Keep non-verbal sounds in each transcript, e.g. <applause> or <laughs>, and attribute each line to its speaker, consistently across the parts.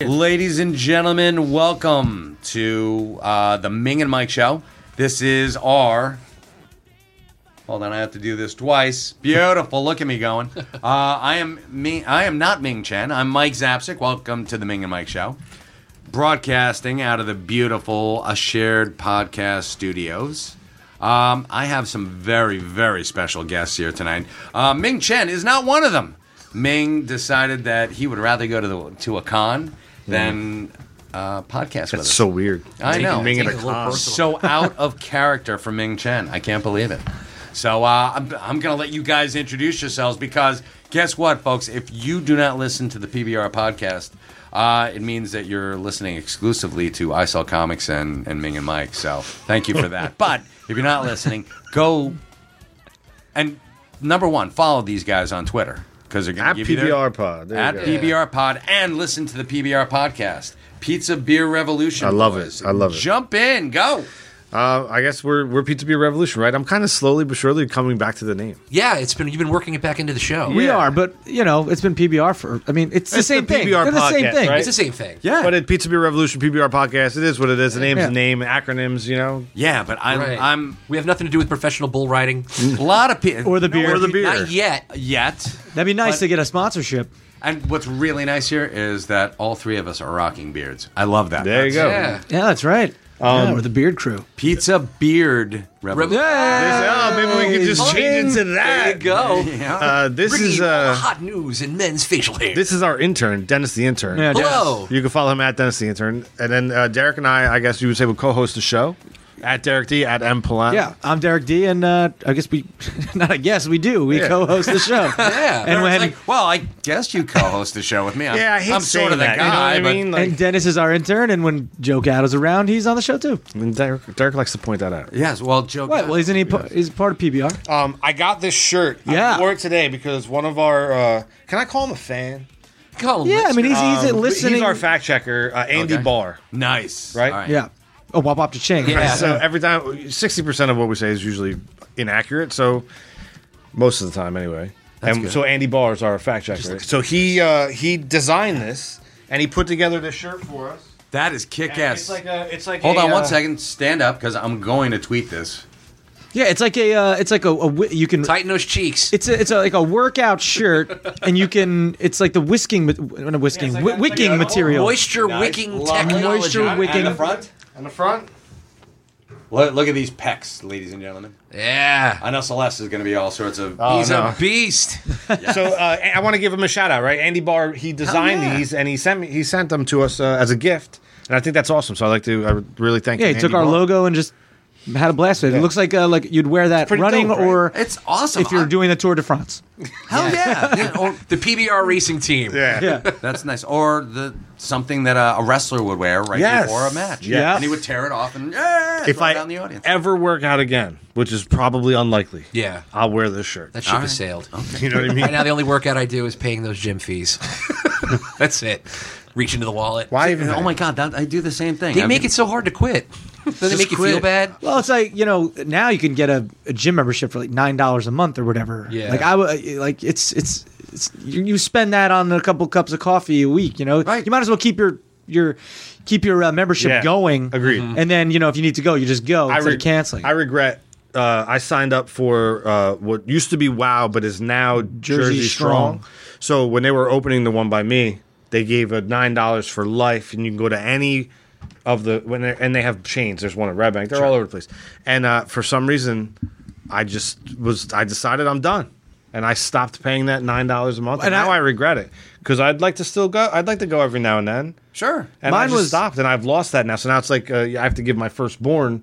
Speaker 1: Ladies and gentlemen, welcome to uh, the Ming and Mike Show. This is our. Hold on, I have to do this twice. Beautiful. Look at me
Speaker 2: <laughs>
Speaker 1: going. Uh, I am Ming, I am not Ming Chen. I'm Mike Zapsik. Welcome to the Ming and Mike Show, broadcasting out of the beautiful A Shared Podcast Studios. Um, I have some very, very special guests here tonight. Uh, Ming Chen is not one of them. Ming decided that he would rather go to the to a con than uh, podcast with
Speaker 2: Mm. That's
Speaker 1: us.
Speaker 2: so weird.
Speaker 1: I know.
Speaker 2: Being at a
Speaker 3: Take it a little
Speaker 2: con.
Speaker 3: personal.
Speaker 1: so out of character for Ming Chen. I can't believe it. So uh, I'm, I'm going to let you guys introduce yourselves because guess what, folks? If you do not listen to the PBR podcast, uh, it means that you're listening exclusively to I Sell Comics and, and Ming and Mike. So thank you for that. but if you're not listening, go and number one, follow these guys on Twitter because they're going
Speaker 2: At
Speaker 1: to give you their,
Speaker 2: PBR pod. There you
Speaker 1: at
Speaker 2: go.
Speaker 1: PBR Pod and listen to the PBR podcast. Pizza Beer Revolution.
Speaker 2: I love
Speaker 1: boys.
Speaker 2: it. I love it.
Speaker 1: Jump in. Go.
Speaker 2: Uh, I guess we're we're Pizza Beer Revolution, right? I'm kind of slowly but surely coming back to the name.
Speaker 3: Yeah, it's been you've been working it back into the show.
Speaker 4: We
Speaker 2: Yeah.
Speaker 4: are, but you know, it's been PBR for. I mean, it's the
Speaker 2: It's the
Speaker 4: same thing.
Speaker 2: PBR
Speaker 4: They're the same
Speaker 2: podcast,
Speaker 4: thing.
Speaker 2: right?
Speaker 3: It's the same thing.
Speaker 4: Yeah.
Speaker 2: But at Pizza Beer Revolution, PBR podcast, it is what it is. The name's
Speaker 4: Yeah.
Speaker 2: the name, acronyms, you know.
Speaker 1: Yeah, but I'm
Speaker 3: Right.
Speaker 1: I'm
Speaker 3: we have nothing to do with professional bull riding.
Speaker 1: a lot of people
Speaker 4: Or the beer.
Speaker 2: Or the beer.
Speaker 3: Not yet.
Speaker 1: yet.
Speaker 4: That'd be nice
Speaker 1: But-
Speaker 4: to get a sponsorship.
Speaker 1: And what's really nice here is that all three of us are rocking beards. I love that.
Speaker 2: There you go.
Speaker 3: Yeah.
Speaker 4: Yeah, that's right. yeah, we're the Beard Crew.
Speaker 1: Pizza beard revolution.
Speaker 2: They say, oh, maybe we could just change it to that.
Speaker 3: There you go.
Speaker 2: Uh, this
Speaker 3: Bringing
Speaker 2: is
Speaker 3: you all the
Speaker 2: uh,
Speaker 3: hot news in men's facial hair.
Speaker 2: this is our intern, Dennis the intern.
Speaker 4: Yeah,
Speaker 3: Hello.
Speaker 2: You can follow him at Dennis the intern, and then uh, Derek and I, I guess you would say, would co-host the show at Derek D at M Palan.
Speaker 4: Yeah, I'm Derek D, and uh, I guess we, <laughs> not I guess we do. We
Speaker 2: Yeah.
Speaker 4: co-host the show. yeah, and
Speaker 1: And
Speaker 4: when
Speaker 1: like, well, I guess you co-host the show with me. I'm,
Speaker 2: <laughs> yeah. I hate
Speaker 1: am
Speaker 2: saying
Speaker 1: sort of the
Speaker 2: that,
Speaker 1: guy,
Speaker 2: you know what I mean?
Speaker 1: but
Speaker 2: Like,
Speaker 4: and Dennis is our intern, and when Joe Gatto's around, he's on the show too.
Speaker 2: and Derek, Derek likes to point that out.
Speaker 1: yes. Well, Joe.
Speaker 4: What? Well, isn't he? pa- He's part of PBR.
Speaker 2: Um, I got this shirt.
Speaker 4: Yeah.
Speaker 2: I wore it today because one of our uh, can I call him a fan?
Speaker 3: Call him
Speaker 4: Yeah, I mean, he's
Speaker 2: Um,
Speaker 4: he's listening.
Speaker 2: He's our fact checker, uh, Andy
Speaker 1: Okay.
Speaker 2: Barr.
Speaker 1: nice.
Speaker 2: Right?
Speaker 1: All
Speaker 4: yeah. Oh, wop wop to ching. <laughs>
Speaker 3: Yeah.
Speaker 2: So every time, sixty percent of what we say is usually inaccurate. So most of the time, anyway. and
Speaker 1: good.
Speaker 2: so Andy Barr is our fact checker. So he uh, he designed this and he put together this shirt for us.
Speaker 1: That is
Speaker 2: And
Speaker 1: kick-ass.
Speaker 2: It's like a, it's like
Speaker 1: Hold
Speaker 2: a,
Speaker 1: on one
Speaker 2: uh,
Speaker 1: second. Stand up because I'm going to tweet this.
Speaker 4: Yeah, it's like a uh, it's like a, a wi- you can
Speaker 3: Tighten those cheeks.
Speaker 4: It's a, it's a, like a workout shirt, and you can. It's like the whisking, ma- not whisking,
Speaker 2: like
Speaker 4: wi-
Speaker 2: a- it's like
Speaker 4: wicking
Speaker 2: a-
Speaker 4: material.
Speaker 3: Moisture
Speaker 1: Nice.
Speaker 3: wicking
Speaker 1: Lovely.
Speaker 3: technology.
Speaker 4: Moisture
Speaker 1: And-
Speaker 4: wicking-
Speaker 1: and the front.
Speaker 2: On uh, the front.
Speaker 1: Look, look at these pecs, ladies and gentlemen.
Speaker 3: Yeah.
Speaker 1: I know Celeste is going to be all sorts of.
Speaker 2: Oh,
Speaker 3: He's
Speaker 2: no.
Speaker 3: a beast.
Speaker 2: So uh, I want to give him a shout out, right? Andy Barr, he
Speaker 4: Oh,
Speaker 2: designed
Speaker 3: yeah.
Speaker 2: these and he sent me, he sent them to us uh, as a gift, and I think that's awesome. So I would like to, I would really thank.
Speaker 4: Yeah, he
Speaker 2: Andy
Speaker 4: took our
Speaker 2: Barr.
Speaker 4: logo and just had a blast with it.
Speaker 2: Yeah.
Speaker 4: It looks like uh, like you'd wear that
Speaker 2: pretty
Speaker 4: running
Speaker 2: dope, right?
Speaker 4: or
Speaker 1: it's awesome.
Speaker 4: if you're
Speaker 1: I-
Speaker 4: doing the Tour
Speaker 2: <laughs>
Speaker 4: de France.
Speaker 1: hell yeah. yeah. Or
Speaker 3: <laughs> The PBR racing team.
Speaker 2: Yeah.
Speaker 4: Yeah,
Speaker 1: That's nice. Or the something that a, a wrestler would wear right
Speaker 2: Yes.
Speaker 1: before a match.
Speaker 2: Yes.
Speaker 1: And he would tear it off and yeah,
Speaker 2: If
Speaker 1: throw
Speaker 2: I
Speaker 1: it out in the audience.
Speaker 2: ever work out again, which is probably unlikely,
Speaker 3: Yeah.
Speaker 2: I'll wear this shirt.
Speaker 3: That ship
Speaker 1: All right.
Speaker 3: has sailed.
Speaker 2: you know
Speaker 1: <laughs>
Speaker 2: what I mean?
Speaker 3: Right now, the only workout I do is paying those gym fees. <laughs> That's it. Reach into the wallet.
Speaker 2: Why even?
Speaker 1: oh my god, that, I do the same thing.
Speaker 3: They
Speaker 1: I
Speaker 3: make
Speaker 1: mean,
Speaker 3: it so hard to quit. Don't they
Speaker 1: Just
Speaker 3: make you feel
Speaker 1: quit.
Speaker 3: bad?
Speaker 4: well, it's like you know now you can get a, a gym membership for like nine dollars a month or whatever.
Speaker 3: Yeah.
Speaker 4: like I w- like it's it's, it's you, you spend that on a couple cups of coffee a week. You know,
Speaker 1: Right.
Speaker 4: you might as well keep your your keep your uh, membership
Speaker 2: Yeah.
Speaker 4: going.
Speaker 2: Agreed.
Speaker 4: And then you know if you need to go, you just go
Speaker 2: I
Speaker 4: instead
Speaker 2: re-
Speaker 4: of canceling.
Speaker 2: I regret. Uh, I signed up for uh, what used to be WoW, but is now Jersey,
Speaker 4: Jersey
Speaker 2: Strong.
Speaker 4: Strong.
Speaker 2: So when they were opening the one by me, they gave a nine dollars for life, and you can go to any of the when they're- and they have chains. There's one at Red Bank. They're all over the place. And uh, for some reason, I just was. I decided I'm done, and I stopped paying that nine dollars a month. And,
Speaker 4: And
Speaker 2: now I,
Speaker 4: I-
Speaker 2: regret it because I'd like to still go. I'd like to go every now and then.
Speaker 1: sure.
Speaker 2: And I
Speaker 4: Mine
Speaker 2: just
Speaker 4: was-
Speaker 2: stopped, and I've lost that now. So now it's like uh, I have to give my firstborn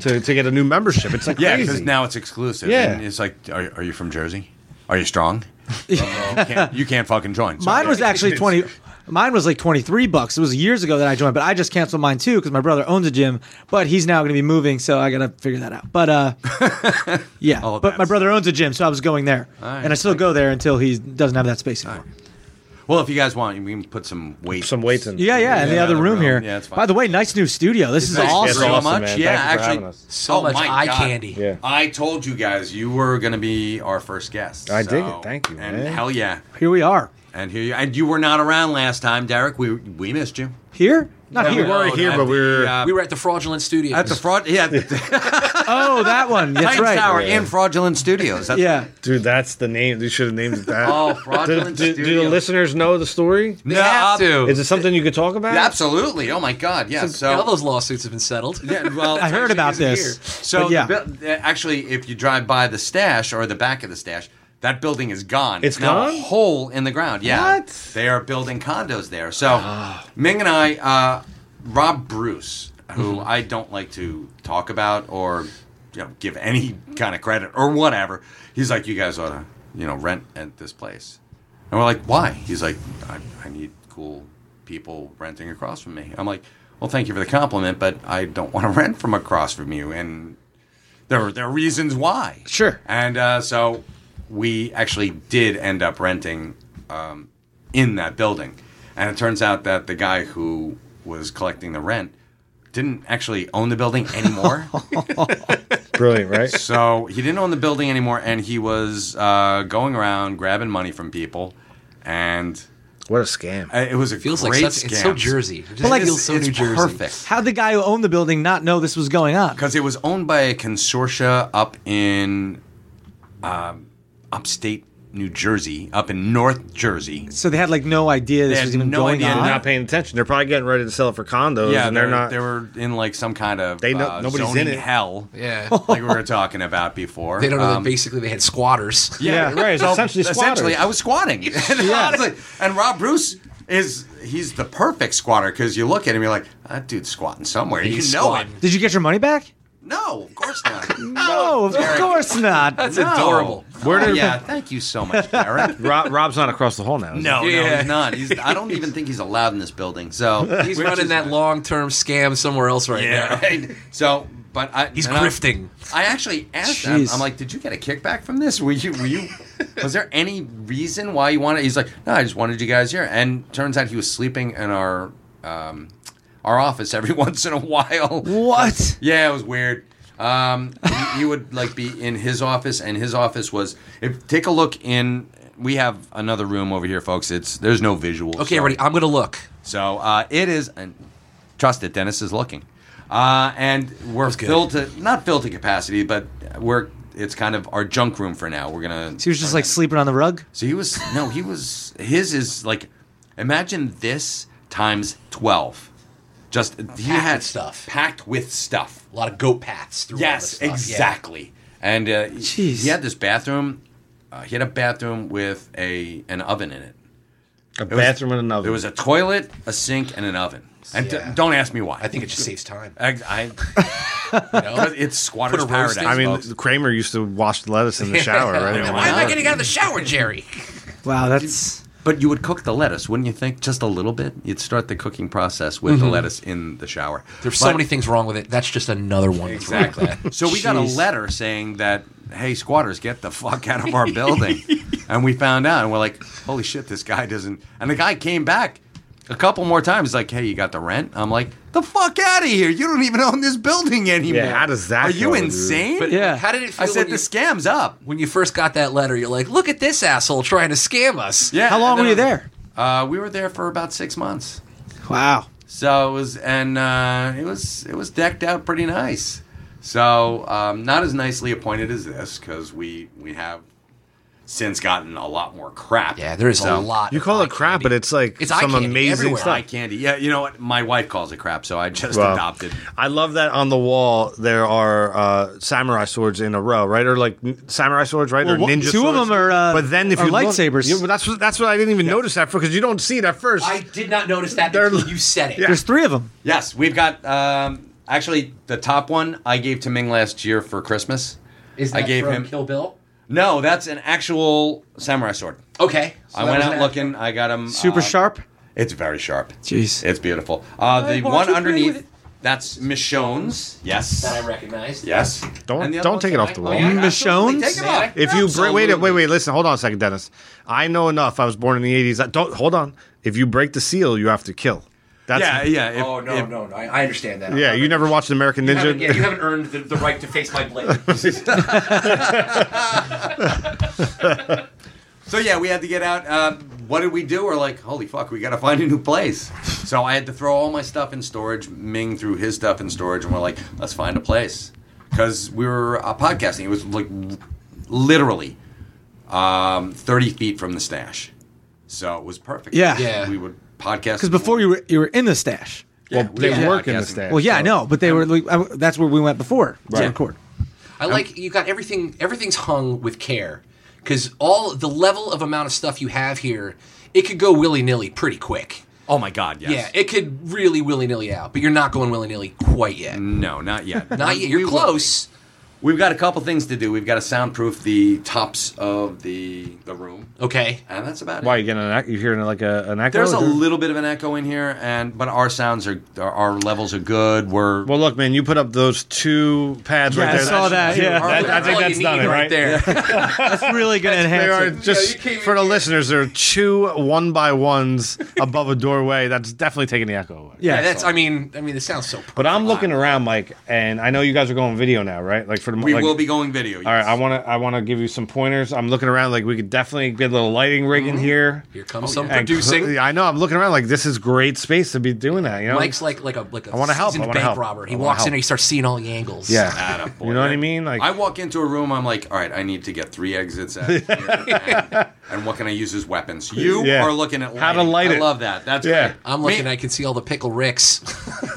Speaker 2: to, to get a new membership. It's
Speaker 1: <laughs>
Speaker 2: like
Speaker 1: Yeah, because
Speaker 2: crazy.
Speaker 1: now it's exclusive.
Speaker 2: Yeah.
Speaker 1: And it's like, are, are you from Jersey? Are you
Speaker 2: <laughs>
Speaker 1: strong? you, can't, you can't fucking join. So-
Speaker 4: Mine was actually twenty. Mine was like twenty three bucks. It was years ago that I joined, but I just canceled mine too because my brother owns a gym, but he's now going to be moving, so I got to figure that out. But uh,
Speaker 1: <laughs>
Speaker 4: yeah,
Speaker 1: Oh,
Speaker 4: but my
Speaker 1: that's-
Speaker 4: brother owns a gym, so I was going there,
Speaker 1: right.
Speaker 4: and I still go there until he doesn't have that space anymore.
Speaker 1: Well, if you guys want, we can put some weight.
Speaker 2: some weights in.
Speaker 4: Yeah, yeah, in the
Speaker 1: Yeah,
Speaker 4: other
Speaker 1: the
Speaker 4: room,
Speaker 1: room.
Speaker 4: here.
Speaker 1: Yeah, it's fine.
Speaker 4: By the way, nice new studio. This is
Speaker 1: Thank you
Speaker 4: awesome.
Speaker 2: It's
Speaker 1: so
Speaker 2: awesome,
Speaker 1: much.
Speaker 2: man.
Speaker 1: Yeah,
Speaker 2: Thank you for
Speaker 1: actually,
Speaker 2: having us.
Speaker 3: So much
Speaker 1: my
Speaker 3: eye
Speaker 1: God.
Speaker 3: candy.
Speaker 2: Yeah.
Speaker 1: I told you guys you were going to be our first guest.
Speaker 2: I dig
Speaker 1: so-
Speaker 2: it. Thank you,
Speaker 1: And
Speaker 2: man.
Speaker 1: hell yeah.
Speaker 4: Here we are.
Speaker 1: And here you and you were not around last time, Derek. We we missed you
Speaker 4: Here? Not
Speaker 2: we
Speaker 4: here.
Speaker 2: were
Speaker 1: No,
Speaker 2: here,
Speaker 1: at
Speaker 2: but we
Speaker 1: the,
Speaker 2: were.
Speaker 1: uh,
Speaker 3: we were at the fraudulent studios.
Speaker 1: at the fraud.
Speaker 2: <laughs>
Speaker 1: Yeah, the
Speaker 4: <laughs> Oh, that one. That's
Speaker 1: Titans
Speaker 4: right.
Speaker 1: Tower in fraudulent studios. That's-
Speaker 4: Yeah.
Speaker 2: Dude, that's the name. You should have named it that.
Speaker 1: Oh,
Speaker 2: do,
Speaker 1: fraudulent
Speaker 2: do- do
Speaker 1: studios.
Speaker 2: the listeners know the story?
Speaker 1: No,
Speaker 3: They have to.
Speaker 2: Is it something you could talk about?
Speaker 1: Absolutely. Oh my God. Yeah. So
Speaker 3: all those lawsuits have been settled.
Speaker 1: Yeah, well,
Speaker 4: <laughs> I heard
Speaker 3: Actually,
Speaker 4: about
Speaker 3: it's here.
Speaker 4: this.
Speaker 1: So
Speaker 4: But yeah.
Speaker 1: the bu- actually, if you drive by the stash or the back of the stash, that building is gone.
Speaker 2: It's
Speaker 1: now
Speaker 2: gone?
Speaker 1: A hole in the ground. Yeah,
Speaker 2: What?
Speaker 1: they are building condos there. So
Speaker 4: Ah.
Speaker 1: Ming and I, uh, Rob Bruce, who
Speaker 4: Mm-hmm.
Speaker 1: I don't like to talk about or you know give any kind of credit or whatever. He's like, you guys ought to you know rent at this place, and we're like, why? He's like, I, I need cool people renting across from me. I'm like. Well, thank you for the compliment, but I don't want to <laughs> rent from across from you, and there are, there are reasons why.
Speaker 4: Sure.
Speaker 1: And uh, so we actually did end up renting um, in that building. And it turns out that the guy who was collecting the rent didn't actually own the building anymore. <laughs>
Speaker 2: Brilliant, right?
Speaker 1: so he didn't own the building anymore, and he was uh, going around grabbing money from people. And
Speaker 2: What a scam.
Speaker 1: uh, it was a
Speaker 3: <laughs> Feels like
Speaker 1: great
Speaker 3: such, it's so
Speaker 1: scam.
Speaker 3: Jersey. It just
Speaker 4: like,
Speaker 3: feels
Speaker 1: It's,
Speaker 3: so
Speaker 1: it's
Speaker 3: New Jersey.
Speaker 1: perfect.
Speaker 4: How'd the guy who owned the building not know this was going on?
Speaker 1: because it was owned by a consortia up in um, upstate New Jersey, up in North Jersey.
Speaker 4: So they had like no idea this
Speaker 1: They
Speaker 4: was
Speaker 1: had
Speaker 4: even
Speaker 1: no
Speaker 4: going
Speaker 1: idea.
Speaker 4: on.
Speaker 2: They're
Speaker 1: I-
Speaker 2: not paying attention. They're probably getting ready to sell it for condos,
Speaker 1: Yeah,
Speaker 2: and they're not.
Speaker 1: They were in like some kind of
Speaker 2: They know-
Speaker 1: uh,
Speaker 2: nobody's in
Speaker 1: zoning
Speaker 2: it.
Speaker 1: hell.
Speaker 3: Yeah.
Speaker 1: like we were talking about before.
Speaker 3: They don't know
Speaker 1: Oh. Um,
Speaker 3: that basically they had squatters.
Speaker 1: Yeah,
Speaker 2: Yeah, right, it's essentially squatters.
Speaker 1: I was squatting. <laughs> and, honestly, and Rob Bruce is he's the perfect squatter because you look at him, you're like, that dude's squatting somewhere. <laughs>
Speaker 3: He's
Speaker 1: you know
Speaker 3: squatting.
Speaker 1: it.
Speaker 4: Did you get your money back?
Speaker 1: No, of course
Speaker 2: <laughs>
Speaker 1: not.
Speaker 4: No, of
Speaker 1: Derek.
Speaker 4: course not.
Speaker 3: That's
Speaker 1: No.
Speaker 3: adorable.
Speaker 2: Where
Speaker 1: oh,
Speaker 2: did-
Speaker 1: yeah, thank you so much, <laughs> Derek.
Speaker 2: Rob, Rob's not across the hall now. is he?
Speaker 1: No, no,
Speaker 3: Yeah.
Speaker 1: he's not. He's, I don't even think he's allowed in this building. <laughs> So
Speaker 3: He's
Speaker 1: which
Speaker 3: running
Speaker 1: is-
Speaker 3: that long term scam somewhere else right
Speaker 1: Yeah,
Speaker 3: now.
Speaker 1: <laughs> right. So, but I
Speaker 3: He's
Speaker 1: and I-
Speaker 3: grifting.
Speaker 1: I actually asked him.
Speaker 4: Jeez.
Speaker 1: I'm like, "Did you get a kickback from this? Were you? Were you? was there any reason why you wanted?" He's like, "No, I just wanted you guys here." And turns out he was sleeping in our um, our office every <laughs> once in a while.
Speaker 4: What?
Speaker 1: Yeah, it was weird. Um, he, he would like be in his office, and his office was. If take a look in, we have another room over here, folks. It's there's no visual.
Speaker 3: Okay, everybody, I'm going to look.
Speaker 1: So uh, it is, and trust it, Dennis is looking. Uh, and we're
Speaker 3: good.
Speaker 1: filled to, not filled to capacity, but we're, it's kind of our junk room for now. We're going to.
Speaker 4: He was just like sleeping on the rug.
Speaker 1: So he was, no, he was, his is like, imagine this times 12. Just, he
Speaker 3: with
Speaker 1: had
Speaker 3: stuff.
Speaker 1: Packed with stuff.
Speaker 3: A lot of goat paths through all
Speaker 1: Yes,
Speaker 3: this stuff. Yeah.
Speaker 1: exactly. And uh, he
Speaker 4: Jeez.
Speaker 1: he had this bathroom. Uh, he had a bathroom with a an oven in it.
Speaker 2: A
Speaker 1: It was-
Speaker 2: bathroom and another.
Speaker 1: There was a toilet, a sink, and an oven. And d-
Speaker 3: Yeah.
Speaker 1: don't ask me why.
Speaker 3: I think it just saves time.
Speaker 1: I, I, <laughs>
Speaker 3: You know?
Speaker 1: it's squatter's
Speaker 3: Put a
Speaker 1: paradise.
Speaker 3: roast in.
Speaker 2: I mean,
Speaker 1: folks.
Speaker 2: Kramer used to wash the lettuce
Speaker 3: <laughs>
Speaker 2: in the shower, right?
Speaker 3: Why am
Speaker 2: Why
Speaker 3: I
Speaker 2: not?
Speaker 3: getting out of the shower, Jerry?
Speaker 4: Wow, that's
Speaker 1: but you would cook the lettuce, wouldn't you think? Just a little bit. You'd start the cooking process with the lettuce in the shower.
Speaker 3: There's so
Speaker 1: But-
Speaker 3: many things wrong with it. That's just another one. that's wrong <laughs> with
Speaker 1: Exactly.
Speaker 3: that.
Speaker 1: so we got a
Speaker 4: Jeez.
Speaker 1: letter saying that, hey, squatters, get the fuck out of our building. and we found out, and we're like, holy shit, this guy doesn't. And the guy came back a couple more times, like, hey, you got the rent? I'm like, the fuck out of here. You don't even own this building anymore.
Speaker 2: Yeah, how does that
Speaker 1: Are you
Speaker 2: go, dude?
Speaker 1: insane?
Speaker 3: But
Speaker 4: Yeah.
Speaker 3: how did it
Speaker 1: I
Speaker 3: feel
Speaker 1: said,
Speaker 3: when
Speaker 1: the
Speaker 3: you,
Speaker 1: scam's up.
Speaker 3: when you first got that letter? You're like, look at this asshole trying to scam us.
Speaker 1: Yeah.
Speaker 4: How long
Speaker 1: and
Speaker 4: were you
Speaker 1: then-
Speaker 4: there?
Speaker 1: Uh, we were there for about six months.
Speaker 4: Wow.
Speaker 1: So it was, and uh, it was it was decked out pretty nice. So um, not as nicely appointed as this because we we have since gotten a lot more crap.
Speaker 3: Yeah, there is
Speaker 1: So-
Speaker 3: a lot.
Speaker 2: You
Speaker 3: of
Speaker 2: call
Speaker 3: eye
Speaker 2: it crap,
Speaker 3: candy.
Speaker 2: but it's like
Speaker 3: It's eye
Speaker 2: some
Speaker 3: candy
Speaker 2: amazing
Speaker 3: everywhere.
Speaker 1: eye
Speaker 2: stuff.
Speaker 1: candy. Yeah, you know what? My wife calls it crap, so I just
Speaker 2: Wow.
Speaker 1: adopted.
Speaker 2: I love that on the wall there are uh, samurai swords in a row, right? Or like n- samurai swords, right? or
Speaker 4: Well, wh-
Speaker 2: ninja
Speaker 4: two of
Speaker 2: swords.
Speaker 4: them are, uh,
Speaker 2: but then if
Speaker 4: are
Speaker 2: you look-
Speaker 4: lightsabers.
Speaker 2: you- that's what, that's what I didn't even notice that for because you don't see it at first.
Speaker 3: I did not notice that
Speaker 2: They're-
Speaker 3: until you said it.
Speaker 4: There's three of them.
Speaker 1: Yes, we've got um, actually the top one I gave to Ming last year for Christmas.
Speaker 3: Is that
Speaker 1: I gave
Speaker 3: from
Speaker 1: him
Speaker 3: Kill Bill?
Speaker 1: no. That's an actual samurai sword.
Speaker 3: Okay. So
Speaker 1: I
Speaker 3: Oh, that
Speaker 1: went
Speaker 3: was
Speaker 1: out
Speaker 3: an-
Speaker 1: looking. I got him
Speaker 4: Super
Speaker 1: uh,
Speaker 4: sharp.
Speaker 1: It's very sharp.
Speaker 4: Jeez.
Speaker 1: It's beautiful. Uh, the
Speaker 3: why
Speaker 1: one
Speaker 3: don't you play with
Speaker 1: underneath,
Speaker 3: it?
Speaker 1: that's Michonne's.
Speaker 3: That
Speaker 1: Yes.
Speaker 3: I recognized.
Speaker 1: Yes.
Speaker 2: Don't-
Speaker 1: And the other
Speaker 2: don't
Speaker 1: one's
Speaker 2: take it off
Speaker 1: mine.
Speaker 2: the wall.
Speaker 1: Oh, yeah, absolutely.
Speaker 4: Michonne's?
Speaker 1: Take it off.
Speaker 2: If you break, wait, wait,
Speaker 1: Absolutely.
Speaker 2: wait, listen, hold on a second, Dennis. I know enough. I was born in the '80s. I don't hold on. If you break the seal, you have to kill. That's
Speaker 1: Yeah, yeah. if-
Speaker 3: oh no,
Speaker 1: if-
Speaker 3: no, no! I, I understand that.
Speaker 2: yeah. You never watched American
Speaker 3: You haven't,
Speaker 2: Ninja?
Speaker 3: yeah, you haven't earned the, the right to face my blade.
Speaker 1: So yeah, we had to get out. Uh, what did we do? We're like, holy fuck, we got to find a new place. So I had to throw all my stuff in storage. Ming threw his stuff in storage, and we're like, let's find a place because we were uh, podcasting. It was like literally um, thirty feet from the stash, so it was perfect.
Speaker 4: Yeah.
Speaker 3: Yeah.
Speaker 1: We would podcast
Speaker 4: Because before you were you were in the stash.
Speaker 2: <laughs> well,
Speaker 1: we
Speaker 2: they
Speaker 1: were
Speaker 2: work in the
Speaker 1: podcasting.
Speaker 2: stash.
Speaker 4: Well, yeah, I
Speaker 2: so-
Speaker 4: know, but they were. Like, I, that's where we went before
Speaker 2: Right.
Speaker 4: to record.
Speaker 3: I like you got everything. Everything's hung with care because all the level of amount of stuff you have here, it could go willy nilly pretty quick.
Speaker 1: Oh my god, yes.
Speaker 3: Yeah, it could really willy nilly out, but you're not going willy nilly quite yet.
Speaker 2: Mm.
Speaker 1: no, not yet.
Speaker 3: Not yet. You're
Speaker 1: We will be.
Speaker 3: close.
Speaker 1: We've got a couple things to do. We've got to soundproof the tops of the the room,
Speaker 3: Okay.
Speaker 1: and that's about it.
Speaker 2: Why you getting an? ac- You hearing like a, an Oh, echo?
Speaker 1: There's a
Speaker 2: or-
Speaker 1: little bit of an echo in here, and but our sounds are our, our levels are good. We're
Speaker 2: Well, look, man, you put up those two pads
Speaker 4: I
Speaker 2: right there.
Speaker 4: saw that, yeah.
Speaker 2: that- I think
Speaker 3: All you
Speaker 2: that's done
Speaker 3: need
Speaker 2: it, right?
Speaker 3: there.
Speaker 4: That's really gonna
Speaker 2: They are
Speaker 4: enhance. It.
Speaker 2: just
Speaker 1: came in
Speaker 2: for the listeners. There are two one by ones above a doorway. That's definitely taking the echo away.
Speaker 4: Yeah,
Speaker 3: Yeah, <laughs> that's. I mean, I mean, it sounds so.
Speaker 2: But I'm looking around, Mike, and I know you guys are going video now, right? Like for the
Speaker 1: we
Speaker 2: like,
Speaker 1: will be going video.
Speaker 2: All right,
Speaker 1: yes.
Speaker 2: I want to I want to give you some pointers. I'm looking around like we could definitely get a little lighting rig in Mm-hmm. here.
Speaker 3: Here comes some
Speaker 2: And
Speaker 3: producing.
Speaker 2: cl- I know. I'm looking around like this is great space to be doing that. You know,
Speaker 3: Mike's like like a like a
Speaker 2: wanna help, I
Speaker 3: seasoned
Speaker 2: wanna
Speaker 3: bank
Speaker 2: help.
Speaker 3: robber. He
Speaker 2: I wanna
Speaker 3: walks in
Speaker 2: help.
Speaker 3: and he starts seeing all the angles.
Speaker 2: yeah.
Speaker 1: Atta boy.
Speaker 2: You know what Ah, I mean? Like
Speaker 1: I walk into a room, I'm like, all right, I need to get three exits out of here.
Speaker 2: <laughs>
Speaker 1: and, and what can I use as weapons? You
Speaker 2: Yeah.
Speaker 1: are looking at lighting.
Speaker 2: How to light
Speaker 1: I
Speaker 2: it.
Speaker 1: love that. That's
Speaker 2: Yeah.
Speaker 1: great.
Speaker 3: I'm
Speaker 1: Me-
Speaker 3: looking. I can see all the pickle ricks.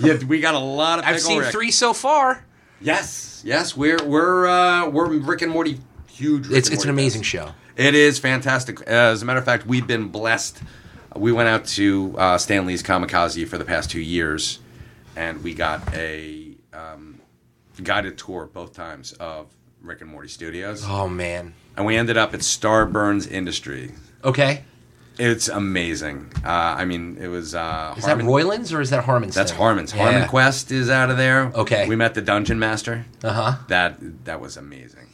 Speaker 1: Yeah, we got a lot of.
Speaker 3: I've
Speaker 1: pickle
Speaker 3: seen
Speaker 1: Rick.
Speaker 3: three so far.
Speaker 1: Yes, yes, we're we're uh, we're Rick and Morty huge. Rick
Speaker 3: It's
Speaker 1: and
Speaker 3: it's an
Speaker 1: Morty
Speaker 3: amazing
Speaker 1: fans.
Speaker 3: show.
Speaker 1: It is fantastic. As a matter of fact, we've been blessed. We went out to uh, Stanley's Kamikaze for the past two years, and we got a um, guided tour both times of Rick and Morty Studios,
Speaker 3: Oh man.
Speaker 1: and we ended up at Starburns Industry.
Speaker 3: Okay.
Speaker 1: It's amazing. Uh, I mean, it was. Uh,
Speaker 3: Is
Speaker 1: Harmon-
Speaker 3: that Royland's or is that Harmon's?
Speaker 1: That's
Speaker 3: thing?
Speaker 1: Harmon's.
Speaker 3: Yeah.
Speaker 1: Harmon Quest is out of there.
Speaker 3: Okay.
Speaker 1: We met the Dungeon Master.
Speaker 3: Uh huh.
Speaker 1: That that was
Speaker 3: <laughs>
Speaker 1: amazing.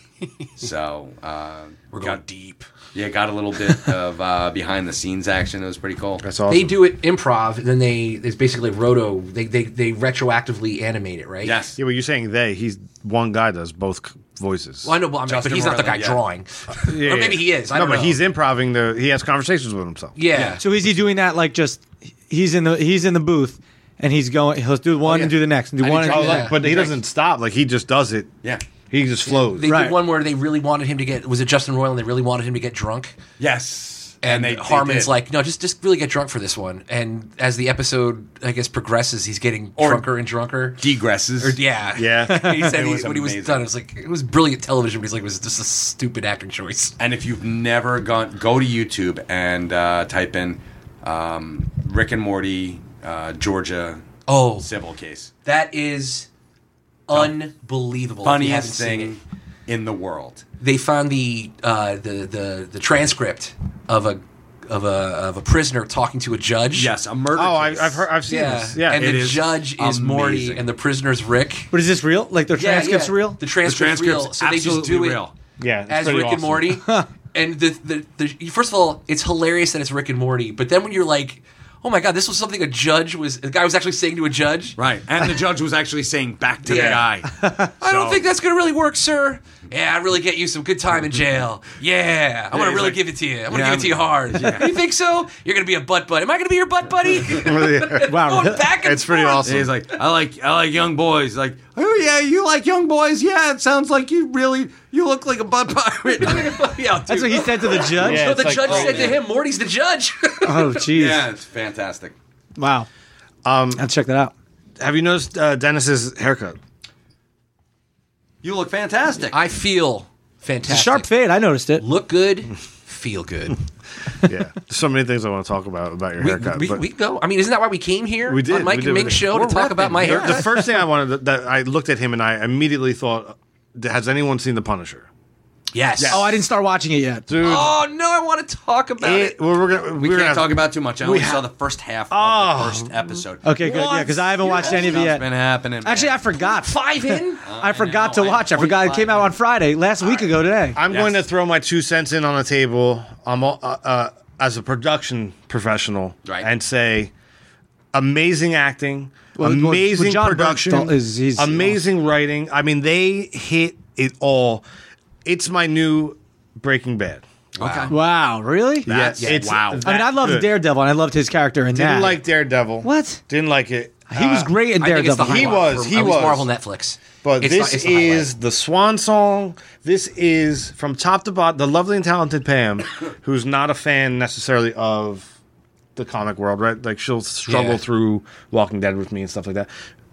Speaker 1: so uh,
Speaker 3: We're going
Speaker 1: got,
Speaker 3: deep.
Speaker 1: yeah, got a little
Speaker 3: <laughs>
Speaker 1: bit of uh, behind the scenes action. It was pretty cool.
Speaker 2: that's awesome.
Speaker 3: They do it improv, and then they it's basically roto. They they they retroactively animate it, right?
Speaker 1: Yes.
Speaker 2: Yeah, but you're saying they. He's one guy does both c- voices.
Speaker 3: Well, I know, but, I'm-
Speaker 1: Justin
Speaker 3: but he's not the guy
Speaker 1: Roiland, yeah.
Speaker 3: drawing.
Speaker 2: Yeah,
Speaker 3: or maybe
Speaker 2: yeah.
Speaker 3: he is. I
Speaker 2: no,
Speaker 3: don't
Speaker 2: but
Speaker 3: know.
Speaker 2: he's improving. The he has conversations with himself.
Speaker 3: yeah.
Speaker 4: So is he doing that like just he's in the he's in the booth and he's going he'll do one
Speaker 1: yeah.
Speaker 4: and do the next and do
Speaker 1: I
Speaker 4: one
Speaker 1: did
Speaker 4: and
Speaker 1: try
Speaker 2: Oh,
Speaker 4: do
Speaker 3: Yeah.
Speaker 4: the
Speaker 2: like,
Speaker 4: next.
Speaker 2: but he doesn't stop. Like he just does it.
Speaker 1: Yeah.
Speaker 2: He just flows.
Speaker 3: They
Speaker 4: Right.
Speaker 3: did one where they really wanted him to get. Was it Justin Roiland? They really wanted him to get drunk.
Speaker 1: Yes.
Speaker 3: and, Harmon's
Speaker 1: did.
Speaker 3: like, no, just just really get drunk for this one. And as the episode, I guess, progresses, he's getting
Speaker 1: Or-
Speaker 3: drunker and drunker.
Speaker 1: degresses.
Speaker 3: Or, yeah,
Speaker 2: Yeah.
Speaker 3: <laughs> he said
Speaker 1: It
Speaker 3: he,
Speaker 1: was
Speaker 3: when he was
Speaker 1: amazing.
Speaker 3: done, it was like it was brilliant television. But he's like, it was just a stupid acting choice.
Speaker 1: And if you've never gone, go to YouTube and uh, type in um, Rick and Morty uh, Georgia
Speaker 3: Oh,
Speaker 1: civil case.
Speaker 3: that is unbelievable. if you haven't
Speaker 1: Funniest
Speaker 3: seen it.
Speaker 1: thing in the world.
Speaker 3: they found the uh, the the the transcript of a of a of a prisoner talking to a judge.
Speaker 1: Yes, a murder.
Speaker 2: oh, I,
Speaker 1: case.
Speaker 2: I've heard. I've seen
Speaker 3: Yeah,
Speaker 2: this. Yeah,
Speaker 3: and
Speaker 2: it
Speaker 3: the
Speaker 2: is.
Speaker 3: judge is Morty,
Speaker 1: amazing.
Speaker 3: and the prisoner's Rick.
Speaker 4: But is this real? Like their transcripts real?
Speaker 3: The transcript's,
Speaker 1: The transcript's
Speaker 3: real. So they just do
Speaker 1: absolutely
Speaker 3: it
Speaker 1: real.
Speaker 2: Yeah, it's
Speaker 3: as
Speaker 2: pretty
Speaker 3: Rick and
Speaker 2: awesome. <laughs>
Speaker 3: Morty. and the, the the first of all, it's hilarious that it's Rick and Morty. But then when you're like, oh my god, this was something a judge was the guy was actually saying to a judge.
Speaker 1: Right, and the judge was actually saying back to
Speaker 3: Yeah. <laughs>
Speaker 1: the guy.
Speaker 3: I don't
Speaker 1: So-
Speaker 3: think that's gonna really work, sir. Yeah, I really get you some good time in jail. Yeah, I want to
Speaker 1: he's
Speaker 3: really
Speaker 1: like,
Speaker 3: give it to you. I want to
Speaker 1: yeah,
Speaker 3: give it to you
Speaker 1: I'm-
Speaker 3: hard. You think so? You're gonna be a butt buddy. Am I gonna be your butt buddy?
Speaker 4: Wow,
Speaker 3: Going <laughs> back and
Speaker 2: It's pretty
Speaker 3: forth.
Speaker 2: awesome.
Speaker 1: He's like, I like, I like young boys. Like, oh yeah, you like young boys? Yeah, it sounds like you really, you look like a butt <laughs> pirate.
Speaker 3: yeah, dude.
Speaker 4: <laughs> That's what he said to the judge.
Speaker 2: Yeah.
Speaker 3: So
Speaker 2: It's
Speaker 3: the
Speaker 2: like,
Speaker 3: judge
Speaker 2: oh,
Speaker 3: said to
Speaker 1: man.
Speaker 3: him, "Morty's the judge."
Speaker 4: Oh, jeez.
Speaker 1: yeah, it's fantastic.
Speaker 4: Wow. Um, I'll check that out.
Speaker 2: Have you noticed uh, Dennis's haircut?
Speaker 1: You look fantastic.
Speaker 3: I feel
Speaker 4: It's
Speaker 3: fantastic.
Speaker 4: a sharp fade. I noticed it.
Speaker 3: Look good, <laughs> feel good.
Speaker 2: Yeah, There's so many things I want to talk about about your
Speaker 3: We,
Speaker 2: haircut.
Speaker 3: we,
Speaker 2: but
Speaker 3: we go. I mean, isn't that why we came here?
Speaker 2: We did,
Speaker 3: on Mike
Speaker 2: we did,
Speaker 3: and
Speaker 2: we
Speaker 3: Ming
Speaker 2: did.
Speaker 3: show
Speaker 1: We're
Speaker 3: to talk
Speaker 1: repping.
Speaker 3: about my
Speaker 1: They're-
Speaker 3: hair.
Speaker 2: the first thing I
Speaker 3: <laughs>
Speaker 2: wanted that I looked at him and I immediately thought, has anyone seen The Punisher?
Speaker 3: yes.
Speaker 4: Oh, I didn't start watching it yet.
Speaker 2: Dude,
Speaker 3: Oh, no, I want to talk about
Speaker 2: it-
Speaker 3: it.
Speaker 2: well, we're gonna,
Speaker 1: we
Speaker 2: we're
Speaker 1: can't
Speaker 2: gonna
Speaker 1: talk about too much. I only
Speaker 2: ha-
Speaker 1: saw the first half
Speaker 2: Oh.
Speaker 1: of the first episode.
Speaker 4: Okay, good. Yeah,
Speaker 2: What?
Speaker 4: because I haven't watched any of it
Speaker 1: It's
Speaker 4: yet.
Speaker 1: been happening. man.
Speaker 4: Actually, I forgot.
Speaker 3: Five in.
Speaker 4: I forgot
Speaker 1: know,
Speaker 4: to
Speaker 1: I-
Speaker 4: watch. I forgot it came out on Friday last week ago today.
Speaker 2: I'm
Speaker 1: Yes.
Speaker 2: going to throw my two cents in on the table. I'm all, uh, uh, as a production professional,
Speaker 1: Right.
Speaker 2: and say amazing acting,
Speaker 4: Well, well,
Speaker 2: amazing
Speaker 4: John
Speaker 2: production,
Speaker 4: Bernthal is- he's
Speaker 2: amazing writing. I mean, they hit it all. It's my new Breaking Bad.
Speaker 3: Okay.
Speaker 4: Wow, really?
Speaker 2: Yes.
Speaker 3: yeah,
Speaker 2: It's
Speaker 1: wow.
Speaker 4: I mean, I loved
Speaker 2: good.
Speaker 4: Daredevil, and I loved his character in
Speaker 2: Didn't
Speaker 4: that.
Speaker 2: like Daredevil.
Speaker 4: What?
Speaker 2: Didn't like it.
Speaker 4: he was
Speaker 2: Uh,
Speaker 4: great in
Speaker 3: I think it's the
Speaker 4: Daredevil.
Speaker 2: He
Speaker 3: highlight
Speaker 2: was,
Speaker 3: for
Speaker 2: he
Speaker 3: at least
Speaker 2: was.
Speaker 3: Marvel Netflix.
Speaker 2: But
Speaker 3: It's
Speaker 2: this
Speaker 3: the- it's the
Speaker 2: is the swan song. This is from top to bottom the lovely and talented Pam, who's not a fan necessarily of the comic world, right? Like she'll struggle
Speaker 3: Yeah.
Speaker 2: through Walking Dead with me and stuff like that.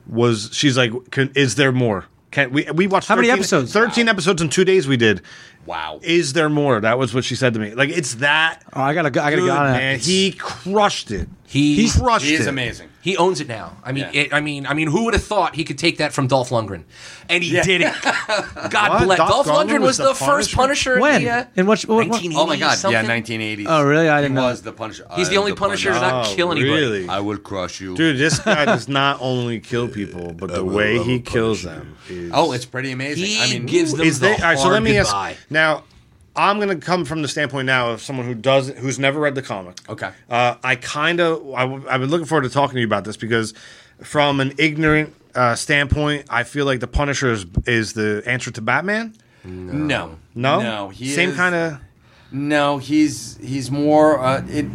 Speaker 2: Was she's like, can, is there more? Can we we watched
Speaker 4: How many episodes?
Speaker 2: Thirteen episodes in two days. We did.
Speaker 1: Wow.
Speaker 2: Is there more? That was what she said to me. Like it's that.
Speaker 4: Oh, I gotta, go, I gotta
Speaker 2: good,
Speaker 4: go on
Speaker 2: man.
Speaker 4: it.
Speaker 2: He crushed it.
Speaker 3: He
Speaker 2: He crushed
Speaker 1: He is
Speaker 2: it.
Speaker 1: amazing.
Speaker 3: He owns it now. I mean,
Speaker 1: Yeah.
Speaker 3: it, I mean, I mean, who would have thought he could take that from Dolph Lundgren? And he
Speaker 2: <laughs>
Speaker 3: did it. God
Speaker 2: What?
Speaker 3: bless.
Speaker 2: Dolph
Speaker 3: Dolph,
Speaker 2: Lundgren
Speaker 3: Lundgren was the, first Punisher. in
Speaker 4: When?
Speaker 3: the, uh,
Speaker 4: In which- what- what-
Speaker 3: 1980s
Speaker 1: Oh my God! Yeah,
Speaker 3: something?
Speaker 1: 1980s.
Speaker 4: Oh, really? I
Speaker 1: He
Speaker 4: didn't know.
Speaker 1: Was the Punisher?
Speaker 3: He's the
Speaker 1: I'm
Speaker 3: only Punisher to not
Speaker 2: Oh,
Speaker 3: kill anybody.
Speaker 2: really?
Speaker 1: I will crush you,
Speaker 2: Dude, this guy does not only kill people, but the way he kills them is.
Speaker 1: Oh, it's pretty amazing.
Speaker 3: He
Speaker 1: I mean,
Speaker 3: gives them
Speaker 2: is
Speaker 3: the
Speaker 2: they, all right, so
Speaker 3: hard
Speaker 2: let me
Speaker 3: goodbye.
Speaker 2: ask. Now, I'm going to come from the standpoint now of someone who doesn't, who's never read the comic.
Speaker 1: Okay.
Speaker 2: Uh, I kind of, i w- I've been looking forward to talking to you about this because, from an ignorant uh, standpoint, I feel like the Punisher is, is the answer to Batman.
Speaker 1: no,
Speaker 2: No,
Speaker 1: no. He
Speaker 2: same
Speaker 1: is-
Speaker 2: kind of.
Speaker 1: No, he's he's more. Uh, it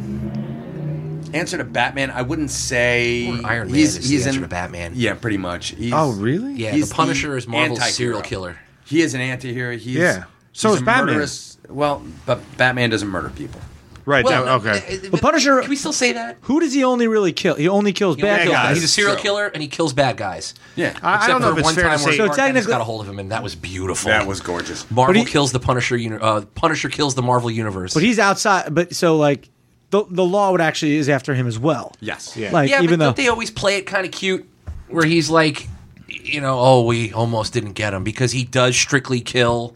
Speaker 1: answer to Batman. I wouldn't say
Speaker 3: Or Iron Man
Speaker 1: he's,
Speaker 3: is the
Speaker 1: he's
Speaker 3: answer
Speaker 1: an-
Speaker 3: to Batman.
Speaker 1: Yeah, pretty much. He's-
Speaker 2: Oh, really?
Speaker 3: Yeah,
Speaker 1: he's
Speaker 3: the Punisher is Marvel's serial
Speaker 1: antihero.
Speaker 3: killer.
Speaker 1: He is an anti-hero. He's,
Speaker 2: Yeah. So
Speaker 1: he's
Speaker 2: is
Speaker 1: a
Speaker 2: Batman.
Speaker 1: murderous- Well, but Batman doesn't murder people.
Speaker 2: Right.
Speaker 3: Well,
Speaker 2: that- okay.
Speaker 3: uh, uh,
Speaker 4: The Punisher-
Speaker 3: Can we still say that?
Speaker 4: Who does he only really kill? He only kills
Speaker 3: He only
Speaker 4: bad
Speaker 3: kills-
Speaker 2: guys.
Speaker 4: guys.
Speaker 3: He's a serial
Speaker 1: True.
Speaker 3: killer and he kills bad guys.
Speaker 1: Yeah.
Speaker 2: I- I
Speaker 3: Except
Speaker 2: don't know
Speaker 3: for
Speaker 2: if it's
Speaker 3: one
Speaker 2: fair to
Speaker 3: time where
Speaker 2: say.
Speaker 3: Clark
Speaker 4: So
Speaker 3: Kent
Speaker 4: technically-
Speaker 3: got a hold of him, and that was beautiful.
Speaker 1: that was gorgeous.
Speaker 3: Marvel
Speaker 4: But he-
Speaker 3: kills the Punisher. Uni- uh, Punisher kills the Marvel universe.
Speaker 4: But he's outside. But so like, the the law would actually is after him as well.
Speaker 1: Yes.
Speaker 2: Yeah.
Speaker 4: Like
Speaker 3: yeah, but
Speaker 4: even though
Speaker 3: don't they always play it kind of cute, where he's like, you know, oh, we almost didn't get him because he does strictly kill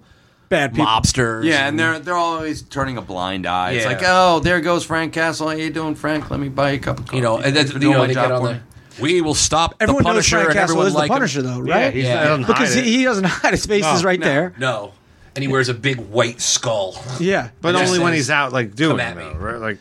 Speaker 4: bad people.
Speaker 3: mobsters.
Speaker 1: Yeah, and they're they're always turning a blind eye. It's
Speaker 3: Yeah.
Speaker 1: like, oh, there goes Frank Castle. How you doing, Frank? Let me buy you a cup of coffee.
Speaker 3: you know, and
Speaker 1: Thanks
Speaker 3: that's,
Speaker 1: for
Speaker 3: you
Speaker 1: doing
Speaker 3: know,
Speaker 1: my
Speaker 3: they
Speaker 1: job
Speaker 3: get on
Speaker 1: for
Speaker 3: there.
Speaker 1: me.
Speaker 3: We will stop the
Speaker 4: Everyone knows
Speaker 3: Punisher,
Speaker 4: Frank
Speaker 3: and
Speaker 4: Castle
Speaker 3: everyone
Speaker 4: is the
Speaker 3: like him.
Speaker 4: Punisher though,
Speaker 2: Yeah,
Speaker 4: right?
Speaker 2: he's
Speaker 3: Yeah.
Speaker 2: I don't
Speaker 4: because
Speaker 2: hide
Speaker 4: he,
Speaker 2: it.
Speaker 4: he doesn't <laughs> hide. His face is
Speaker 2: No,
Speaker 4: right
Speaker 1: no.
Speaker 4: there.
Speaker 3: No, and he wears a big white skull.
Speaker 4: Yeah.
Speaker 2: But
Speaker 3: Yes,
Speaker 2: only when
Speaker 3: it
Speaker 2: he's
Speaker 3: is.
Speaker 2: out, like doing,
Speaker 3: at me.
Speaker 2: though, right? Like,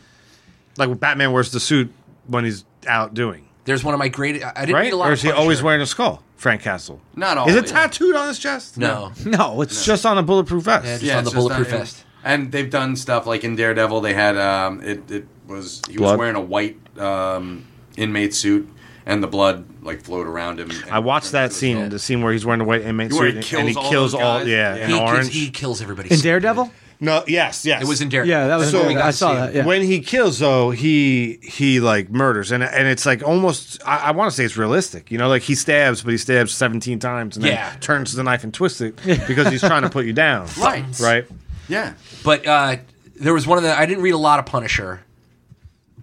Speaker 2: like Batman wears the suit when he's out doing,
Speaker 3: There's one of my great. I I didn't
Speaker 2: right?
Speaker 3: read a lot.
Speaker 2: Or
Speaker 3: of
Speaker 2: is he
Speaker 3: Punisher.
Speaker 2: always wearing a skull? Frank Castle.
Speaker 1: Not
Speaker 2: Is it
Speaker 1: always.
Speaker 2: tattooed on his chest?
Speaker 3: No,
Speaker 4: <laughs> no, it's
Speaker 2: It's
Speaker 4: just
Speaker 2: just on a bulletproof vest.
Speaker 3: Yeah, just-
Speaker 1: Yeah,
Speaker 3: on
Speaker 1: it's
Speaker 3: the
Speaker 1: just
Speaker 3: Bulletproof
Speaker 1: not-
Speaker 3: Vest.
Speaker 1: And they've done stuff like in Daredevil. They had um, it. It was he
Speaker 2: Blood.
Speaker 1: was wearing a white um, inmate suit, and the blood like flowed around him. and
Speaker 2: I watched
Speaker 1: turned
Speaker 2: that
Speaker 1: into a
Speaker 2: scene,
Speaker 1: skull.
Speaker 2: the scene where he's wearing the white inmate
Speaker 1: Where
Speaker 2: suit
Speaker 1: he
Speaker 2: and-
Speaker 1: kills
Speaker 2: and he
Speaker 1: all
Speaker 2: kills
Speaker 1: those
Speaker 2: all,
Speaker 1: guys?
Speaker 2: yeah,
Speaker 1: Yeah.
Speaker 2: and
Speaker 3: he kills,
Speaker 2: orange.
Speaker 3: he kills everybody.
Speaker 4: in Daredevil.
Speaker 2: no, yes, yes.
Speaker 3: It was in Daredevil.
Speaker 4: Yeah, that was.
Speaker 2: So-
Speaker 3: when we got
Speaker 4: I
Speaker 3: to see
Speaker 4: saw
Speaker 3: him.
Speaker 4: that. Yeah.
Speaker 2: When he kills, though, he he like murders, and and it's like almost I, I want to say it's realistic, you know, like he stabs, but he stabs seventeen times, and
Speaker 3: Yeah.
Speaker 2: then turns the knife and twists it because he's trying to put you down,
Speaker 1: Right.
Speaker 2: <laughs> Right?
Speaker 1: Yeah.
Speaker 3: But uh, there was one of the. I didn't read a lot of Punisher,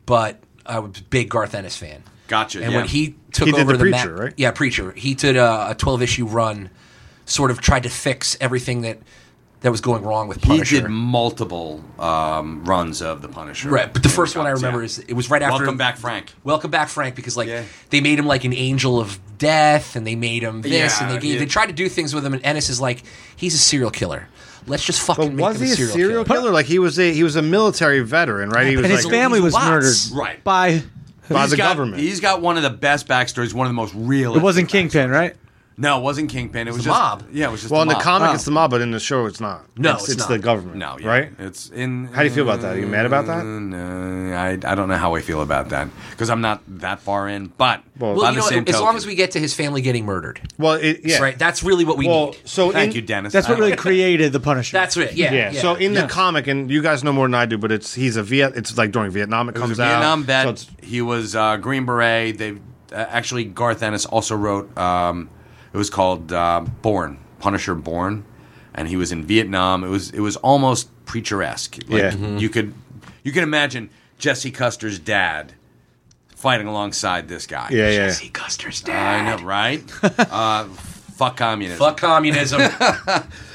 Speaker 3: but I was a big Garth Ennis fan.
Speaker 1: Gotcha,
Speaker 3: And
Speaker 1: yeah.
Speaker 3: when he took
Speaker 2: He did
Speaker 3: over
Speaker 2: the
Speaker 3: the ma-
Speaker 2: Preacher, right?
Speaker 3: Yeah, Preacher. He did a, a twelve issue run, sort of tried to fix everything that that was going wrong with
Speaker 1: He
Speaker 3: Punisher.
Speaker 1: did multiple um, runs of the Punisher.
Speaker 3: right, but the first one I
Speaker 1: Yeah.
Speaker 3: remember is it was right after
Speaker 1: Welcome back, Frank.
Speaker 3: Welcome back, Frank, because like
Speaker 1: Yeah.
Speaker 3: they made him like an angel of death, and they made him this,
Speaker 1: Yeah,
Speaker 3: and they gave
Speaker 1: yeah.
Speaker 3: they tried to do things with him, and Ennis is like, he's a serial killer. Let's just
Speaker 2: But
Speaker 3: fucking make
Speaker 2: was
Speaker 3: him
Speaker 2: he a serial, killer? Like he was a he was a military veteran, right? He was
Speaker 4: and his
Speaker 2: like
Speaker 4: family was
Speaker 3: Lots.
Speaker 4: murdered
Speaker 1: Right.
Speaker 4: by.
Speaker 2: by
Speaker 1: He's
Speaker 2: the
Speaker 1: got-
Speaker 2: government.
Speaker 1: He's got one of the best backstories. One of the most real.
Speaker 4: It wasn't Kingpin, right?
Speaker 1: No, it wasn't Kingpin. It was
Speaker 3: the
Speaker 1: just,
Speaker 3: mob.
Speaker 1: Yeah, it was just.
Speaker 2: well, in the
Speaker 1: mob.
Speaker 2: comic,
Speaker 4: Oh.
Speaker 2: it's the mob, but in the show, it's not.
Speaker 3: No,
Speaker 2: it's,
Speaker 3: it's
Speaker 2: it's
Speaker 3: not.
Speaker 2: the government.
Speaker 1: No, yeah. Mm.
Speaker 2: right?
Speaker 1: It's in.
Speaker 2: How do you feel about that? Are you mad about that?
Speaker 1: No, Uh, I, I don't know how I feel about that because I'm not that far in. But
Speaker 2: Well,
Speaker 1: by
Speaker 3: Well, you
Speaker 1: the
Speaker 3: know,
Speaker 1: same
Speaker 3: as long
Speaker 1: token-
Speaker 3: as we get to his family getting murdered,
Speaker 2: Well, it, yeah.
Speaker 3: right? That's really what we
Speaker 2: Well,
Speaker 3: need.
Speaker 2: so
Speaker 1: thank
Speaker 2: in-
Speaker 1: you, Dennis.
Speaker 4: That's what
Speaker 1: I don't-
Speaker 4: really created the Punisher.
Speaker 3: That's it. Yeah.
Speaker 2: Yeah. So in
Speaker 4: Yeah.
Speaker 2: the comic, and you guys know more than I do, but it's he's a Viet. It's like during Vietnam, it,
Speaker 1: He
Speaker 2: comes
Speaker 1: was a
Speaker 2: out.
Speaker 1: Vietnam vet.
Speaker 2: so it's-
Speaker 1: he was uh, Green Beret. They uh, actually Garth Ennis also wrote. Um, it was called uh, Born Punisher Born, and he was in Vietnam. It was it was almost preacher esque. Like
Speaker 2: Yeah. Mhm.
Speaker 1: you could you could imagine Jesse Custer's dad fighting alongside this guy.
Speaker 2: yeah, yeah.
Speaker 3: Jesse Custer's
Speaker 1: I
Speaker 3: dad.
Speaker 1: know, right? <laughs> uh, fuck communism.
Speaker 3: Fuck communism.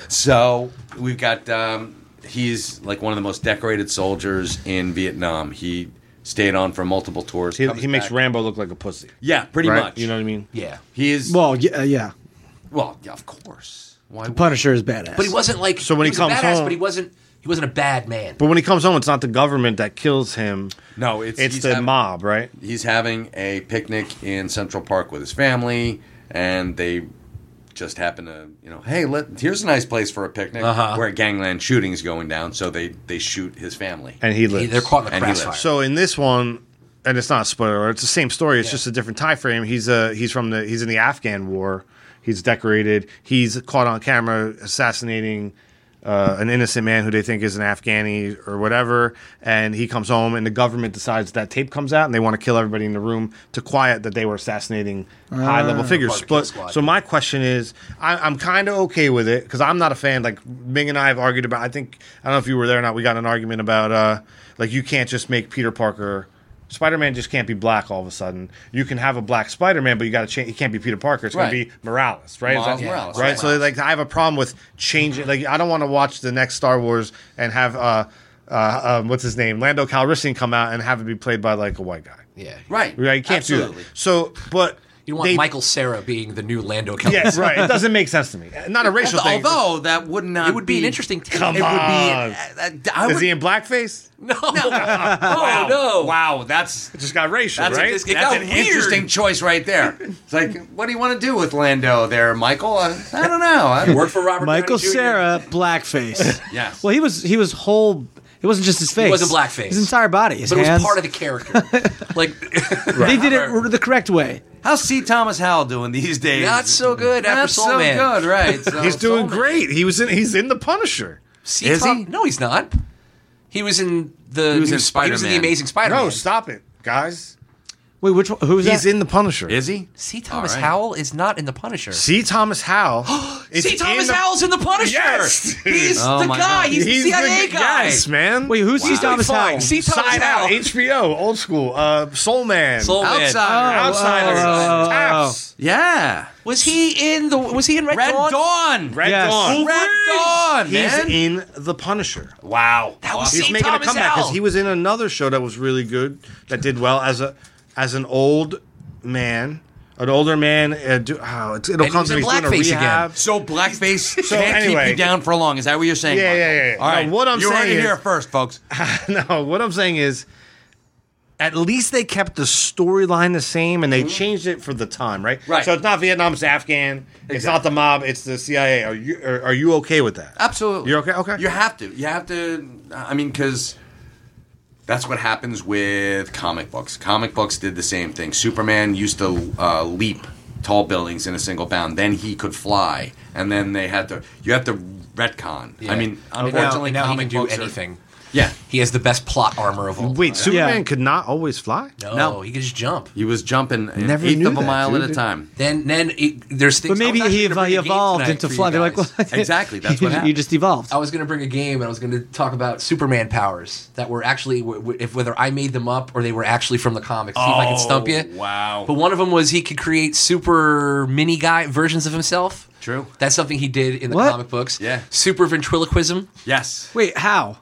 Speaker 1: So we've got um, he's like one of the most decorated soldiers in Vietnam. He stayed on for multiple tours.
Speaker 2: He,
Speaker 1: comes
Speaker 2: he makes
Speaker 1: back-
Speaker 2: Rambo look like a pussy.
Speaker 1: yeah, pretty
Speaker 2: right?
Speaker 1: much.
Speaker 2: You know what I mean?
Speaker 3: <laughs> yeah.
Speaker 1: he is well,
Speaker 4: Well, yeah, uh, yeah.
Speaker 1: yeah, of course. Why?
Speaker 4: Punisher is badass.
Speaker 3: But he wasn't like
Speaker 2: So when he
Speaker 3: was
Speaker 2: comes
Speaker 3: a badass,
Speaker 2: home-
Speaker 3: but he wasn't he wasn't a bad man.
Speaker 2: But when he comes home, it's not the government that kills him.
Speaker 1: No, it's
Speaker 2: It's
Speaker 1: he's
Speaker 2: the
Speaker 1: having-
Speaker 2: mob, right?
Speaker 1: He's having a picnic in Central Park with his family, and they just happened to, you know, hey, let here's a nice place for a picnic
Speaker 3: Uh-huh.
Speaker 1: where gangland shooting's going down, so they they shoot his family.
Speaker 2: and he lives.
Speaker 3: They're caught in the
Speaker 1: And he
Speaker 3: crossfire.
Speaker 1: lives.
Speaker 2: So in this one, and it's not a spoiler. alert, It's the same story. It's just a different time frame. He's uh he's from the he's in the Afghan War. He's decorated. He's caught on camera assassinating uh, an innocent man who they think is an Afghani or whatever. And he comes home, and the government decides that tape comes out, and they want to kill everybody in the room to quiet that they were assassinating high level figures.
Speaker 3: Barbecue
Speaker 2: But-
Speaker 3: squad.
Speaker 2: so my question is, I, I'm kind of okay with it because I'm not a fan. Like Ming and I have argued about. I think I don't know if you were there or not. We got in an argument about uh, like you can't just make Peter Parker. Spider-Man just can't be black all of a sudden. You can have a black Spider-Man, but you got to change. It can't be Peter Parker. It's
Speaker 1: Right.
Speaker 2: going to be Morales, right? Is
Speaker 1: Miles
Speaker 2: that-
Speaker 1: Morales,
Speaker 2: right?
Speaker 1: right.
Speaker 2: So like, I have a problem with changing. Like, I don't want to watch the next Star Wars and have uh, uh, um, what's his name, Lando Calrissian, come out and have it be played by like a white guy.
Speaker 3: yeah.
Speaker 1: Right.
Speaker 2: Right? You can't do
Speaker 1: Absolutely.
Speaker 2: that. So, but
Speaker 3: You don't want
Speaker 2: they-
Speaker 3: Michael Sarah being the new Lando
Speaker 2: <laughs>
Speaker 3: Calrissian.
Speaker 2: Yes, right. It doesn't make sense to me. Not a racial thing.
Speaker 1: Although that would not
Speaker 3: It would be an interesting take.
Speaker 2: Come
Speaker 1: it would be
Speaker 2: on.
Speaker 1: uh, uh, I
Speaker 2: is
Speaker 1: would,
Speaker 2: he in blackface?
Speaker 3: No. Oh, no.
Speaker 1: Wow, that's
Speaker 2: It just got racial,
Speaker 1: That's, a-
Speaker 2: right?
Speaker 1: it
Speaker 3: It
Speaker 1: got
Speaker 3: got
Speaker 1: an
Speaker 3: weird.
Speaker 1: interesting choice right there. It's like, what do you want to do with Lando there, Michael? I, I don't know. I,
Speaker 2: <laughs>
Speaker 3: Work for Robert
Speaker 4: Michael
Speaker 3: Downey Jr.
Speaker 4: Sarah blackface.
Speaker 1: Yes.
Speaker 4: Well, he was he was whole. It wasn't just his face.
Speaker 3: wasn't blackface.
Speaker 4: His entire body. His
Speaker 3: But it
Speaker 4: hands.
Speaker 3: was part of the character. like, <laughs>
Speaker 4: They did it r- the correct way.
Speaker 1: How's C. Thomas Howell doing these days?
Speaker 3: Not so good after
Speaker 1: Not
Speaker 3: Soul
Speaker 1: so
Speaker 3: Man.
Speaker 1: good,
Speaker 3: <laughs>
Speaker 1: right? So
Speaker 2: he's doing
Speaker 1: Soul Man-
Speaker 2: great. He was in. He's in the Punisher.
Speaker 3: See,
Speaker 1: Is
Speaker 3: Tom-
Speaker 1: he?
Speaker 3: No, he's not. He was in the
Speaker 1: He was
Speaker 3: new
Speaker 1: in
Speaker 3: Sp- He was in the
Speaker 1: Spider-Man.
Speaker 3: Amazing Spider-Man.
Speaker 2: No, stop it, guys.
Speaker 4: Wait, which one? Who was
Speaker 2: He's
Speaker 4: that?
Speaker 2: in the Punisher.
Speaker 1: Is he?
Speaker 3: See, Thomas
Speaker 1: All right.
Speaker 3: Howell is not in the Punisher.
Speaker 2: See Thomas
Speaker 1: <gasps>
Speaker 2: Howell. It's
Speaker 3: See, Thomas
Speaker 2: in the-
Speaker 3: Howell's in the Punisher.
Speaker 2: Yes, dude.
Speaker 3: he's
Speaker 1: Oh
Speaker 3: the
Speaker 1: my
Speaker 3: guy.
Speaker 1: God.
Speaker 3: He's,
Speaker 2: He's
Speaker 3: the CIA
Speaker 2: the-
Speaker 3: guy.
Speaker 2: Yes, man.
Speaker 4: Wait, who's he? Thomas Howell.
Speaker 3: Fine. See, Thomas
Speaker 2: Side out.
Speaker 3: Howell.
Speaker 2: HBO, old school. Uh, Soul Man. uh,
Speaker 3: Soul Man.
Speaker 1: Outsider.
Speaker 4: Oh,
Speaker 2: Outsiders.
Speaker 4: oh, oh, oh, oh.
Speaker 2: Taps.
Speaker 1: Yeah.
Speaker 3: Was he in the? Was he in Red,
Speaker 1: Red
Speaker 3: Dawn?
Speaker 1: Dawn.
Speaker 2: Red
Speaker 4: Yes.
Speaker 2: Dawn.
Speaker 1: Red Dawn,
Speaker 2: He's
Speaker 1: man.
Speaker 2: in the Punisher.
Speaker 1: wow.
Speaker 3: That was
Speaker 2: he's
Speaker 3: See,
Speaker 2: making
Speaker 3: Thomas
Speaker 2: a comeback
Speaker 3: Howell.
Speaker 2: because he was in another show that was really good that did well as a as an old man, an older man. Uh, do, oh, it's, it'll
Speaker 3: And he
Speaker 2: come
Speaker 3: was
Speaker 2: to
Speaker 3: in
Speaker 2: me doing a
Speaker 3: blackface again.
Speaker 2: rehab.
Speaker 1: So blackface
Speaker 2: So
Speaker 1: can't
Speaker 2: anyway.
Speaker 1: keep you down for long. Is that what you're saying?
Speaker 2: Yeah,
Speaker 1: Michael?
Speaker 2: yeah, yeah, yeah.
Speaker 1: All right.
Speaker 2: No, what I'm
Speaker 1: you heard
Speaker 2: saying
Speaker 1: it here
Speaker 2: is-
Speaker 1: first, folks.
Speaker 2: <laughs> No, what I'm saying is, at least they kept the storyline the same
Speaker 4: Mm-hmm.
Speaker 2: and they changed it for the time, right?
Speaker 1: Right.
Speaker 2: So it's not Vietnam, it's Afghan. It's not the mob, it's the CIA. Are you are, are you okay with that?
Speaker 1: Absolutely.
Speaker 2: You're okay? Okay.
Speaker 1: You have to. You have to. I mean, because that's what happens with comic books. Comic books did the same thing. Superman used to uh, leap tall buildings in a single bound. Then he could fly, and then they had to. You have to retcon. I mean, unfortunately,
Speaker 3: now, now he
Speaker 1: comic
Speaker 3: can do
Speaker 1: books are-
Speaker 3: anything.
Speaker 1: yeah,
Speaker 3: He has the best plot armor of all.
Speaker 2: Wait, Superman
Speaker 4: Yeah.
Speaker 2: could not always fly.
Speaker 3: no,
Speaker 1: no.
Speaker 3: he can just jump.
Speaker 1: he was jumping an
Speaker 2: Never
Speaker 1: eighth
Speaker 2: knew
Speaker 1: of a
Speaker 2: that,
Speaker 1: mile
Speaker 2: dude.
Speaker 1: at a time.
Speaker 3: Then, then it, there's things.
Speaker 4: But maybe
Speaker 3: I was
Speaker 4: he,
Speaker 3: actually gonna
Speaker 4: ev- he
Speaker 3: bring a game
Speaker 4: evolved
Speaker 3: tonight
Speaker 4: into
Speaker 3: for you
Speaker 4: fly. They're like, well,
Speaker 3: guys.
Speaker 1: Exactly, that's what
Speaker 4: <laughs> you,
Speaker 1: happened.
Speaker 4: you just evolved.
Speaker 3: I was going to bring a game, and I was going to talk about Superman powers that were actually, w- w- if whether I made them up or they were actually from the comics. See if I can stump you.
Speaker 1: Oh, wow.
Speaker 3: But one of them was he could create super mini guy versions of himself.
Speaker 1: True.
Speaker 3: That's something he did in the
Speaker 4: What?
Speaker 3: comic books.
Speaker 1: Yeah.
Speaker 3: Super ventriloquism
Speaker 1: Yes.
Speaker 4: Wait, how?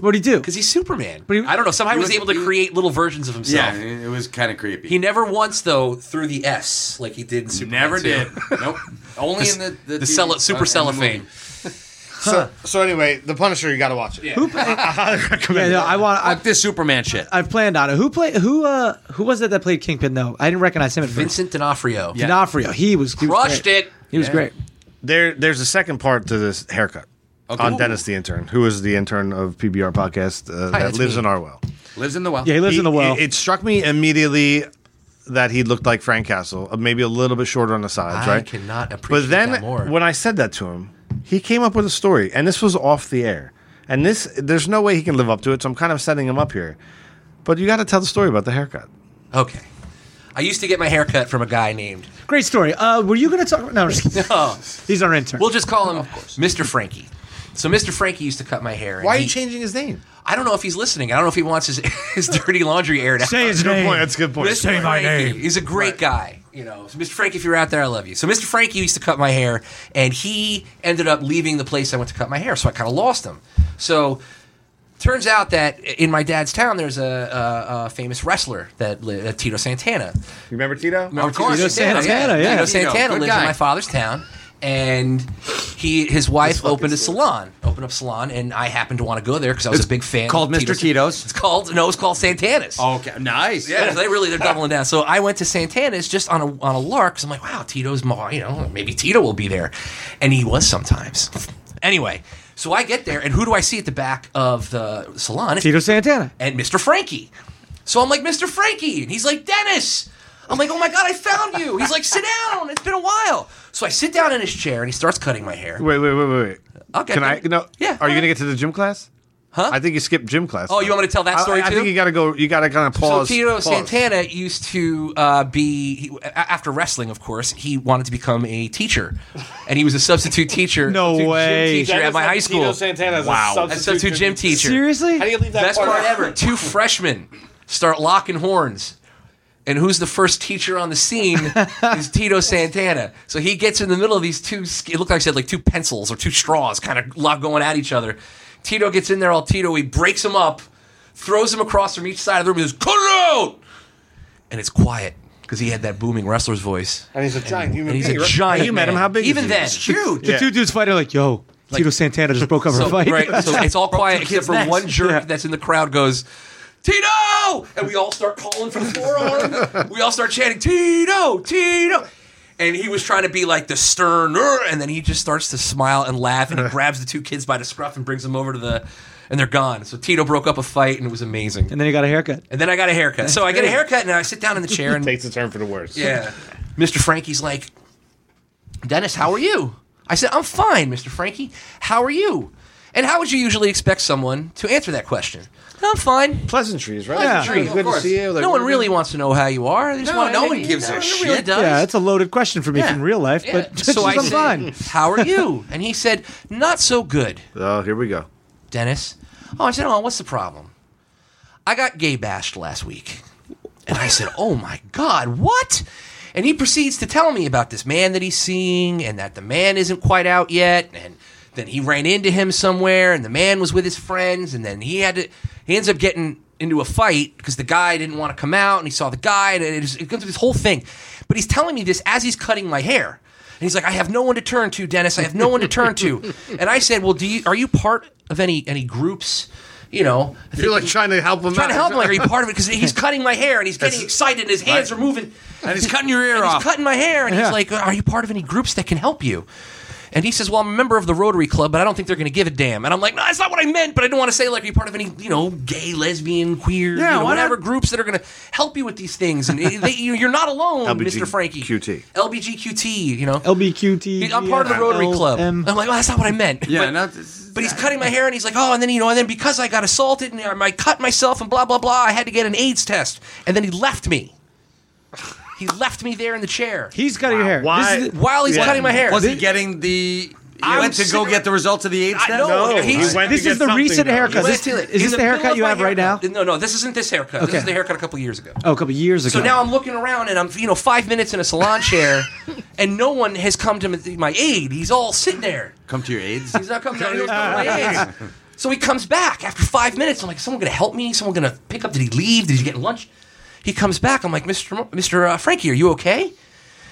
Speaker 4: What do you do?
Speaker 3: because he's Superman.
Speaker 4: But he-
Speaker 3: I don't know. Somehow he
Speaker 1: he
Speaker 3: was,
Speaker 1: was-
Speaker 3: able to
Speaker 1: he-
Speaker 3: create little versions of himself.
Speaker 1: Yeah, it was kind of creepy.
Speaker 3: He never once though threw the S like he did in Superman.
Speaker 1: never
Speaker 3: 2.
Speaker 1: did. nope. <laughs> Only in the
Speaker 3: The,
Speaker 1: the, TV
Speaker 3: cello-
Speaker 1: uh,
Speaker 3: super
Speaker 1: in the
Speaker 3: cellophane.
Speaker 1: movie.
Speaker 2: So, so anyway, the Punisher, you got to watch it.
Speaker 3: Who
Speaker 2: <laughs> I recommend
Speaker 4: Yeah,
Speaker 2: it.
Speaker 4: no, I want. I,
Speaker 1: Fuck Uh, this Superman shit.
Speaker 4: I've planned on it. Who played? Who? Uh, who was it that played Kingpin? Though I didn't recognize him at first.
Speaker 3: Vincent D'Onofrio
Speaker 1: Yeah.
Speaker 4: D'Onofrio. He was he was
Speaker 3: crushed
Speaker 4: great.
Speaker 3: it.
Speaker 4: He was
Speaker 1: Yeah.
Speaker 4: great.
Speaker 2: there there's a second part to this haircut
Speaker 1: Okay.
Speaker 2: on Dennis the intern, who is the intern of PBR podcast uh, that
Speaker 3: that's
Speaker 2: lives
Speaker 3: me.
Speaker 2: in our well.
Speaker 1: Lives in the well.
Speaker 4: Yeah, he lives in the
Speaker 2: He-
Speaker 4: well.
Speaker 2: It, it struck me immediately that he looked like Frank Castle, uh, maybe a little bit shorter on the sides,
Speaker 3: I
Speaker 2: right?
Speaker 3: cannot appreciate
Speaker 2: But then
Speaker 3: that more.
Speaker 2: when I said that to him, he came up with a story, and this was off the air. And this, there's no way he can live up to it, so I'm kind of setting him up here. But you got to tell the story about the haircut.
Speaker 3: Okay. I used to get my hair cut from a guy
Speaker 1: <laughs>
Speaker 3: named. <laughs>
Speaker 4: great story. Uh, were you going to talk? No, I'm just kidding.
Speaker 3: Oh,
Speaker 4: these are interns.
Speaker 3: we'll just call him Mr. Frankie. So Mr. Frankie used to cut my hair. and
Speaker 2: Why are
Speaker 3: he-
Speaker 2: you changing his name?
Speaker 3: I don't know if he's listening. I don't know if he wants his, <laughs> his dirty laundry aired out.
Speaker 4: Say his
Speaker 2: Good
Speaker 4: name.
Speaker 2: point. That's a good point.
Speaker 3: Mr.
Speaker 4: Say my
Speaker 3: Frankie,
Speaker 4: name.
Speaker 3: He's a great guy. You know, so Mr. Frankie, if you're out there, I love you. So Mr. Frankie used to cut my hair, and he ended up leaving the place I went to cut my hair, so I kind of lost him. So turns out that in my dad's town, there's a, a, a famous wrestler that li- uh, Tito Santana.
Speaker 2: You remember Tito?
Speaker 3: Of course,
Speaker 4: Tito
Speaker 3: Santana.
Speaker 4: Santana, yeah.
Speaker 3: Tito
Speaker 1: Tito,
Speaker 3: Santana
Speaker 1: good
Speaker 3: lives
Speaker 1: guy.
Speaker 3: in my father's town, and he his wife
Speaker 2: fucking
Speaker 3: opened a
Speaker 2: story.
Speaker 3: salon, opened up salon, and I happened to want to go there because I was a big fan.
Speaker 1: called
Speaker 3: of
Speaker 1: Mr. Tito's? Oh,
Speaker 3: It's called no, it's called Santana's.
Speaker 1: Okay, nice.
Speaker 3: Yeah, so they really they're doubling down. So I went to Santana's just on a on a lark. 'cause I'm like, wow, Tito's more. You know, maybe Tito will be there, and he was sometimes. Anyway, so I get there, and who do I see at the back of the salon?
Speaker 4: Tito Santana.
Speaker 3: and Mr. Frankie. So I'm like, Mr. Frankie. And he's like, Dennis. I'm like, oh my God, I found you. He's like, sit down. It's been a while. So I sit down in his chair and he starts cutting my hair.
Speaker 2: Wait, wait, wait, wait, wait.
Speaker 3: I'll get
Speaker 2: Can
Speaker 3: there.
Speaker 2: I? No.
Speaker 3: Yeah,
Speaker 2: Are you
Speaker 3: alright.
Speaker 2: gonna get to the gym class?
Speaker 3: Huh?
Speaker 2: I think you skipped gym class.
Speaker 3: Oh, you want me to tell that
Speaker 2: I-
Speaker 3: story
Speaker 2: I, I
Speaker 3: too?
Speaker 2: think you gotta go. You gotta kind of pause.
Speaker 3: So Tito
Speaker 2: pause.
Speaker 3: Santana used to uh, be he, a- after wrestling, of course. He wanted to become a teacher, and he was a substitute
Speaker 2: <laughs>
Speaker 3: teacher.
Speaker 2: No
Speaker 3: substitute
Speaker 2: way.
Speaker 3: Gym teacher at my high school.
Speaker 2: Tito Santana is a
Speaker 3: wow, a
Speaker 2: substitute
Speaker 3: substitute
Speaker 2: gym
Speaker 3: gym teacher.
Speaker 4: Seriously?
Speaker 2: How do you leave that
Speaker 3: Best part ever. <laughs> Two freshmen start locking horns. And who's the first teacher on the scene <laughs> is Tito Santana. So he gets in the middle of these two, sk- it looked like I said, like two pencils or two straws kind of lo- going at each other. Tito gets in there all Tito. He breaks them up, throws them across from each side of the room. He goes, cut it out! And it's quiet because he had that booming wrestler's voice.
Speaker 2: And he's a giant human
Speaker 3: And he's a
Speaker 2: being, right?
Speaker 3: giant.
Speaker 2: You met him?
Speaker 3: man.
Speaker 2: How big? is
Speaker 3: Even
Speaker 2: he?
Speaker 3: then, huge.
Speaker 4: The two dudes fighting like, yo, Tito Santana just broke up her
Speaker 3: So,
Speaker 4: fight. <laughs>
Speaker 3: right, so it's all quiet except for
Speaker 4: next.
Speaker 3: one jerk that's in the crowd goes, Tito! And we all start calling for the forearm. we all start chanting, Tito! Tito! And he was trying to be like the stern, "Ur," and then he just starts to smile and laugh,
Speaker 4: <laughs>
Speaker 3: and he grabs the two kids by the scruff and brings them over to the, and they're gone. So Tito broke up a fight, and it was amazing.
Speaker 4: and then he got a haircut.
Speaker 3: And then I got a haircut. So I get a haircut, and I sit down in the chair, and
Speaker 2: Takes a turn for the worse.
Speaker 3: <laughs> yeah. Mr. Frankie's like, Dennis, how are you? I said, I'm fine, Mr. Frankie. How are you? And how would you usually expect someone to answer that question? I'm fine.
Speaker 2: Pleasantries, right?
Speaker 4: Yeah.
Speaker 2: Hey, Good to see you. Like,
Speaker 3: no one
Speaker 2: we're
Speaker 3: really wants to know how you are. They just
Speaker 1: No,
Speaker 3: want to
Speaker 1: no
Speaker 3: know
Speaker 1: one
Speaker 3: you.
Speaker 1: gives
Speaker 3: No
Speaker 1: a
Speaker 3: one
Speaker 1: shit.
Speaker 3: Really does.
Speaker 4: Yeah, it's a loaded question for me from real life,
Speaker 3: Yeah.
Speaker 4: <laughs> but just,
Speaker 3: so I
Speaker 4: I'm
Speaker 3: said,
Speaker 4: fine.
Speaker 3: How are you? And he said, Not so good,
Speaker 2: good. Oh, here we go.
Speaker 3: Dennis. Oh, I said, Oh, what's the problem? I got gay bashed last week. And I said, Oh my God, what? And he proceeds to tell me about this man that he's seeing and that the man isn't quite out yet. And then he ran into him somewhere and the man was with his friends. And then he had to, he ends up getting into a fight because the guy didn't want to come out and he saw the guy and it, just, it goes through this whole thing. But he's telling me this as he's cutting my hair. And he's like, I have no one to turn to, Dennis. I have no one to turn to. And I said, Well, do you, are you part of any, any groups? You know,
Speaker 2: You're like trying to help him.
Speaker 3: trying
Speaker 2: out.
Speaker 3: to help him. Like, are you part of it? Because he's cutting my hair and he's getting excited and his hands are moving.
Speaker 1: And he's cutting your ear
Speaker 3: <laughs> And
Speaker 1: off.
Speaker 3: he's cutting my hair and
Speaker 4: Yeah.
Speaker 3: he's like, "Uh, "Are you part of any groups that can help you?" And he says, "Well, I'm a member of the Rotary Club, but I don't think they're going to give a damn." And I'm like, "No, that's not what I meant." But I didn't want to say like, "Are you part of any, you know, gay, lesbian,
Speaker 1: Yeah,
Speaker 3: queer, you know,
Speaker 1: why not?
Speaker 3: whatever groups that are going to help you with these things?" And they, you- you're not alone, Mr. Frankie.
Speaker 2: LBGQT.
Speaker 3: LBGQT. You know,
Speaker 4: LBQT.
Speaker 3: I'm part of the Rotary Club. I'm
Speaker 4: LM.
Speaker 3: like, "Well, that's not what I meant."
Speaker 1: Yeah,
Speaker 3: <laughs> But-
Speaker 1: not,
Speaker 3: but he's cutting my hair, and he's like, oh, and then you know, and then because I got assaulted and I cut myself and blah blah blah, I had to get an AIDS test, and then he left me. He left me there in the chair
Speaker 4: He's cutting your hair.
Speaker 2: Why-
Speaker 4: This is-
Speaker 3: while he's
Speaker 2: Yeah.
Speaker 3: cutting my hair.
Speaker 1: was he getting the? I
Speaker 3: I'm
Speaker 1: went to go
Speaker 3: sitting-
Speaker 1: get the results of the AIDS
Speaker 3: I
Speaker 1: test.
Speaker 3: know.
Speaker 2: No, Oh,
Speaker 3: He's-
Speaker 2: he went
Speaker 4: this
Speaker 2: to
Speaker 4: is
Speaker 2: get
Speaker 4: the
Speaker 2: something,
Speaker 4: recent
Speaker 2: though.
Speaker 4: haircut.
Speaker 3: Wait
Speaker 4: This-
Speaker 3: till-
Speaker 4: is this
Speaker 3: in
Speaker 4: the haircut
Speaker 3: middle of
Speaker 4: you
Speaker 3: my
Speaker 4: have right
Speaker 3: haircut.
Speaker 4: now?
Speaker 3: No, no, this isn't this haircut.
Speaker 4: Okay.
Speaker 3: This is the haircut a couple years ago.
Speaker 4: Oh, a couple years ago.
Speaker 3: So
Speaker 4: <laughs>
Speaker 3: now I'm looking around and I'm, you know, five minutes in a salon chair, and no one has come to my- my aid. He's all sitting there.
Speaker 1: Come to your AIDS.
Speaker 3: He's not coming. He's not coming away. So he comes back after five minutes. I'm like, "Is someone gonna help me? Is Someone gonna pick up? Did he leave? Did he get lunch? He comes back. I'm like, Mr. Mo- Mr. Uh, Frankie, are you okay?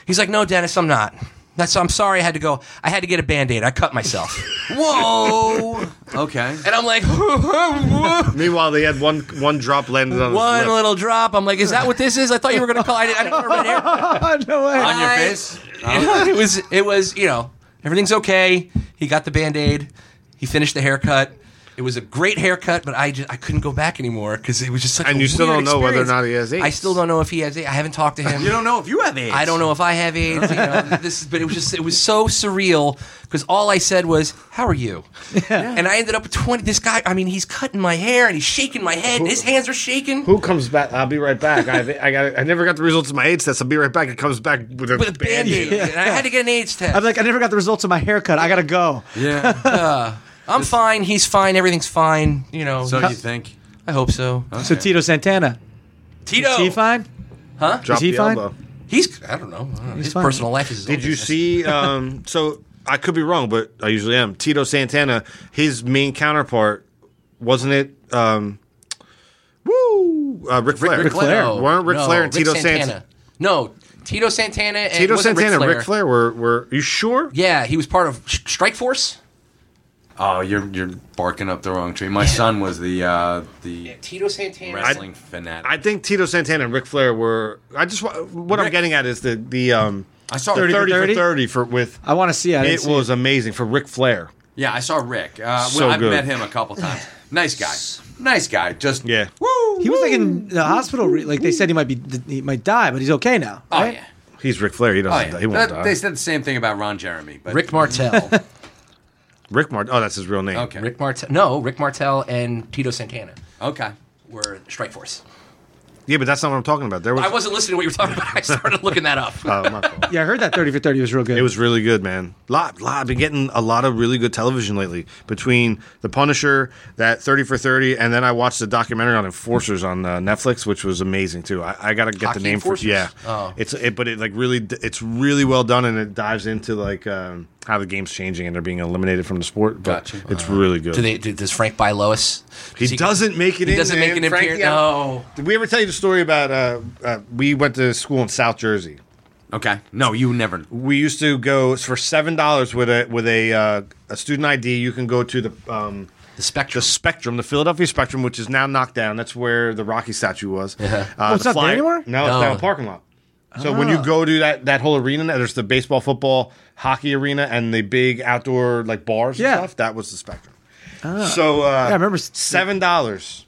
Speaker 3: He's like, No, Dennis, I'm not. That's I'm sorry. I had to go. I had to get a band aid. I cut <laughs> myself.
Speaker 1: Whoa. okay.
Speaker 3: and I'm like, <laughs>
Speaker 2: Meanwhile, they had one one drop landed on his
Speaker 3: One
Speaker 2: lip.
Speaker 3: little drop. I'm like, Is that what this is? I thought you were gonna call. I didn't, I didn't want red hair.
Speaker 4: no way.
Speaker 1: On your
Speaker 3: I-
Speaker 1: face.
Speaker 3: it was it was you know everything's okay. He got the band aid. He finished the haircut. It was a great haircut, but I just, I couldn't go back anymore because it was just such.
Speaker 2: And
Speaker 3: a
Speaker 2: you still
Speaker 3: weird
Speaker 2: don't know whether or not he
Speaker 3: experience.
Speaker 2: has AIDS.
Speaker 3: I still don't know if he has. AIDS. I
Speaker 2: <laughs>
Speaker 3: haven't talked to him.
Speaker 1: You don't know if you have AIDS.
Speaker 3: I don't know if I have AIDS. You know, this, but it was just it was so surreal because all I said was, "How are you?" And I ended up with twenty. This guy, I mean, he's cutting my hair and he's shaking my head. and His hands are shaking.
Speaker 2: Who comes back? I'll be right back. I, I got. I never got the results of my AIDS test. I'll be right back. It comes back with a,
Speaker 3: with a band aid, and I had to get an AIDS test.
Speaker 4: I'm like, I never got the results of my haircut. I gotta go.
Speaker 3: <laughs>
Speaker 1: Yeah.
Speaker 3: I'm fine. He's fine. Everything's fine. You know.
Speaker 1: So you think?
Speaker 3: I hope so.
Speaker 4: So Tito Santana,
Speaker 3: Tito.
Speaker 4: is he fine?
Speaker 2: Drop
Speaker 4: Is he
Speaker 2: the
Speaker 4: fine?
Speaker 2: elbow.
Speaker 3: He's I don't know. I don't know. His
Speaker 4: fine.
Speaker 3: personal life is. his own
Speaker 2: Did you
Speaker 3: business.
Speaker 2: see? Um, so I could be wrong, but I usually am. Tito Santana, his main counterpart, wasn't it? Um, woo, uh, Ric Flair.
Speaker 3: Ric
Speaker 4: Flair.
Speaker 3: No,
Speaker 2: Weren't Ric
Speaker 3: no,
Speaker 2: Flair and Tito
Speaker 3: Santana.
Speaker 2: Santana?
Speaker 3: No, Tito Santana and
Speaker 2: Tito
Speaker 3: wasn't Ric
Speaker 2: Santana,
Speaker 3: Flair.
Speaker 2: Ric Flair were were you sure?
Speaker 3: Yeah, he was part of Sh- Strike Force.
Speaker 1: Oh, you're you're barking up the wrong tree. My son was the uh, the
Speaker 3: Tito Santana.
Speaker 1: wrestling fanatic.
Speaker 2: I think Tito Santana and Ric Flair were. I just wa- what I'm
Speaker 1: Ric-
Speaker 2: getting at is the the um
Speaker 1: I saw
Speaker 2: 30,
Speaker 1: 30
Speaker 4: for
Speaker 2: for
Speaker 4: 30?
Speaker 2: 30 for with
Speaker 4: I want to see. it. I didn't
Speaker 2: it
Speaker 4: see
Speaker 2: was amazing for Ric Flair.
Speaker 1: yeah, I saw Rick. Uh,
Speaker 2: So
Speaker 1: well, I've
Speaker 2: good.
Speaker 1: met him a couple times. Nice guy. Nice guy. Just
Speaker 2: Yeah.
Speaker 1: Woo.
Speaker 4: He was like in the hospital. re- Like they said, he might be, he might die, but he's okay now.
Speaker 1: Oh
Speaker 4: right?
Speaker 1: yeah.
Speaker 2: He's Ric Flair. He
Speaker 1: Oh
Speaker 2: doesn't.
Speaker 1: yeah.
Speaker 2: He won't
Speaker 1: That-
Speaker 2: die.
Speaker 1: they said the same thing about Ron Jeremy, but
Speaker 3: Rick
Speaker 2: <laughs>
Speaker 3: Martel.
Speaker 2: Rick Mart. Oh, that's his real name.
Speaker 1: Okay.
Speaker 3: Rick Martel. No, Rick Martel and Tito Santana
Speaker 1: Okay.
Speaker 3: were Strike Force.
Speaker 2: Yeah, but that's not what I'm talking about. There was.
Speaker 3: I wasn't listening to what you were talking about. <laughs> I started looking that up.
Speaker 2: <laughs> Oh, my fault.
Speaker 4: Yeah, I heard that thirty for thirty was real good.
Speaker 2: It was really good, man. Lot, lot. I've been getting a lot of really good television lately. Between The Punisher, that Thirty for Thirty, and then I watched the documentary on Enforcers on uh, Netflix, which was amazing too. I, I gotta get
Speaker 3: Hockey
Speaker 2: the name
Speaker 3: Enforcers?
Speaker 2: for yeah.
Speaker 3: Oh.
Speaker 2: It's it, but it like really, d- it's really well done, and it dives into like um, how the game's changing and they're being eliminated from the sport. But
Speaker 1: Gotcha.
Speaker 2: it's really good.
Speaker 3: Uh, Do they, do, does Frank buy Lois?
Speaker 2: he
Speaker 3: Does
Speaker 2: doesn't make it.
Speaker 3: He
Speaker 2: in,
Speaker 3: doesn't make
Speaker 2: man.
Speaker 3: an appearance.
Speaker 2: Frankie, I-
Speaker 3: No.
Speaker 2: Did we ever tell you the story about uh, uh, we went to school in South Jersey?
Speaker 1: Okay. No, you never.
Speaker 2: we used to go for seven dollars with a with a uh, a student ID. You can go to the um,
Speaker 3: The Spectrum.
Speaker 2: the Spectrum, the Philadelphia Spectrum, which is now knocked down. That's where the Rocky statue was. Uh,
Speaker 4: Oh, it's
Speaker 2: the
Speaker 4: not there anymore? Ah.
Speaker 2: No, it's
Speaker 3: No.
Speaker 2: down in the parking lot. So when you go to that that whole arena, there's the baseball, football, hockey arena, and the big outdoor like bars
Speaker 4: Yeah. Ah.
Speaker 2: and stuff. That was the Spectrum. so uh,
Speaker 4: I remember s-
Speaker 2: seven dollars.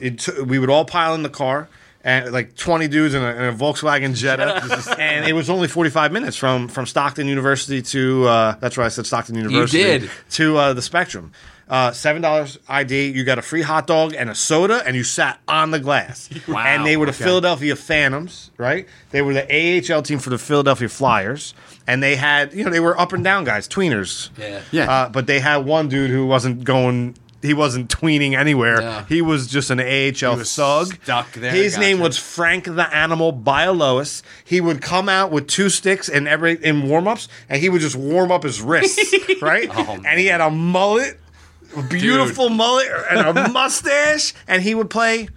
Speaker 2: It t- we would all pile in the car. And like twenty dudes in a, in a Volkswagen Jetta, <laughs> and it was only forty-five minutes from from Stockton University to uh, that's why I said Stockton University
Speaker 3: did.
Speaker 2: to uh, the Spectrum. Uh, Seven dollars ID. You got a free hot dog and a soda, and you sat on the glass.
Speaker 1: <laughs> Wow,
Speaker 2: And they were the
Speaker 1: okay.
Speaker 2: Philadelphia Phantoms, right? They were the AHL team for the Philadelphia Flyers, and they had you know they were up and down guys, tweeners.
Speaker 3: Yeah.
Speaker 1: Yeah.
Speaker 2: Uh, but they had one dude who wasn't going. He wasn't tweening anywhere.
Speaker 3: Yeah.
Speaker 2: He was just an AHL
Speaker 1: was
Speaker 2: thug.
Speaker 1: stuck there.
Speaker 2: His
Speaker 1: Gotcha.
Speaker 2: name was Frank the Animal Biolois. He would come out with two sticks and every in warm ups, and he would just warm up his
Speaker 1: <laughs>
Speaker 2: wrists, right?
Speaker 1: Oh,
Speaker 2: and he had a mullet, a beautiful mullet, and a mustache, and he would play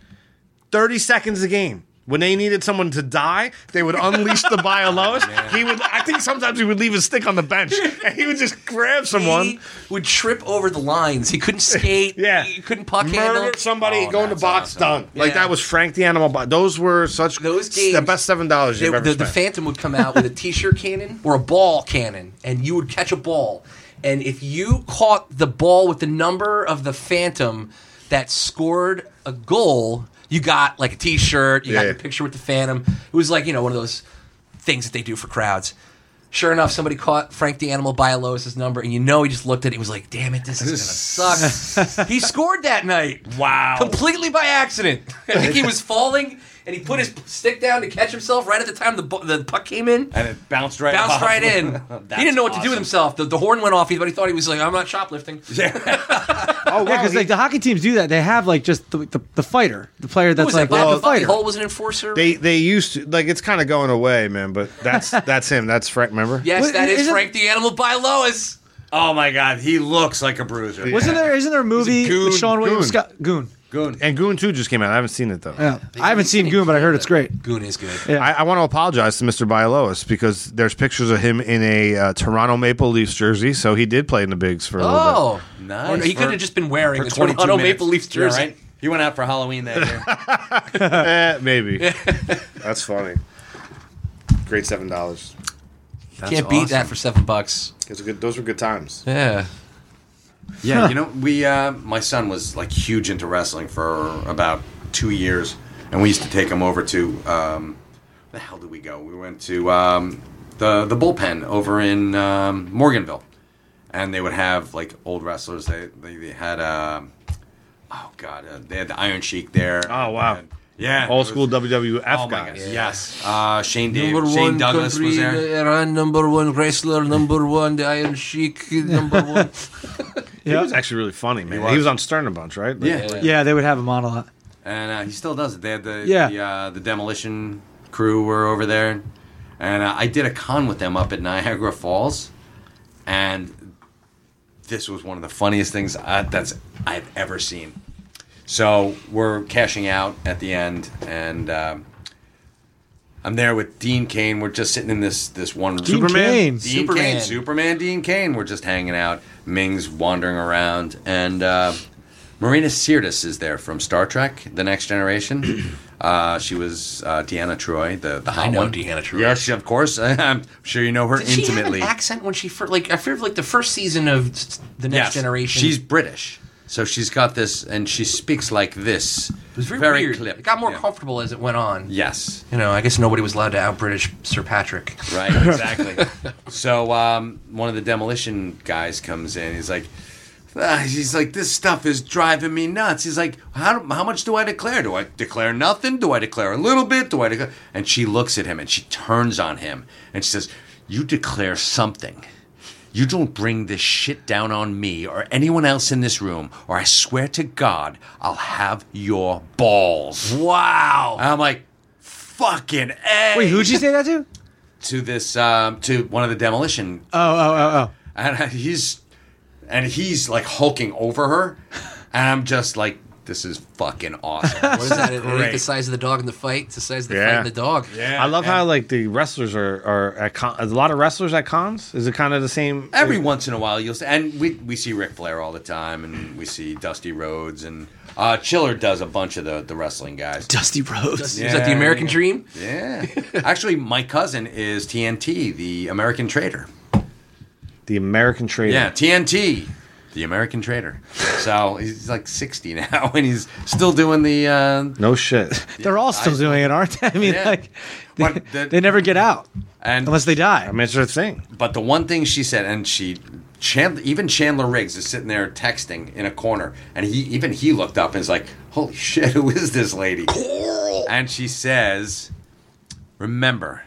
Speaker 2: thirty seconds a game. When they needed someone to die, they would
Speaker 1: <laughs>
Speaker 2: unleash the
Speaker 1: Oh,
Speaker 2: Biolois. he would, I think, sometimes he would leave his stick on the bench, and he would just grab someone.
Speaker 3: He would trip over the lines. He couldn't skate.
Speaker 2: <laughs> Yeah,
Speaker 3: He couldn't puck handle.
Speaker 2: murder somebody,
Speaker 1: Oh,
Speaker 2: go in the
Speaker 1: that's
Speaker 2: box,
Speaker 1: awesome.
Speaker 2: done. Like
Speaker 3: Yeah.
Speaker 2: that was Frank the Animal. Bo- Those were such
Speaker 3: Those
Speaker 2: s-
Speaker 3: games-
Speaker 2: the best seven dollars
Speaker 3: They-
Speaker 2: you've ever
Speaker 3: the, the
Speaker 2: spent.
Speaker 3: Phantom would come
Speaker 2: <laughs>
Speaker 3: out with a t-shirt cannon or a ball cannon, and you would catch a ball. And if you caught the ball with the number of the Phantom that scored a goal, you got like a t-shirt. You got
Speaker 2: Yeah.
Speaker 3: your picture with the Phantom. It was like you know one of those things that they do for crowds. Sure enough, somebody caught Frank the Animal by Lois's number, and you know he just looked at it. He was like, "Damn it, this is gonna
Speaker 2: <laughs>
Speaker 3: suck." he scored that night
Speaker 1: wow.
Speaker 3: completely
Speaker 1: <laughs>
Speaker 3: by accident. I think he was falling, and he put his stick down to catch himself right at the time the, bu- the puck came in.
Speaker 1: and it bounced right.
Speaker 3: Bounced
Speaker 1: off. <laughs>
Speaker 3: right in. he
Speaker 1: That's
Speaker 3: didn't know what to do
Speaker 1: awesome.
Speaker 3: with himself. The, the horn went off, but he thought he was like, I'm not shoplifting.
Speaker 2: oh
Speaker 4: yeah, because like the hockey teams do that. They have like just the the, the fighter, the player
Speaker 3: Who
Speaker 4: that's
Speaker 3: was
Speaker 4: like
Speaker 3: that? Bobby,
Speaker 4: the
Speaker 3: Bobby
Speaker 4: fighter.
Speaker 3: Hull was an enforcer.
Speaker 2: they they used to like it's kind of going away, man. But that's that's him. That's Frank. Remember?
Speaker 3: yes,
Speaker 4: What-
Speaker 3: that is
Speaker 4: isn't-
Speaker 3: Frank the Animal by Lois.
Speaker 1: <laughs> Oh my God, he looks like a bruiser.
Speaker 4: Wasn't there? Isn't there a movie
Speaker 2: goon.
Speaker 4: with Sean William
Speaker 2: Goon.
Speaker 4: Scott Goon?
Speaker 1: Goon.
Speaker 2: And Goon Two just came out. I haven't seen it though.
Speaker 4: Yeah, I haven't seen Goon, but I heard it's great.
Speaker 3: Goon is good.
Speaker 2: I, I want to apologize to Mr. Bialois because there's pictures of him in a uh, Toronto Maple Leafs jersey, so he did play in the Bigs for a little bit.
Speaker 3: Oh,
Speaker 1: Nice.
Speaker 3: Or He
Speaker 1: For-
Speaker 3: could have just been wearing
Speaker 1: For
Speaker 3: a
Speaker 1: 22
Speaker 3: Toronto
Speaker 1: minutes.
Speaker 3: Maple Leafs
Speaker 1: Yeah,
Speaker 3: jersey.
Speaker 1: right? He went out for Halloween that year.
Speaker 2: Eh,
Speaker 3: <laughs>
Speaker 2: maybe. That's funny. Great seven dollars.
Speaker 3: Can't beat that for seven bucks.
Speaker 2: Those were good times.
Speaker 3: Yeah.
Speaker 1: Yeah, you know, we uh, my son was like huge into wrestling for about two years, and we used to take him over to um, where the hell did we go? We went to um, the the bullpen over in um, Morganville, and they would have like old wrestlers. They they, they had um oh god, uh, they had the Iron Sheik there.
Speaker 2: Oh, wow.
Speaker 1: And- yeah, it
Speaker 2: All
Speaker 1: was-
Speaker 2: school WWF
Speaker 1: Oh my
Speaker 2: guys.
Speaker 1: god, yes. Uh, Shane Davis, Shane Douglas was there.
Speaker 3: Iran number one wrestler, number one, the
Speaker 1: <laughs>
Speaker 3: Iron Sheik, number one.
Speaker 2: He
Speaker 4: Yeah.
Speaker 2: was actually really funny, man. He was,
Speaker 1: was.
Speaker 2: on Stern a bunch, right? Like,
Speaker 1: Yeah.
Speaker 4: Yeah, they would have him on a lot.
Speaker 1: and uh, he still does it. They had the
Speaker 4: Yeah.
Speaker 1: the, uh, the demolition crew were over there, and uh, I did a con with them up at Niagara Falls, and this was one of the funniest things I, that's I've ever seen. So we're cashing out at the end, and um, I'm there with Dean Kane. We're just sitting in this this one room.
Speaker 4: Dean
Speaker 2: Superman?
Speaker 4: Kane.
Speaker 1: Dean
Speaker 3: Superman.
Speaker 1: Kane, Superman, Dean Kane. We're just hanging out. Ming's wandering around, and uh, Marina Sirtis is there from Star Trek: The Next
Speaker 3: <clears throat>
Speaker 1: Generation. Uh, she was uh, Deanna Troy, the the hot
Speaker 3: I know
Speaker 1: one.
Speaker 3: Deanna Troi.
Speaker 1: Yes, of course. <laughs> I'm sure you know her
Speaker 3: Did she have
Speaker 1: intimately.
Speaker 3: an accent when she first? Like I feel like the first season of s- the Next
Speaker 1: Yes.
Speaker 3: Generation.
Speaker 1: She's British, so she's got this, and she speaks like this.
Speaker 3: it was very, weird.
Speaker 1: clipped.
Speaker 3: It got more
Speaker 1: Yeah.
Speaker 3: comfortable as it went on.
Speaker 1: Yes.
Speaker 3: You know, I guess nobody was allowed to out British Sir Patrick.
Speaker 4: <laughs>
Speaker 1: Right, exactly. so um, one of the demolition guys comes in. He's like, "Ah," he's like, this stuff is driving me nuts. He's like, how, how much do I declare? Do I declare nothing? Do I declare a little bit? Do I declare? And she looks at him and she turns on him and she says, you declare something. You don't bring this shit down on me or anyone else in this room, or I swear to God, I'll have your balls.
Speaker 3: Wow.
Speaker 1: I'm like, fucking A
Speaker 4: Wait, who'd she say that to?
Speaker 1: to this um, to one of the demolition,
Speaker 4: Oh, oh, oh, oh.
Speaker 1: and I- he's and he's like hulking over her, and I'm just like, this is fucking
Speaker 4: <laughs>
Speaker 1: awesome.
Speaker 3: What is that? It ain't
Speaker 2: Great.
Speaker 3: the size of the dog in the fight. It's the size of the fight
Speaker 2: Yeah.
Speaker 3: in the dog.
Speaker 2: I love how like the wrestlers are are at con- a lot of wrestlers at cons. Is it kind of the same?
Speaker 1: Every once in a while, you'll see, and we we see Ric Flair all the time, and we see Dusty Rhodes, and uh, Chiller does a bunch of the the wrestling guys.
Speaker 5: Dusty Rhodes.
Speaker 3: Is that the
Speaker 1: Yeah,
Speaker 3: American
Speaker 1: yeah.
Speaker 3: Dream?
Speaker 1: Yeah, actually, my cousin is TNT, the American Trader.
Speaker 2: the American Trader.
Speaker 1: Yeah, TNT, the American Trader. So he's like sixty <laughs> now, and he's still doing the. Uh,
Speaker 2: No shit. <laughs>
Speaker 4: They're all still doing it, aren't they? <laughs> I mean,
Speaker 1: Yeah.
Speaker 4: like, they,
Speaker 1: But the-
Speaker 4: they never get out
Speaker 1: and
Speaker 4: unless they die.
Speaker 2: I mean, it's a thing.
Speaker 1: But the one thing she said, and she, Chandler, even Chandler Riggs is sitting there texting in a corner, and he even he looked up and is like, "Holy <laughs> shit, who is this lady?" And she says, "Remember,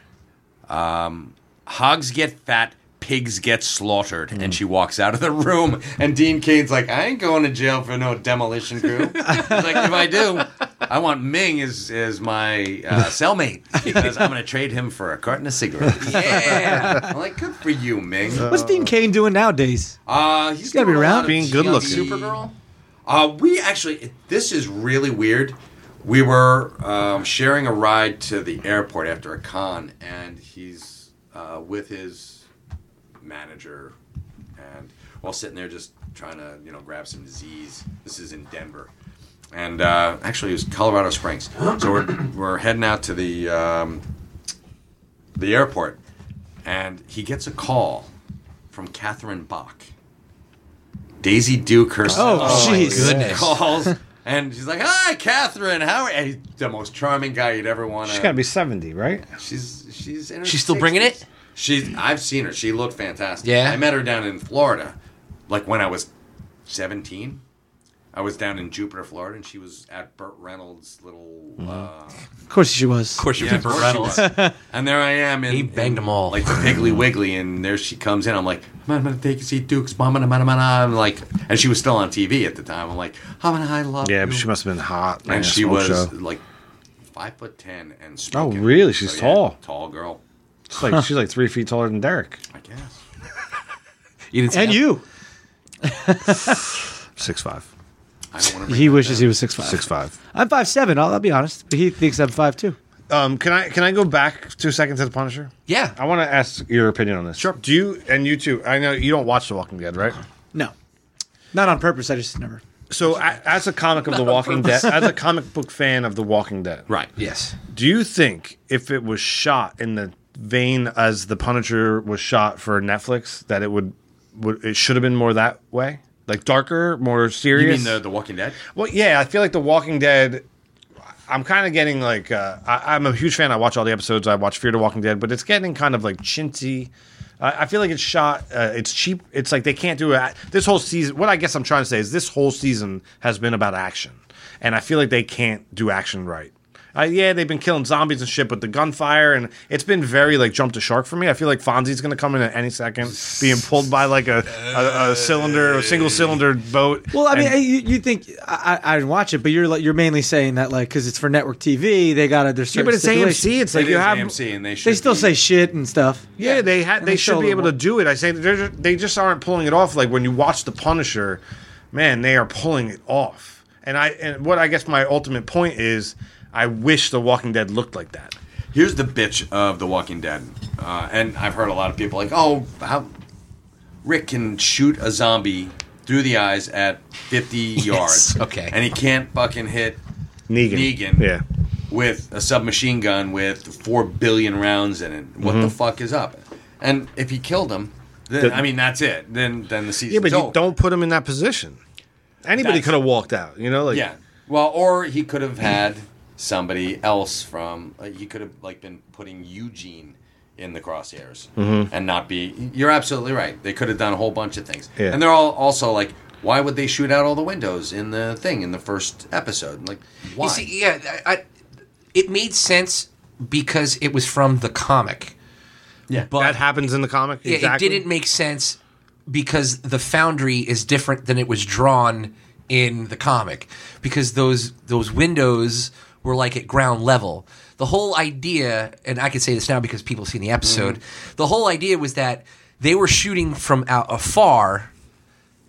Speaker 1: um, hogs get fat." Pigs get slaughtered, and she walks out of the room. And Dean Cain's like, "I ain't going to jail for no demolition crew." He's like, "If I do, I want Ming as as my uh, cellmate because I'm going to trade him for a carton of cigarettes."
Speaker 3: Yeah.
Speaker 1: I'm like, good for you, Ming.
Speaker 4: What's Dean Kane doing nowadays?
Speaker 1: Uh, he's
Speaker 4: gotta be
Speaker 1: doing a lot
Speaker 4: around.
Speaker 1: of
Speaker 2: Being good
Speaker 1: TV.
Speaker 2: looking.
Speaker 3: Supergirl?
Speaker 1: Uh, we actually, this is really weird. We were um, sharing a ride to the airport after a con, and he's uh, with his manager, and while sitting there just trying to, you know, grab some Z's. This is in Denver, and uh, actually it was Colorado Springs. So we're we're heading out to the um, the airport, and he gets a call from Catherine Bach. Daisy Duke herself.
Speaker 4: Oh,
Speaker 3: my
Speaker 4: jeez.
Speaker 3: goodness.
Speaker 1: Calls and she's like, "Hi, Catherine. How are?" And he's the most charming guy you'd ever want
Speaker 2: She's
Speaker 1: to.
Speaker 2: got to be seventy, right?
Speaker 1: She's she's in her
Speaker 3: She's still bringing
Speaker 1: 60s.
Speaker 3: it?
Speaker 1: She's. I've seen her. She looked fantastic.
Speaker 3: Yeah?
Speaker 1: I met her down in Florida, like when I was seventeen. I was down in Jupiter, Florida, and she was at Burt Reynolds' little.
Speaker 3: Mm-hmm.
Speaker 1: Uh,
Speaker 4: Of course she was.
Speaker 3: Of course you
Speaker 1: yeah,
Speaker 3: yeah,
Speaker 1: of course
Speaker 3: Burt
Speaker 1: she
Speaker 3: Reynolds.
Speaker 1: was. <laughs> and there I am. In,
Speaker 3: He banged
Speaker 1: in,
Speaker 3: them all.
Speaker 1: Like the Piggly Wiggly, and there she comes in. I'm like, I'm gonna take you see Duke's mama, mama, mama. I'm like, and she was still on TV at the time. I'm like, how many I love
Speaker 2: Yeah,
Speaker 1: you.
Speaker 2: but she must have been hot. man,
Speaker 1: and she
Speaker 2: smoke
Speaker 1: was
Speaker 2: show.
Speaker 1: like five foot ten and smoking.
Speaker 2: really? She's tall.
Speaker 1: tall girl,
Speaker 2: She's like she's like three feet taller than Derek.
Speaker 1: I guess.
Speaker 3: You didn't see
Speaker 4: And
Speaker 3: that?
Speaker 4: you.
Speaker 2: Six five.
Speaker 1: I don't want to.
Speaker 4: He wishes he was 6'5.
Speaker 2: Six five.
Speaker 4: I'm 5'7, I'll, I'll be honest. But he thinks I'm 5'2.
Speaker 2: Um, can I can I go back two seconds to the Punisher?
Speaker 3: Yeah.
Speaker 2: I want to ask your opinion on this. Sure. Do you and you too? I know you don't watch The Walking Dead, right?
Speaker 4: No. Not on purpose, I just never.
Speaker 2: So, a- as a comic of The <laughs> Walking Dead, as a comic book fan of The Walking Dead,
Speaker 1: Right.
Speaker 3: Yes.
Speaker 2: do you think if it was shot in the vein as The Punisher was shot for Netflix, that it would, would it should have been more that way, like darker, more
Speaker 1: You
Speaker 2: serious?
Speaker 1: mean the the Walking Dead?
Speaker 2: Well, yeah, I feel like The Walking Dead. I'm kind of getting like uh, I, I'm a huge fan. I watch all the episodes. I watch Fear the Walking Dead, but it's getting kind of like chintzy. I I feel like it's shot. Uh, it's cheap. It's like they can't do it. This whole season. What I guess I'm trying to say is this whole season has been about action, and I feel like they can't do action right. Uh, yeah, they've been killing zombies and shit, but the gunfire and it's been very like jump the shark for me. I feel like Fonzie's gonna come in at any second, being pulled by like a, a, a cylinder, a single cylinder boat.
Speaker 4: Well, I mean,
Speaker 2: and-
Speaker 4: I- you, you think I, I, I didn't watch it, but you're like, you're mainly saying that like because it's for network TV, they got to there's
Speaker 2: Yeah,
Speaker 4: certain
Speaker 2: but it's
Speaker 4: stipulations.
Speaker 2: AMC. It's
Speaker 1: It
Speaker 2: like you
Speaker 1: is
Speaker 2: have.
Speaker 1: AMC, and they should
Speaker 4: They still
Speaker 1: be-
Speaker 4: say shit and stuff.
Speaker 2: Yeah, they had.
Speaker 4: And
Speaker 2: They
Speaker 4: they
Speaker 2: should
Speaker 4: show
Speaker 2: be
Speaker 4: a
Speaker 2: able
Speaker 4: little
Speaker 2: to do it. I say they're just, they just aren't pulling it off. Like when you watch The Punisher, man, they are pulling it off. And I and what I guess my ultimate point is, I wish The Walking Dead looked like that.
Speaker 1: Here's the bitch of The Walking Dead, uh, and I've heard a lot of people like, "Oh, how Rick can shoot a zombie through the eyes at 50 yards,
Speaker 3: okay.
Speaker 1: and he can't fucking hit
Speaker 2: Negan.
Speaker 1: Negan.
Speaker 2: Yeah.
Speaker 1: with a submachine gun with four billion rounds in it. What
Speaker 2: Mhm.
Speaker 1: the fuck is up? And if he killed him, then
Speaker 2: The-
Speaker 1: I mean that's it. Then then the season.
Speaker 2: Yeah, but you don't put him in that position. Anybody
Speaker 1: That's-
Speaker 2: could have walked out, you know? Like,
Speaker 1: Yeah. Well, or he could have had somebody else from. Uh, he could have like been putting Eugene in the crosshairs
Speaker 2: Mm-hmm.
Speaker 1: and not be. You're absolutely right. They could have done a whole bunch of things.
Speaker 2: Yeah.
Speaker 1: And they're all also like, why would they shoot out all the windows in the thing in the first episode? Like, why?
Speaker 3: You see, yeah, I, I, it made sense because it was from the comic.
Speaker 1: yeah.
Speaker 3: But
Speaker 2: that happens in the comic.
Speaker 3: Yeah,
Speaker 2: exactly.
Speaker 3: it didn't make sense because the foundry is different than it was drawn in the comic because those those windows were like at ground level. The whole idea, and I can say this now because people have seen the episode. The whole idea was that they were shooting from out afar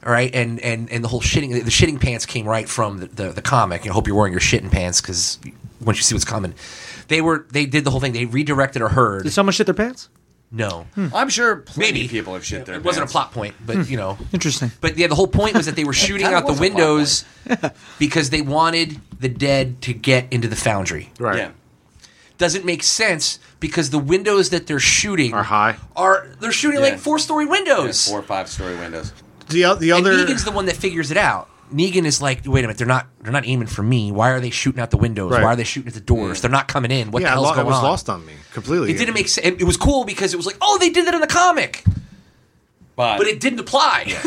Speaker 3: all right, and and and the whole shitting, the shitting pants came right from the the, the comic. And I hope you're wearing your shitting pants because once you see what's coming, they were they did the whole thing. They redirected a herd.
Speaker 4: Did someone shit their pants?
Speaker 3: No,
Speaker 1: I'm sure plenty
Speaker 3: maybe
Speaker 1: of people have shit their
Speaker 3: It wasn't a
Speaker 1: pants.
Speaker 3: plot point, but
Speaker 1: <laughs>
Speaker 3: you know,
Speaker 4: Interesting.
Speaker 3: but yeah, the whole point was that they were shooting
Speaker 1: kinda
Speaker 3: out the
Speaker 1: was a plot
Speaker 3: windows
Speaker 1: <laughs>
Speaker 3: because they wanted the dead to get into the foundry.
Speaker 2: Right.
Speaker 1: Yeah.
Speaker 3: Doesn't make sense because the windows that they're shooting
Speaker 2: Are high.
Speaker 3: Are they're shooting
Speaker 1: Yeah.
Speaker 3: like four story windows?
Speaker 1: Four or five story windows.
Speaker 2: The, o- the
Speaker 3: And
Speaker 2: other.
Speaker 3: Negan's the one that figures it out. Negan is like, wait a minute, they're not they're not aiming for me. Why are they shooting out the windows?
Speaker 2: Right.
Speaker 3: Why are they shooting at the doors? They're not coming in. What
Speaker 2: yeah,
Speaker 3: the
Speaker 2: I
Speaker 3: hell's
Speaker 2: lo- it
Speaker 3: going
Speaker 2: was
Speaker 3: on?
Speaker 2: lost on me completely.
Speaker 3: It didn't make sense. It was cool because it was like, oh, they did that in the comic,
Speaker 1: But,
Speaker 3: but it didn't apply. <laughs>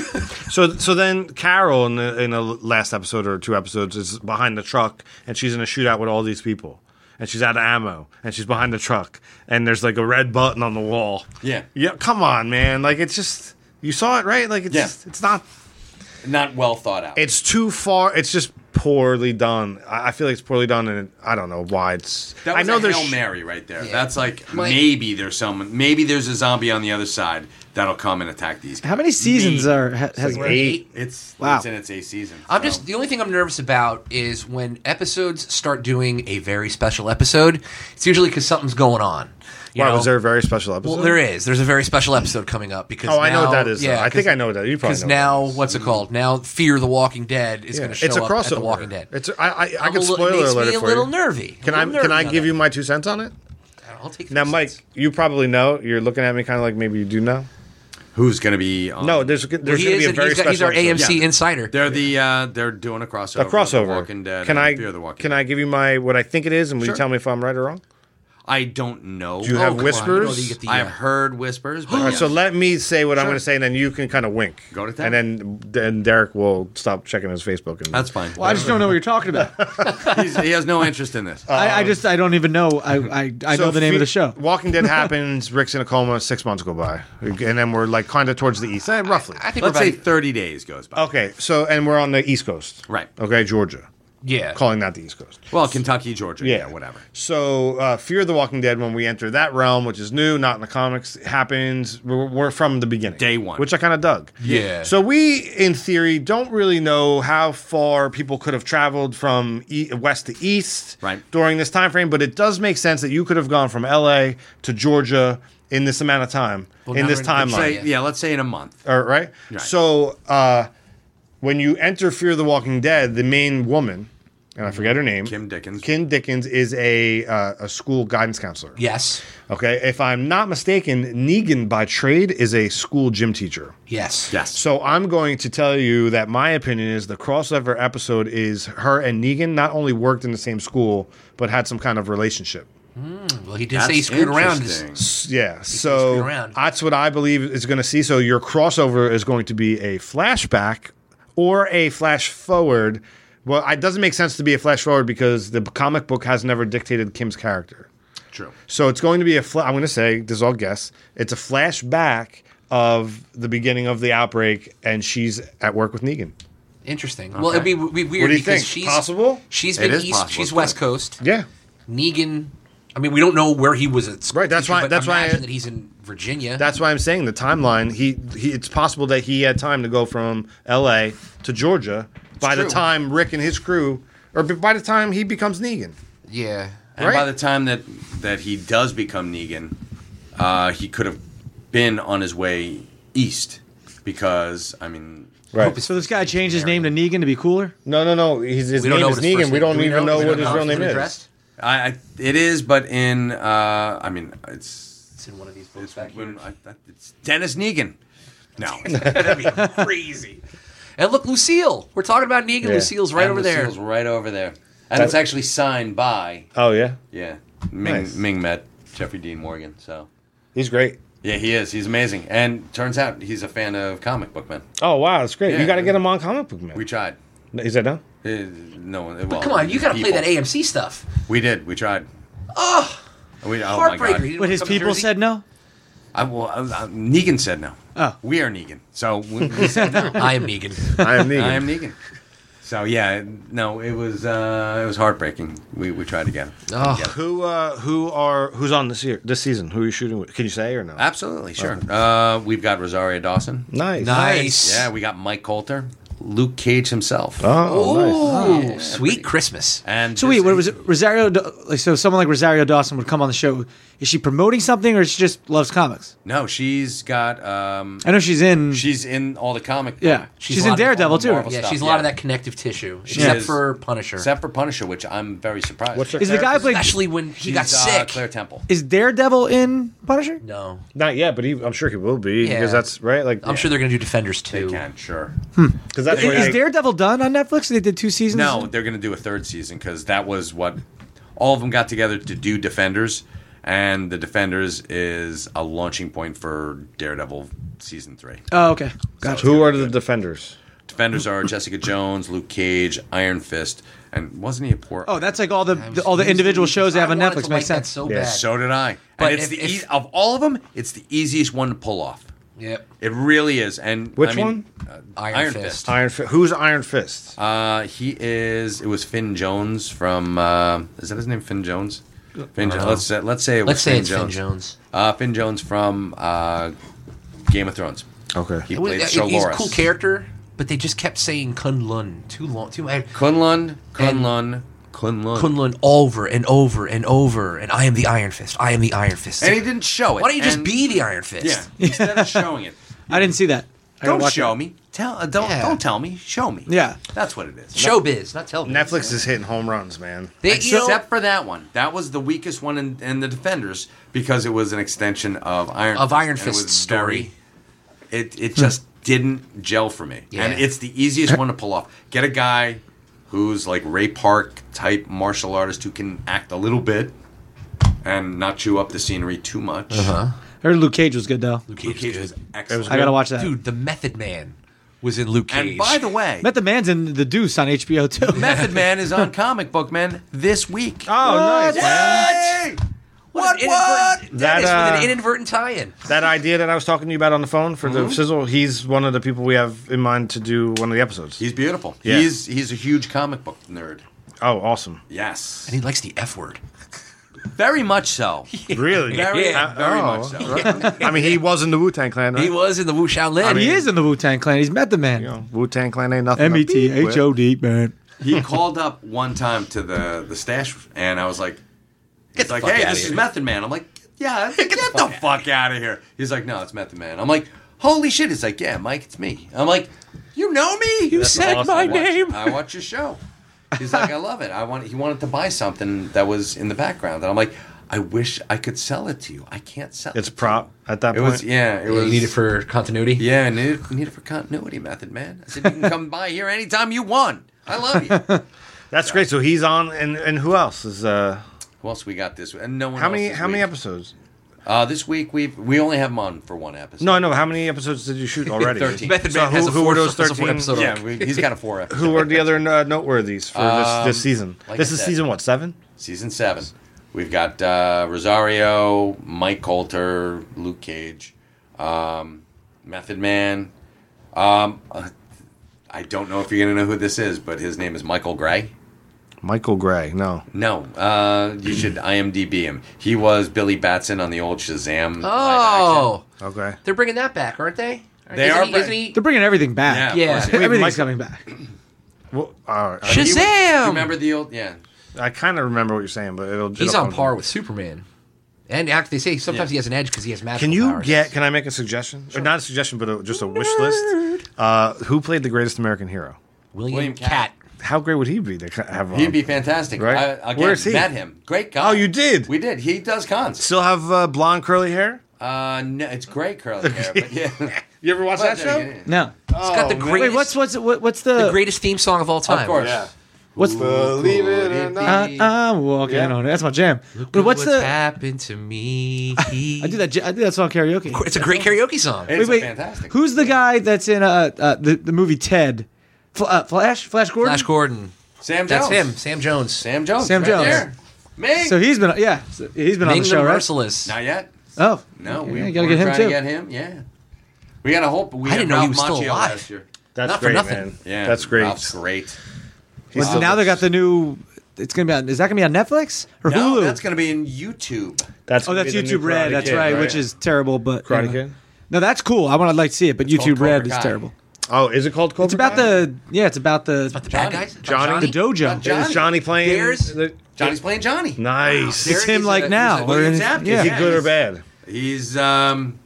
Speaker 2: So so then Carol in the in the last episode or two episodes is behind the truck and she's in a shootout with all these people and she's out of ammo and she's behind the truck and there's like a red button on the wall.
Speaker 1: Yeah.
Speaker 2: Yeah. Come on, man. Like it's just you saw it right. Like it's
Speaker 1: Yeah.
Speaker 2: just, it's not.
Speaker 1: not well thought out.
Speaker 2: It's too far. It's just poorly done. I, I feel like it's poorly done and it, I don't know why it's.
Speaker 1: that
Speaker 2: I
Speaker 1: was
Speaker 2: know
Speaker 1: a
Speaker 2: there's
Speaker 1: hail mary right there.
Speaker 3: Yeah.
Speaker 1: That's like
Speaker 3: Mike-
Speaker 1: maybe there's someone, maybe there's a zombie on the other side that'll come and attack these. Guys.
Speaker 4: How many seasons
Speaker 1: Maybe.
Speaker 4: are ha- has
Speaker 2: like eight.
Speaker 1: It's
Speaker 4: Wow.
Speaker 1: It's in its eighth season.
Speaker 3: I'm
Speaker 1: so.
Speaker 3: just the only thing I'm nervous about is when episodes start doing a very special episode. It's usually because something's going on. You
Speaker 2: Why
Speaker 3: know?
Speaker 2: was there a very special episode?
Speaker 3: Well, there is. There's a very special episode coming up because
Speaker 2: Oh, I know what
Speaker 3: now-
Speaker 2: that is. though.
Speaker 3: Yeah,
Speaker 2: I think I know what that. You probably
Speaker 3: Because
Speaker 2: know.
Speaker 3: now,
Speaker 2: what that is. Mm-hmm.
Speaker 3: what's it called? Now, Fear the Walking Dead is
Speaker 2: Yeah.
Speaker 3: going to show
Speaker 2: it's a
Speaker 3: up
Speaker 2: crossover.
Speaker 3: at the Walking Dead.
Speaker 2: It's a, I, I, I
Speaker 3: I'm a
Speaker 2: could
Speaker 3: little-
Speaker 2: spoiler
Speaker 3: it makes
Speaker 2: alert
Speaker 3: me
Speaker 2: it
Speaker 3: a
Speaker 2: for
Speaker 3: little
Speaker 2: you.
Speaker 3: nervy.
Speaker 2: Can
Speaker 3: A
Speaker 2: I
Speaker 3: little
Speaker 2: can I
Speaker 3: nervy on
Speaker 2: give
Speaker 3: it.
Speaker 2: you my two cents on it?
Speaker 3: I'll take
Speaker 2: Now,
Speaker 3: three
Speaker 2: Mike,
Speaker 3: cents.
Speaker 2: you probably know. You're looking at me kind of like maybe you do know.
Speaker 1: who's going to be on?
Speaker 2: No, there's there's
Speaker 3: Well, he
Speaker 2: going to
Speaker 3: is
Speaker 2: be a
Speaker 3: an-
Speaker 2: very
Speaker 3: he's got-
Speaker 2: special
Speaker 3: he's our
Speaker 2: episode.
Speaker 3: AMC
Speaker 1: Yeah.
Speaker 3: insider.
Speaker 1: They're the uh, they're doing a crossover.
Speaker 2: a
Speaker 1: of The
Speaker 2: crossover.
Speaker 1: Walking Dead.
Speaker 2: can
Speaker 1: and
Speaker 2: I
Speaker 1: Fear the Walking
Speaker 2: can
Speaker 1: Dead.
Speaker 2: I give you my what I think it is, and will
Speaker 1: Sure.
Speaker 2: you tell me if I'm right or wrong?
Speaker 1: I don't know. Oh,
Speaker 2: you have
Speaker 3: Oh, come on,
Speaker 2: whispers?
Speaker 3: know that you get the,
Speaker 1: I have
Speaker 3: uh,
Speaker 1: heard whispers, but
Speaker 2: All right,
Speaker 1: yes.
Speaker 2: so let me say what I'm going to say, and then you can kind of wink.
Speaker 1: Oh, Go to town.
Speaker 2: and then then Derek will stop checking his Facebook. And
Speaker 1: that's fine.
Speaker 4: Well, I just don't know what you're talking about.
Speaker 1: He's, he has no interest in
Speaker 2: <laughs>
Speaker 1: this.
Speaker 4: I, I just I don't even know. I I, I know the name of
Speaker 2: Fe-
Speaker 4: the show.
Speaker 2: Walking Dead happens. Rick's in a coma. Six months go by, and then we're like kind of towards the east, eh, roughly.
Speaker 3: I think
Speaker 1: Let's
Speaker 3: we're
Speaker 1: say
Speaker 3: about,
Speaker 1: 30 days goes by.
Speaker 2: Okay, so and we're on the East Coast,
Speaker 1: Right.
Speaker 2: Okay, Georgia,
Speaker 3: yeah.
Speaker 2: calling that the East Coast.
Speaker 1: Well, Kentucky, Georgia, yeah, whatever.
Speaker 2: So, uh, Fear the Walking Dead, when we enter that realm, which is new, not in the comics, happens. We're, we're from the beginning,
Speaker 1: Day one.
Speaker 2: which I kind of dug.
Speaker 3: Yeah.
Speaker 2: So we, in theory, don't really know how far people could have traveled from e- west to east
Speaker 1: Right.
Speaker 2: during this time frame, but it does make sense that you could have gone from L.A. to Georgia in this amount of time, in
Speaker 3: now
Speaker 2: this
Speaker 3: we're in-
Speaker 2: timeline.
Speaker 1: Say, yeah, let's say in a month.
Speaker 2: All right.
Speaker 1: Right.
Speaker 2: So uh, when you enter Fear the Walking Dead, the main woman, and I forget her name,
Speaker 1: Kim Dickens.
Speaker 2: Kim Dickens is a uh, a school guidance counselor.
Speaker 3: Yes.
Speaker 2: Okay. If I'm not mistaken, Negan by trade is a school gym teacher.
Speaker 3: Yes.
Speaker 1: Yes.
Speaker 2: So I'm going to tell you that my opinion is the crossover episode is her and Negan not only worked in the same school but had some kind of relationship.
Speaker 3: Well, he did say he screwed around. It's-
Speaker 2: Yeah,
Speaker 3: screwed
Speaker 2: so
Speaker 3: around.
Speaker 2: that's what I believe is going to see. So your crossover is going to be a flashback or a flash forward. Well, it doesn't make sense to be a flash forward because the comic book has never dictated Kim's character.
Speaker 1: True.
Speaker 2: So it's going to be a. Fl- I'm going to say this is all guess. It's a flashback of the beginning of the outbreak, and she's at work with Negan.
Speaker 3: Interesting. Well, it'd be, it'd be weird
Speaker 2: What do you
Speaker 3: because
Speaker 2: think?
Speaker 3: she's
Speaker 2: Possible?
Speaker 3: She's
Speaker 1: It
Speaker 3: been
Speaker 1: is
Speaker 3: east.
Speaker 1: possible,
Speaker 3: she's
Speaker 1: it's
Speaker 3: West
Speaker 1: good.
Speaker 3: Coast.
Speaker 2: Yeah,
Speaker 3: Negan. I mean, we don't know where he was at. school
Speaker 2: Right, that's
Speaker 3: teacher,
Speaker 2: why-
Speaker 3: but
Speaker 2: that's why I-
Speaker 3: imagine that he's in Virginia.
Speaker 2: that's why I'm saying the timeline. He, he it's possible that he had time to go from L.A. to Georgia by
Speaker 3: true.
Speaker 2: the time Rick and his crew, or b- by the time he becomes Negan.
Speaker 3: yeah.
Speaker 1: And
Speaker 2: Right.
Speaker 1: by the time that that he does become Negan, uh, he could have been on his way east because I mean,
Speaker 2: Right.
Speaker 4: So this guy changed his name to Negan to be cooler.
Speaker 2: No, no, no. His, his
Speaker 3: We don't
Speaker 2: name
Speaker 3: know
Speaker 2: is
Speaker 3: what his first
Speaker 2: Negan. We
Speaker 3: name-
Speaker 2: don't
Speaker 3: do we
Speaker 2: even
Speaker 3: know-
Speaker 2: know
Speaker 3: we
Speaker 2: what
Speaker 3: don't
Speaker 2: his
Speaker 3: know
Speaker 2: real
Speaker 3: how it's
Speaker 2: name
Speaker 3: been
Speaker 2: is.
Speaker 3: addressed?
Speaker 1: I, I it is, but in uh, I mean, it's
Speaker 3: It's in one of these books
Speaker 1: it's,
Speaker 3: back here.
Speaker 1: when, I, I- it's Dennis Negan. No,
Speaker 3: That'd be crazy. And look, Lucille. We're talking about Negan.
Speaker 2: Yeah.
Speaker 3: Lucille's right
Speaker 1: And
Speaker 3: over
Speaker 1: Lucille's
Speaker 3: there.
Speaker 1: right over there, and it's actually signed by
Speaker 2: Oh yeah,
Speaker 1: yeah Ming
Speaker 2: Nice.
Speaker 1: Ming met Jeffrey Dean Morgan. So
Speaker 2: he's great.
Speaker 1: yeah, he is. He's amazing, and turns out he's a fan of comic book men.
Speaker 2: Oh wow, that's great.
Speaker 1: Yeah.
Speaker 2: You got to get him on comic book man.
Speaker 1: We tried.
Speaker 2: He said no.
Speaker 1: Uh, no one. Well,
Speaker 3: Come on, you got to play
Speaker 1: people.
Speaker 3: that AMC stuff.
Speaker 1: We did. We tried. Oh, we, oh my
Speaker 3: Heartbreaker.
Speaker 1: God.
Speaker 3: You
Speaker 4: But his
Speaker 3: come to
Speaker 4: people
Speaker 3: Jersey?
Speaker 4: said no.
Speaker 1: I, well, I, I, Negan said no.
Speaker 4: Oh.
Speaker 1: We are Negan. So we, we said no.
Speaker 3: <laughs> I am
Speaker 1: <laughs>
Speaker 3: Negan.
Speaker 2: I <laughs> am Negan.
Speaker 4: <laughs>
Speaker 1: I am Negan. So yeah, no, it was uh, it was heartbreaking. We we tried again.
Speaker 3: Oh.
Speaker 2: Who uh, who are who's on this year this season? Who are you shooting with? Can you say or no?
Speaker 1: Absolutely, sure. Uh, we've got Rosario Dawson.
Speaker 2: Nice.
Speaker 3: Nice.
Speaker 1: Yeah, we got Mike Coulter, Luke Cage himself,
Speaker 2: Oh,
Speaker 3: Ooh,
Speaker 1: Yeah,
Speaker 3: sweet
Speaker 1: pretty-
Speaker 3: Christmas.
Speaker 1: and
Speaker 4: So wait,
Speaker 1: this-
Speaker 4: what was it? Rosario? Da- Like, so someone like Rosario Dawson would come on the show. Is she promoting something, or she just loves comics?
Speaker 1: No, she's got um,
Speaker 4: I know she's in.
Speaker 1: she's in all the comic.
Speaker 4: yeah, she's,
Speaker 3: she's a
Speaker 4: in
Speaker 3: lot of-
Speaker 4: Daredevil too.
Speaker 1: Marvel
Speaker 3: Yeah,
Speaker 1: stuff,
Speaker 3: she's a lot of
Speaker 1: yeah.
Speaker 3: that connective tissue, except
Speaker 1: is.
Speaker 3: for Punisher.
Speaker 1: except for Punisher, which I'm very surprised.
Speaker 2: What's her
Speaker 4: Is the guy who
Speaker 2: therapist?
Speaker 4: played?
Speaker 3: Especially when he got
Speaker 1: She's, uh,
Speaker 3: sick.
Speaker 1: Claire Temple.
Speaker 4: Is Daredevil in Punisher?
Speaker 3: no,
Speaker 2: Not yet, but he, I'm sure he will be
Speaker 3: Yeah.
Speaker 2: because that's right. Like
Speaker 3: I'm sure they're going to do Defenders
Speaker 1: They
Speaker 3: too.
Speaker 1: can, sure.
Speaker 2: because that's
Speaker 4: Is,
Speaker 2: where
Speaker 4: is
Speaker 2: they-
Speaker 4: Daredevil done on Netflix? They did two seasons.
Speaker 1: No, they're going to do a third season because that was what all of them got together to do Defenders, and the Defenders is a launching point for Daredevil season three.
Speaker 4: Oh, okay. Gotcha.
Speaker 2: Who are the defenders?
Speaker 1: Defenders are Jessica Jones, Luke Cage, Iron Fist, and wasn't he a poor?
Speaker 4: Oh, that's like all the, the all the individual shows they have on
Speaker 3: I wanted
Speaker 4: Netflix.
Speaker 3: to
Speaker 4: Makes
Speaker 3: like that
Speaker 4: sense.
Speaker 3: So
Speaker 2: Yeah.
Speaker 3: bad.
Speaker 1: so did I.
Speaker 3: But
Speaker 1: and it's
Speaker 3: if-
Speaker 1: the
Speaker 3: if-
Speaker 1: e- of all of them, it's the easiest one to pull off.
Speaker 3: yep.
Speaker 1: It really is. And
Speaker 2: Which
Speaker 1: I mean,
Speaker 2: one?
Speaker 1: uh,
Speaker 3: Iron, Fist.
Speaker 2: Iron Fist. Who's Iron Fist?
Speaker 1: Uh, he is. It was Finn Jones from. Uh, is that his name? Finn Jones. Finn Jones.
Speaker 3: know.
Speaker 1: Let's say, let's say it was
Speaker 3: Uh, Let's
Speaker 1: Finn
Speaker 3: say it's
Speaker 1: Jones.
Speaker 3: Finn Jones.
Speaker 1: Uh, Finn Jones from uh, Game of Thrones.
Speaker 2: Okay.
Speaker 1: He
Speaker 3: It was-
Speaker 1: played
Speaker 3: uh,
Speaker 1: Sir
Speaker 3: he's a
Speaker 1: Loras.
Speaker 3: cool character, but they just kept saying Kunlun too long, too much.
Speaker 1: Kunlun, Kunlun, Kunlun,
Speaker 3: Kunlun over and over and over, and I am the Iron Fist. I am the Iron Fist.
Speaker 1: And he didn't show it.
Speaker 3: Why don't you just
Speaker 1: And-
Speaker 3: be the Iron Fist?
Speaker 1: Yeah. Instead of showing it,
Speaker 4: I didn't see that. <laughs> I gotta
Speaker 1: don't
Speaker 4: watch
Speaker 1: show
Speaker 4: it.
Speaker 1: me. Tell. uh, don't.
Speaker 3: Yeah.
Speaker 1: Don't tell me. Show me.
Speaker 4: Yeah.
Speaker 1: That's what it is.
Speaker 3: Showbiz, not television.
Speaker 2: Netflix is hitting home runs, man.
Speaker 3: They, you know,
Speaker 1: Except for that one. That was the weakest one in, in the Defenders because it was an extension of Iron
Speaker 3: Of Iron
Speaker 1: and it was
Speaker 3: Fist's story.
Speaker 1: very- it it just didn't gel for me,
Speaker 3: Yeah.
Speaker 1: and it's the easiest one to pull off. Get a guy who's like Ray Park type martial artist who can act a little bit and not chew up the scenery too much. Uh-huh.
Speaker 4: Heard Luke Cage was good though.
Speaker 3: Luke
Speaker 1: Luke
Speaker 3: Cage
Speaker 1: Cage
Speaker 3: is
Speaker 1: was
Speaker 3: good.
Speaker 1: excellent.
Speaker 4: I gotta watch that.
Speaker 3: Dude, the Method Man was in Luke Cage.
Speaker 1: and by the way,
Speaker 4: Met the Man's in The Deuce on HBO too. <laughs>
Speaker 1: Method Man is on Comic Book Man this week.
Speaker 2: Oh, nice.
Speaker 1: Yay! What?
Speaker 3: an
Speaker 1: What?
Speaker 3: inadvertent-
Speaker 2: That,
Speaker 3: That is with
Speaker 2: uh,
Speaker 3: an inadvertent tie-in.
Speaker 2: That idea that I was talking to you about on the phone for
Speaker 3: Mm-hmm.
Speaker 2: the sizzle, he's one of the people we have in mind to do one of the episodes.
Speaker 1: He's beautiful.
Speaker 2: Yeah.
Speaker 1: He's he's a huge comic book nerd.
Speaker 2: oh, awesome.
Speaker 1: Yes,
Speaker 3: And he likes the F word.
Speaker 1: very much so.
Speaker 2: Really?
Speaker 1: Very,
Speaker 3: Yeah.
Speaker 1: very
Speaker 2: Oh.
Speaker 1: much so.
Speaker 2: I mean, he was in the Wu Tang Clan, right?
Speaker 3: He was in the Wu Shaolin.
Speaker 2: I mean-
Speaker 4: he is in the Wu Tang Clan. He's Met the Man.
Speaker 2: Wu Tang Clan ain't nothing. to
Speaker 4: M E T
Speaker 2: beat with.
Speaker 4: H O D man.
Speaker 1: He called up one time to the the stash, and I was like, "It's
Speaker 3: the
Speaker 1: like,
Speaker 3: fuck
Speaker 1: hey,
Speaker 3: outta
Speaker 1: this is
Speaker 3: here."
Speaker 1: Method Man." I'm like, "Yeah, get, the, fuck, out of here." He's like, "No, it's Method Man." I'm like, "Holy shit!" He's like, "Yeah, Mike, it's me." I'm like, "You know me? You
Speaker 2: said awesome. my
Speaker 1: name." I watch your show. He's like, "I love it." I want. He wanted to buy something that was in the background, and I'm like, "I wish I could sell it to you. I can't sell
Speaker 2: It's
Speaker 1: it."
Speaker 2: a prop at that
Speaker 1: It
Speaker 2: point.
Speaker 1: was yeah. It
Speaker 3: You
Speaker 1: was
Speaker 3: need it for continuity.
Speaker 1: Yeah, I need need it for continuity method, man. I said you can come by here anytime you want. I love
Speaker 2: <laughs>
Speaker 1: you.
Speaker 2: That's great. So he's on, and, and who else is? uh
Speaker 1: Who else we got this? And no one.
Speaker 2: How
Speaker 1: else
Speaker 2: many?
Speaker 1: this
Speaker 2: How many
Speaker 1: week.
Speaker 2: episodes?
Speaker 1: Uh, this week we we only have him on for one episode.
Speaker 2: No, I know. How many episodes did you <laughs> shoot already?
Speaker 1: 13.
Speaker 3: Method
Speaker 2: So
Speaker 3: Man has
Speaker 2: who-
Speaker 3: a
Speaker 2: who
Speaker 3: four,
Speaker 2: were those
Speaker 3: has a four
Speaker 2: 13?
Speaker 3: episode arc.
Speaker 1: Yeah, we, he's got a four episode.
Speaker 2: <laughs> Who are the other uh, noteworthies for this,
Speaker 3: Um,
Speaker 2: this season?
Speaker 1: like
Speaker 2: this
Speaker 1: I
Speaker 2: is
Speaker 1: said.
Speaker 2: season what seven?
Speaker 1: season seven? We've got uh, Rosario, Mike Coulter, Luke Cage, um, Method Man. Um, uh, I don't know if you're gonna know who this is, but his name is Michael Gray.
Speaker 2: Michael Gray. No.
Speaker 1: No, uh,
Speaker 4: <clears throat>
Speaker 1: you should IMDb him. He was Billy Batson on the old Shazam. live action.
Speaker 3: Oh,
Speaker 2: Okay.
Speaker 3: they're bringing that back, aren't they?
Speaker 1: They
Speaker 3: Isn't
Speaker 1: are
Speaker 3: He,
Speaker 1: bring-
Speaker 3: isn't he?
Speaker 4: They're bringing everything
Speaker 1: yeah,
Speaker 4: back.
Speaker 1: of
Speaker 3: Yeah.
Speaker 1: course.
Speaker 4: Everything's
Speaker 2: Michael-
Speaker 4: coming back.
Speaker 2: Well, all right.
Speaker 1: He was-
Speaker 3: Shazam!
Speaker 1: remember the old yeah?
Speaker 2: I kind of remember what you're saying, but it'll.
Speaker 3: He's
Speaker 2: it'll
Speaker 3: on
Speaker 2: come
Speaker 3: par
Speaker 2: to me.
Speaker 3: with Superman. And act- they say sometimes he has an edge because he has magic.
Speaker 2: Can you get? Can I make a suggestion? Or not a suggestion, but a, just a wish list. Uh, who played the greatest American hero?
Speaker 3: William,
Speaker 1: William
Speaker 3: Cat?
Speaker 1: Cat.
Speaker 2: How great would he be to have? on?
Speaker 1: He'd be fantastic.
Speaker 2: Right?
Speaker 1: I, again,
Speaker 2: Where's he?
Speaker 1: Met him. Great guy.
Speaker 2: Oh, you did?
Speaker 1: We did. He does cons.
Speaker 2: still have uh, blonde curly hair.
Speaker 1: Uh, no, it's great curly hair.
Speaker 4: <laughs>
Speaker 1: But yeah, <laughs> uh,
Speaker 2: You ever watch
Speaker 1: Well,
Speaker 2: that
Speaker 1: there you
Speaker 2: show?
Speaker 1: go.
Speaker 4: No.
Speaker 3: It's got the
Speaker 2: man.
Speaker 3: greatest,
Speaker 4: Wait, what's what's what, what's the,
Speaker 3: the greatest theme song of all time.
Speaker 1: Of course.
Speaker 2: Yeah.
Speaker 4: what's uh,
Speaker 2: Believe
Speaker 1: Could
Speaker 2: it or
Speaker 1: it
Speaker 2: not.
Speaker 4: I, I'm walking
Speaker 2: Yeah.
Speaker 4: on it. That's my jam.
Speaker 3: Look
Speaker 4: but
Speaker 3: at
Speaker 4: what's
Speaker 3: what's
Speaker 4: the?
Speaker 3: happened to me?
Speaker 4: I do that. j- I do that song karaoke.
Speaker 3: It's a great karaoke song.
Speaker 1: It's
Speaker 4: Wait, wait.
Speaker 1: fantastic.
Speaker 4: Who's the guy that's in uh, uh the the movie Ted? Fl- uh, Flash, Flash Gordon.
Speaker 3: Flash Gordon.
Speaker 1: Sam
Speaker 3: That's
Speaker 1: Jones.
Speaker 3: him. Sam Jones.
Speaker 1: Sam Jones.
Speaker 4: Sam
Speaker 1: right
Speaker 4: Jones.
Speaker 1: There. Ming.
Speaker 4: So he's been yeah, so he's been on
Speaker 3: Ming
Speaker 4: the
Speaker 3: the
Speaker 4: show, right?
Speaker 3: Merciless.
Speaker 1: Not yet.
Speaker 4: Oh
Speaker 1: No,
Speaker 4: okay,
Speaker 1: we
Speaker 4: yeah,
Speaker 1: we
Speaker 4: gotta
Speaker 1: were
Speaker 4: get him
Speaker 1: trying
Speaker 4: too.
Speaker 1: to get him. Yeah, we gotta hope. We
Speaker 3: I
Speaker 1: had
Speaker 3: didn't know he
Speaker 1: Ralph
Speaker 3: was still
Speaker 1: Macchio
Speaker 3: alive.
Speaker 1: last year.
Speaker 2: That's
Speaker 3: Not for
Speaker 2: great,
Speaker 3: nothing.
Speaker 2: man.
Speaker 1: Yeah,
Speaker 2: that's great.
Speaker 1: Ralph's great.
Speaker 2: He's
Speaker 4: Well,
Speaker 2: still-
Speaker 4: now they got the new. It's gonna be on. Is that gonna be on Netflix or
Speaker 1: No,
Speaker 4: Hulu?
Speaker 1: that's gonna be in YouTube.
Speaker 2: That's
Speaker 4: oh,
Speaker 2: gonna
Speaker 4: that's
Speaker 2: be the new
Speaker 4: YouTube Red.
Speaker 2: Karate
Speaker 4: That's
Speaker 2: Kid,
Speaker 4: right, which is terrible. But you
Speaker 2: Karate
Speaker 4: know.
Speaker 2: Kid?
Speaker 4: No, that's cool. I want to like see it, but YouTube
Speaker 1: called Cobra
Speaker 4: Red is
Speaker 1: Kai.
Speaker 4: terrible.
Speaker 2: oh, is it called Cobra
Speaker 4: It's about
Speaker 2: Kai?
Speaker 4: the yeah. It's about the
Speaker 3: About the bad guys? About
Speaker 2: Johnny?
Speaker 4: the dojo.
Speaker 1: Not Johnny.
Speaker 2: Is Johnny playing?
Speaker 3: There's-
Speaker 2: the-
Speaker 1: Johnny's playing Johnny.
Speaker 2: nice.
Speaker 3: There
Speaker 2: <laughs>
Speaker 4: It's him
Speaker 3: is
Speaker 4: like
Speaker 3: a-
Speaker 4: now.
Speaker 3: there's a
Speaker 4: We're
Speaker 1: William
Speaker 4: in-
Speaker 1: Zabka.
Speaker 4: yeah.
Speaker 2: Is he
Speaker 1: Yeah,
Speaker 2: good or
Speaker 1: he's-
Speaker 2: bad?
Speaker 1: He's um,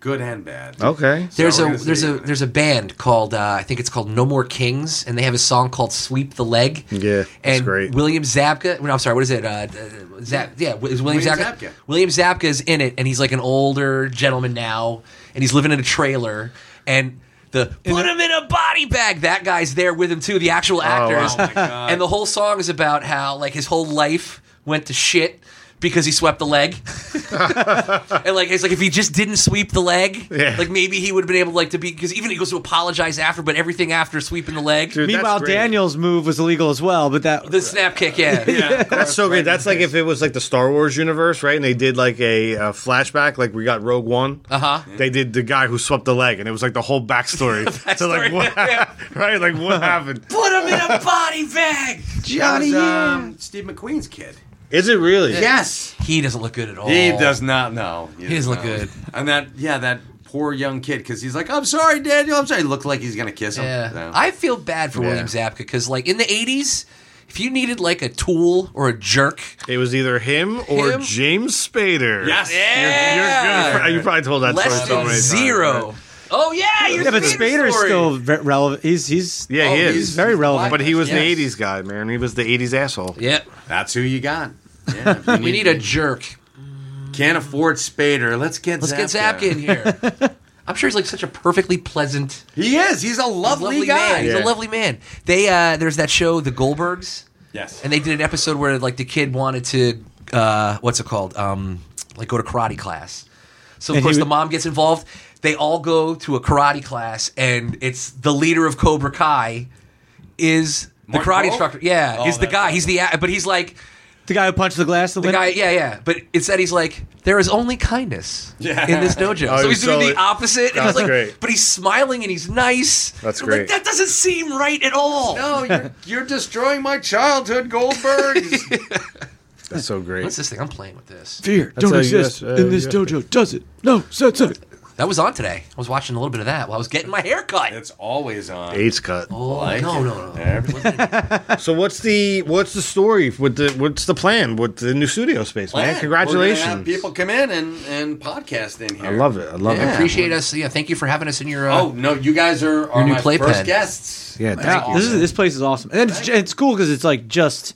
Speaker 1: good and bad.
Speaker 2: Okay.
Speaker 3: There's
Speaker 1: So we're
Speaker 3: a
Speaker 1: gonna
Speaker 3: there's
Speaker 1: see.
Speaker 3: a there's a band called uh, I think it's called No More Kings, and they have a song called "Sweep the Leg."
Speaker 2: Yeah, that's
Speaker 3: and
Speaker 2: great.
Speaker 3: William Zabka. No, I'm sorry, what is it? Uh, Zab, yeah, is William,
Speaker 1: William
Speaker 3: Zabka.
Speaker 1: Zabka.
Speaker 3: William Zabka is in it, and he's like an older gentleman now, and he's living in a trailer, and. The put him in a body bag. That guy's there with him too. The actual <laughs> actors,
Speaker 1: my God.
Speaker 3: and the whole song is about how like his whole life went to shit because he swept the leg. And like it's like if he just didn't sweep the leg,
Speaker 2: Yeah.
Speaker 3: like maybe he would have been able like to be because even he goes to apologize after, but everything after sweeping the leg,
Speaker 2: Dude, that's
Speaker 4: Meanwhile,
Speaker 2: great.
Speaker 4: Daniel's move was illegal as well, but that
Speaker 3: the snap kick, yeah.
Speaker 1: Yeah,
Speaker 2: That's so great. That's like if it was like the Star Wars universe, right? And they did like a, uh flashback, like we got Rogue One. Uh
Speaker 3: Uh-huh.
Speaker 2: They did the guy who swept the leg, and it was like the whole backstory. <laughs> to like
Speaker 3: <laughs> backstory,
Speaker 2: what,
Speaker 3: yeah.
Speaker 2: right? Like what happened?
Speaker 3: <laughs> Put him in a body bag.
Speaker 1: That
Speaker 4: Johnny.
Speaker 1: was,
Speaker 4: yeah.
Speaker 1: um, Steve McQueen's kid.
Speaker 2: Is it really?
Speaker 1: Yes,
Speaker 3: He doesn't look good at all.
Speaker 1: he does not know.
Speaker 3: He doesn't look
Speaker 1: know.
Speaker 3: good.
Speaker 1: And that, yeah, that poor young kid, because he's like, "I'm sorry, Daniel. I'm sorry." He looked like he's gonna kiss him.
Speaker 3: Yeah,
Speaker 1: So-
Speaker 3: I feel bad for William Zabka because like in the '80s, if you needed like a tool or a jerk,
Speaker 2: It was either him or
Speaker 3: Him?
Speaker 2: James Spader.
Speaker 1: Yes.
Speaker 2: You're,
Speaker 3: yeah,
Speaker 2: good. you probably told that
Speaker 3: less
Speaker 2: story so
Speaker 3: than
Speaker 2: many times,
Speaker 3: zero.
Speaker 2: right?
Speaker 3: Oh yeah, you're
Speaker 4: Yeah, but Spader's
Speaker 3: story.
Speaker 4: still ve- relevant. He's he's
Speaker 2: Yeah,
Speaker 1: Oh,
Speaker 2: he is.
Speaker 1: he's-
Speaker 4: very relevant.
Speaker 2: but he was
Speaker 1: Yes.
Speaker 2: the '80s guy, man. He was the '80s asshole.
Speaker 3: Yeah,
Speaker 1: That's who you got.
Speaker 3: <laughs>
Speaker 1: Yeah, if
Speaker 3: we need a jerk.
Speaker 1: Can't afford Spader. Let's get
Speaker 3: Let's
Speaker 1: Zapka.
Speaker 3: get Zabka in here. I'm sure he's like such a perfectly pleasant.
Speaker 1: He is. He's a lovely,
Speaker 3: lovely
Speaker 1: guy.
Speaker 3: man. He's
Speaker 2: Yeah.
Speaker 3: a lovely man. They uh, there's that show, The Goldbergs,
Speaker 1: Yes. <laughs>
Speaker 3: and they did an episode where like the kid wanted to uh, what's it called? Um, like go to karate class. So of
Speaker 4: And he
Speaker 3: course the
Speaker 4: would-
Speaker 3: mom gets involved. They all go to a karate class, and it's the leader of Cobra Kai is the
Speaker 1: Mark
Speaker 3: karate
Speaker 1: Kroll?
Speaker 3: instructor. Yeah,
Speaker 1: Oh,
Speaker 3: is the
Speaker 1: that's
Speaker 3: guy.
Speaker 1: right.
Speaker 3: He's the a- but he's like
Speaker 4: the guy who punched the glass. The,
Speaker 3: the guy. Yeah, yeah. But it's that he's like there is only kindness
Speaker 1: Yeah.
Speaker 3: in this dojo.
Speaker 2: Oh,
Speaker 3: so he's doing
Speaker 2: so
Speaker 3: the
Speaker 2: it-
Speaker 3: opposite. and
Speaker 2: that's
Speaker 3: it's like,
Speaker 2: great.
Speaker 3: But he's smiling and he's nice.
Speaker 2: That's
Speaker 3: I'm
Speaker 2: great.
Speaker 3: Like, that doesn't seem right at all.
Speaker 1: No, Oh, you're, you're destroying my childhood, Goldbergs.
Speaker 2: That's so great.
Speaker 3: What's this thing? I'm playing with this.
Speaker 4: Fear
Speaker 2: That's
Speaker 4: don't
Speaker 2: how you
Speaker 4: exist
Speaker 2: guess, uh,
Speaker 4: in this
Speaker 2: yeah.
Speaker 4: dojo, does it? No, that's it.
Speaker 3: That was on today. I was watching a little bit of that while I was getting
Speaker 1: <laughs>
Speaker 3: my hair cut.
Speaker 1: it's always on.
Speaker 2: AIDS cut.
Speaker 3: Oh,
Speaker 1: Like
Speaker 3: no,
Speaker 1: it.
Speaker 3: no, no.
Speaker 1: Every-
Speaker 3: <laughs>
Speaker 2: So what's the what's the story with the what's the plan with the new studio space,
Speaker 1: Plan.
Speaker 2: man?
Speaker 1: We're gonna
Speaker 2: Congratulations!
Speaker 1: have people come in and, and podcast in here.
Speaker 2: I love it. I love
Speaker 1: Yeah.
Speaker 2: it.
Speaker 3: Appreciate us. Yeah, thank you for having us in your. Uh,
Speaker 1: Oh, no, you guys are, are
Speaker 3: new
Speaker 1: my
Speaker 3: playpen.
Speaker 1: first guests.
Speaker 2: Yeah,
Speaker 1: That's
Speaker 2: thank
Speaker 4: Yeah, this is this place is awesome, and it's, it's cool because it's like just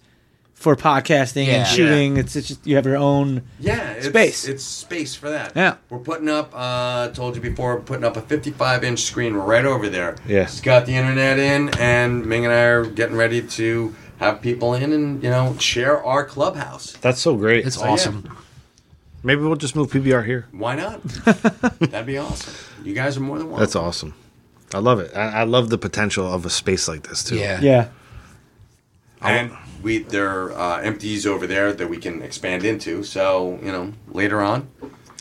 Speaker 4: for podcasting
Speaker 3: Yeah.
Speaker 4: and shooting. It's, it's just you have your own.
Speaker 1: Yeah, it's,
Speaker 4: Space.
Speaker 1: It's space for that.
Speaker 4: Yeah.
Speaker 1: we're putting up. Uh, told you before, we're putting up a 55 inch screen right over there.
Speaker 2: Yeah.
Speaker 1: it's got the internet in, and Ming and I are getting ready to have people in and you know share our clubhouse.
Speaker 2: That's so great.
Speaker 3: it's awesome.
Speaker 2: Maybe we'll just move PBR here.
Speaker 1: Why not? That'd be awesome. You guys are more than welcome.
Speaker 2: That's awesome. I love it. I, I love the potential of a space like this too.
Speaker 3: Yeah.
Speaker 4: Yeah,
Speaker 1: And we there are uh, empties over there that we can expand into. So you know later on,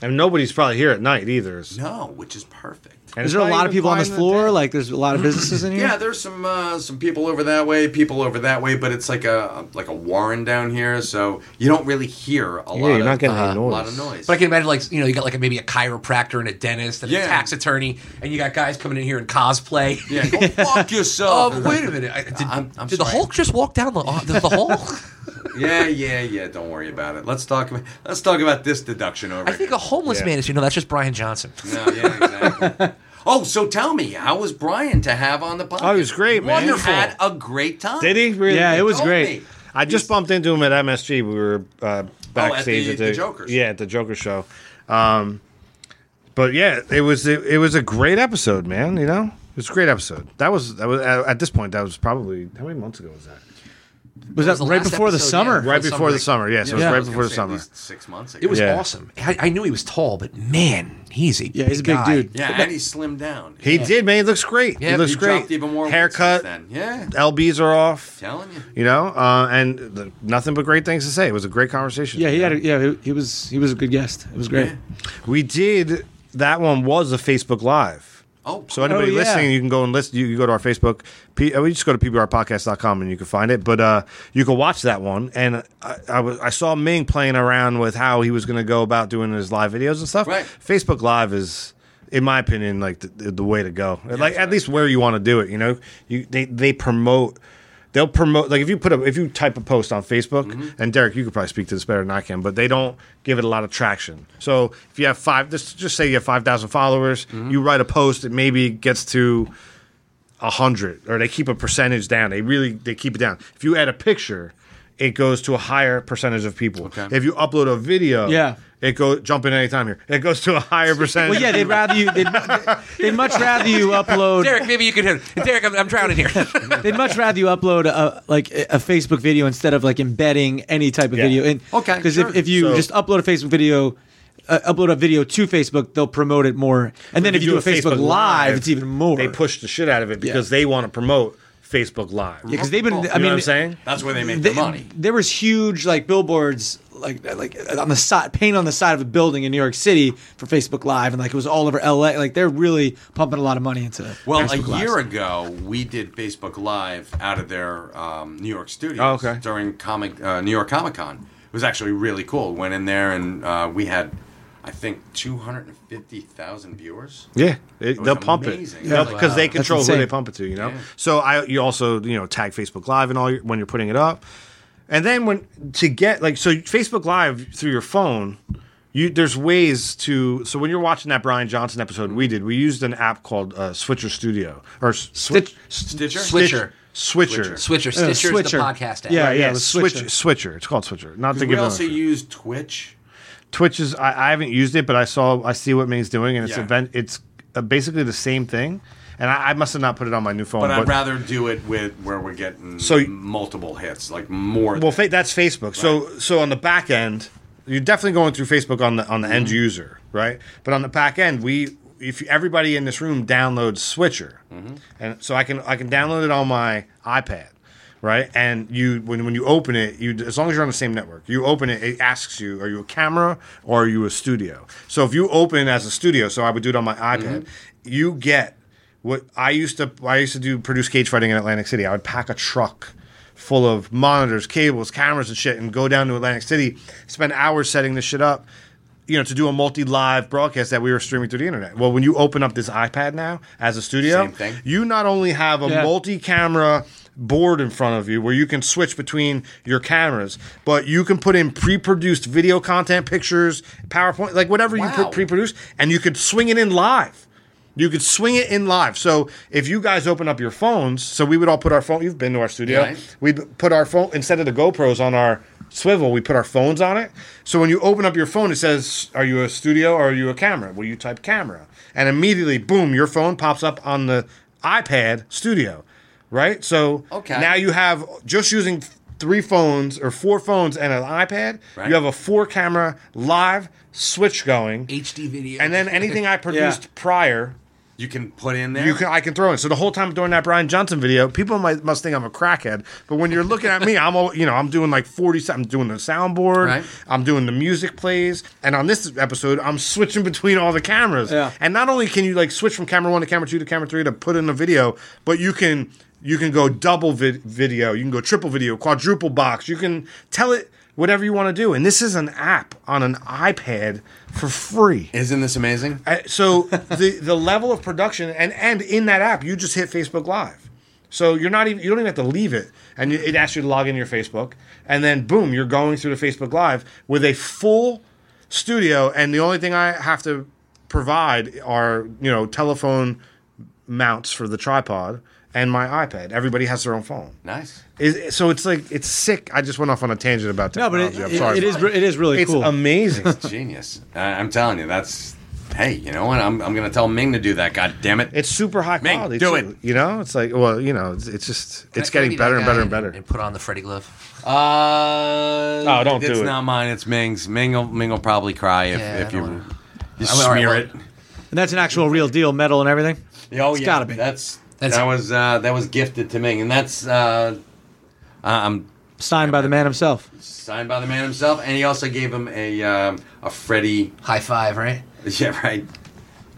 Speaker 2: And nobody's probably here at night either. Is
Speaker 1: No, which is perfect.
Speaker 4: Is there a lot of people on this floor? Like, there's a lot of businesses in
Speaker 3: <laughs>
Speaker 4: here.
Speaker 1: Yeah, there's some uh, some people over that way, people over that way, but it's like a like a warren down here, so you don't really hear a lot.
Speaker 2: yeah, you're
Speaker 1: of, uh-huh.
Speaker 2: not getting any
Speaker 1: a
Speaker 2: noise.
Speaker 1: lot of noise.
Speaker 3: But I can imagine, like, you know, you got like a, maybe a chiropractor and a dentist and
Speaker 1: Yeah.
Speaker 3: a tax attorney, and you got guys coming in here in cosplay.
Speaker 1: yeah,
Speaker 3: <laughs>
Speaker 1: go fuck yourself.
Speaker 3: Oh, wait a minute. I, did
Speaker 1: I'm- I'm
Speaker 3: did the
Speaker 1: sorry.
Speaker 3: Hulk just walk down the, uh, the,
Speaker 1: <laughs>
Speaker 3: the hall?
Speaker 1: Yeah, yeah, yeah. Don't worry about it. Let's talk. About, let's talk about this deduction over.
Speaker 3: I think
Speaker 1: here.
Speaker 3: a homeless
Speaker 2: Yeah.
Speaker 3: man is, you know, that's just Brian Johnson.
Speaker 1: No, yeah, exactly. <laughs> oh, so tell me, how was Brian to have on the podcast?
Speaker 2: Oh, he was great, man.
Speaker 1: Wonderful. Had a great time.
Speaker 2: Did he? Really?
Speaker 4: Yeah, it was
Speaker 1: Told
Speaker 4: great.
Speaker 1: me. Oh,
Speaker 2: I just bumped into him at MSG. We were uh, backstage
Speaker 1: the-
Speaker 2: at, the,
Speaker 1: the Joker's.
Speaker 2: Yeah, at the Joker show. Um, but yeah, it was it, it was a great episode, man. You know, it was a great episode. That was that was at, at this point that was probably how many months ago was that?
Speaker 3: was
Speaker 4: Was that
Speaker 3: the
Speaker 4: right
Speaker 3: last
Speaker 4: before the
Speaker 3: episode,
Speaker 4: summer?
Speaker 3: yeah.
Speaker 2: Right
Speaker 3: the
Speaker 2: before
Speaker 3: summer.
Speaker 2: the summer. Yes, it was
Speaker 4: Yeah.
Speaker 1: I
Speaker 2: right
Speaker 1: was
Speaker 2: before
Speaker 1: gonna
Speaker 2: the
Speaker 1: say at
Speaker 2: summer.
Speaker 1: least Six months. Ago.
Speaker 3: It was
Speaker 2: Yeah.
Speaker 3: awesome. I, I knew he was tall, but man, he's a
Speaker 4: Yeah, he's a big
Speaker 3: guy.
Speaker 4: dude.
Speaker 1: Yeah, and he slimmed down.
Speaker 2: He did, man. He looks great.
Speaker 3: Yeah,
Speaker 2: he looks
Speaker 1: He
Speaker 2: great.
Speaker 1: dropped even more weight
Speaker 2: Haircut.
Speaker 1: since Then. Yeah,
Speaker 2: LBs are off.
Speaker 1: telling you.
Speaker 2: You know, uh, and the, nothing but great things to say. It was a great conversation.
Speaker 4: Yeah, he
Speaker 2: you
Speaker 4: had.
Speaker 2: know?
Speaker 4: A, yeah, he, he was. He was a good guest. It was great.
Speaker 1: Yeah.
Speaker 2: We did that one was a Facebook Live.
Speaker 1: Oh,
Speaker 2: So anybody
Speaker 4: yeah.
Speaker 2: listening, you can go and listen. You can go to our Facebook. P, uh, we just go to pbrpodcast.com and you can find it. But uh, you can watch that one. And I, I, was, I saw Ming playing around with how he was going to go about doing his live videos and stuff.
Speaker 1: Right.
Speaker 2: Facebook Live is, in my opinion, like the, the way to go. like
Speaker 1: that's
Speaker 2: at
Speaker 1: right.
Speaker 2: least where you want to do it. You know, you they they promote. They'll promote like if you put a if you type a post on Facebook
Speaker 1: Mm-hmm.
Speaker 2: and Derek, you could probably speak to this better than I can, but they don't give it a lot of traction. So if you have five, just just say you have five thousand followers,
Speaker 1: Mm-hmm.
Speaker 2: you write a post, it maybe gets to a hundred, or they keep a percentage down. They really they keep it down. If you add a picture, it goes to a higher percentage of people.
Speaker 1: Okay.
Speaker 2: If you upload a video,
Speaker 4: Yeah.
Speaker 2: Oh. it go jump in anytime here. It goes to a higher percentage.
Speaker 4: Well, yeah, they'd rather you. They'd, <laughs> they'd much rather you upload.
Speaker 3: Derek, maybe you could. Derek, I'm, I'm
Speaker 1: <laughs>
Speaker 3: drowning here.
Speaker 4: <laughs> They'd much rather you upload a, like a Facebook video instead of like embedding any type of
Speaker 2: Yeah.
Speaker 4: video. And
Speaker 1: Okay,
Speaker 4: because
Speaker 1: sure.
Speaker 4: if, if you
Speaker 2: So-
Speaker 4: just upload a Facebook video. Uh, upload a video to Facebook, they'll promote it more. And then if you do a Facebook, live, it's even more.
Speaker 2: They push the shit out of it because they want to promote Facebook Live. You
Speaker 4: because they've been.
Speaker 1: You know
Speaker 4: I mean,
Speaker 2: know what I'm saying?
Speaker 1: That's where they make
Speaker 4: Th-
Speaker 1: the money.
Speaker 4: There was huge like billboards like like on the side paint on the side of a building in New York City for Facebook Live and like it was all over LA. Like they're really pumping a lot of money into
Speaker 1: Well,
Speaker 4: Facebook
Speaker 1: a
Speaker 4: Lives.
Speaker 1: year ago, we did Facebook Live out of their um, New York studios
Speaker 2: Oh, okay.
Speaker 1: during Comic uh, New York Comic Con. It was actually really cool. Went in there and uh, we had, I think, two hundred and fifty thousand viewers.
Speaker 2: Yeah, it,
Speaker 1: was
Speaker 2: they'll pump
Speaker 1: amazing.
Speaker 2: it because
Speaker 1: Yeah.
Speaker 2: they
Speaker 1: Wow.
Speaker 2: control
Speaker 4: That's
Speaker 2: who they
Speaker 4: insane.
Speaker 2: pump it to. You know,
Speaker 1: Yeah.
Speaker 2: so I you also you know tag Facebook Live and all your, when you're putting it up, and then when to get like so Facebook Live through your phone, you there's ways to so when you're watching that Brian Johnson episode we did, we used an app called uh, Switcher Studio or S-
Speaker 4: Stitch-
Speaker 1: Stitcher.
Speaker 3: Switcher.
Speaker 2: Switcher.
Speaker 3: Switcher,
Speaker 4: Uh,
Speaker 3: Stitcher is the
Speaker 4: Switcher.
Speaker 3: podcast app.
Speaker 4: Yeah,
Speaker 2: Right,
Speaker 4: yeah,
Speaker 2: yeah,
Speaker 4: it was
Speaker 2: Switcher.
Speaker 4: Switcher.
Speaker 2: Switcher. It's called Switcher. Not to
Speaker 1: We
Speaker 2: give it
Speaker 1: also
Speaker 2: away.
Speaker 1: use Twitch.
Speaker 2: Twitch is I, I haven't used it, but I saw I see what Ming's doing, and it's
Speaker 1: Yeah.
Speaker 2: event. It's uh, basically the same thing, and I, I must have not put it on my new phone.
Speaker 1: But I'd rather do it with where we're getting
Speaker 2: So y-
Speaker 1: multiple hits, like more.
Speaker 2: well, fa- that's Facebook. So so on the back end, you're definitely going through Facebook on the on the end user, right? But on the back end, we if you- everybody in this room downloads Switcher, and so I can I can download it on my iPad. Right, and you when, when you open it, you as long as you're on the same network, you open it. It asks you, are you a camera or are you a studio? So if you open it as a studio, so I would do it on my iPad, you get what I used to I used to do produce cage fighting in Atlantic City. I would pack a truck full of monitors, cables, cameras, and shit, and go down to Atlantic City, spend hours setting this shit up, you know, to do a multi live broadcast that we were streaming through the internet. Well, when you open up this iPad now as a studio,
Speaker 1: Same thing.
Speaker 2: you not only have a
Speaker 4: Yeah.
Speaker 2: multi camera board in front of you where you can switch between your cameras, but you can put in pre produced video content, pictures, PowerPoint, like whatever you
Speaker 1: Wow.
Speaker 2: put pre produced, and you could swing it in live. You could swing it in live. So if you guys open up your phones, so we would all put our phone. You've been to our studio.
Speaker 1: Right.
Speaker 2: We put our phone instead of the GoPros on our swivel. We put our phones on it. So when you open up your phone, it says, "Are you a studio or are you a camera?" Well, you type camera, and immediately, boom, your phone pops up on the iPad Studio, right? So
Speaker 1: Okay.
Speaker 2: now you have just using three phones or four phones and an iPad.
Speaker 1: Right.
Speaker 2: You have a four camera live switch going
Speaker 3: HD
Speaker 1: <laughs>
Speaker 3: video.
Speaker 2: and then anything I produced prior
Speaker 1: you can put in there.
Speaker 2: You can, I can throw in. So the whole time during that Brian Johnson video, people might must think I'm a crackhead. But when you're looking at me, I'm all, you know I'm doing like 40. se- I'm doing the soundboard.
Speaker 1: Right.
Speaker 2: I'm doing the music plays. And on this episode, I'm switching between all the cameras.
Speaker 4: Yeah.
Speaker 2: And not only can you like switch from camera one to camera two to camera three to put in a video, but you can you can go double vid- video. You can go triple video, quadruple box. You can tell it whatever you want to do. And this is an app on an iPad for free.
Speaker 1: Isn't this amazing?
Speaker 2: Uh, so the the level of production and and in that app you just hit Facebook Live, so you're not even you don't even have to leave it, and you- it asks you to log into your Facebook, and then boom you're going through the Facebook Live with a full studio, and the only thing I have to provide are you know telephone mounts for the tripod and my iPad. Everybody has their own phone.
Speaker 1: Nice.
Speaker 2: Is- so it's like it's sick. I just went off on a tangent about
Speaker 4: No, but
Speaker 2: technology.
Speaker 4: it,
Speaker 2: Oh, I'm sorry.
Speaker 4: it, it is re- it is really
Speaker 2: it's um
Speaker 4: cool.
Speaker 2: amazing.
Speaker 4: <laughs>
Speaker 1: Genius. I, I'm telling you, that's. Hey, you know what? I'm, I'm going to tell Ming to do that. God damn it.
Speaker 2: It's super high
Speaker 1: Ming,
Speaker 2: quality.
Speaker 1: do
Speaker 2: too. You know, it's like well, you know, it's, it's just it's
Speaker 3: Can I- can I
Speaker 2: getting
Speaker 3: be
Speaker 2: better
Speaker 3: that
Speaker 2: and better
Speaker 3: guy
Speaker 2: and better.
Speaker 3: And put on the Freddy glove.
Speaker 1: Uh,
Speaker 2: Oh, don't do
Speaker 1: it's
Speaker 2: it.
Speaker 1: not mine. It's Ming's. Ming will, Ming will probably cry if,
Speaker 3: Yeah, I
Speaker 1: if you,
Speaker 3: don't wanna-
Speaker 1: you
Speaker 3: I mean, all right,
Speaker 1: smear
Speaker 3: well-
Speaker 1: it.
Speaker 4: and that's an actual real deal, metal and everything.
Speaker 1: Oh, yeah.
Speaker 4: gotta be.
Speaker 1: That's,
Speaker 3: That's-
Speaker 1: that was uh, that was gifted to Ming, and that's uh, uh, I'm
Speaker 4: Signed by the man himself.
Speaker 1: signed by the man himself, and he also gave him a um, a Freddy. <laughs>
Speaker 3: High five, right?
Speaker 1: Yeah, right.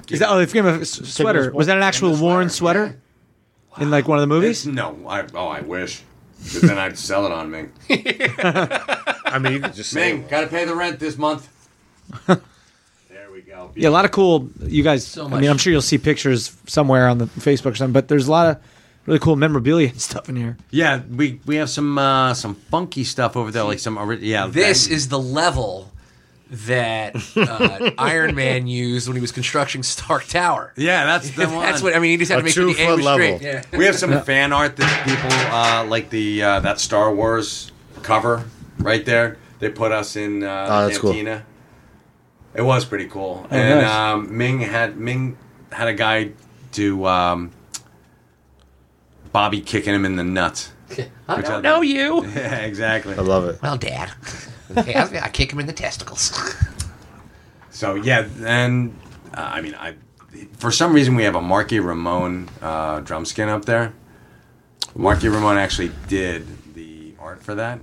Speaker 4: Is that? Oh, they gave him a s- sweater. Was that an actual
Speaker 1: Him a
Speaker 4: Warren
Speaker 1: sweater,
Speaker 4: sweater in like one of the movies?
Speaker 1: No, I, oh, I wish. 'Cause then I'd sell it on <laughs> Ming.
Speaker 2: I mean, you could
Speaker 3: <laughs>
Speaker 2: just say
Speaker 1: Ming, gotta pay the rent this <laughs> month. there we go.
Speaker 4: Yeah, a lot of cool. You guys,
Speaker 3: So
Speaker 4: I
Speaker 3: much.
Speaker 4: mean, I'm sure you'll see pictures somewhere on the Facebook or something. But there's a lot of really cool memorabilia and stuff in here.
Speaker 1: Yeah, we we have some uh, some funky stuff over there, like some ori- yeah.
Speaker 3: This
Speaker 1: that-
Speaker 3: is the level that <laughs> uh, Iron Man used when he was constructing Stark Tower.
Speaker 1: yeah, <laughs> that's the one.
Speaker 3: That's what I mean. He just had
Speaker 2: A
Speaker 3: to make sure the end
Speaker 2: two-foot
Speaker 3: was
Speaker 2: level.
Speaker 3: straight. Yeah.
Speaker 1: We have some fan art that people uh, like the uh, that Star Wars cover right there. They put us in uh,
Speaker 2: Oh,
Speaker 1: the
Speaker 2: that's cool. Oh,
Speaker 1: Cantina. It was pretty cool. and
Speaker 4: nice.
Speaker 1: um, Ming had Ming had a guy do um, Bobby kicking him in the nuts.
Speaker 3: <laughs> I
Speaker 1: Which I-
Speaker 3: don't know you.
Speaker 1: <laughs> Yeah, exactly.
Speaker 2: I love it.
Speaker 3: Well, <laughs> Dad. Yeah, I kick him in the testicles.
Speaker 1: So yeah, and uh, I mean, I for some reason we have a Marky Ramone uh, drum skin up there. Marky Ramone actually did the art for that.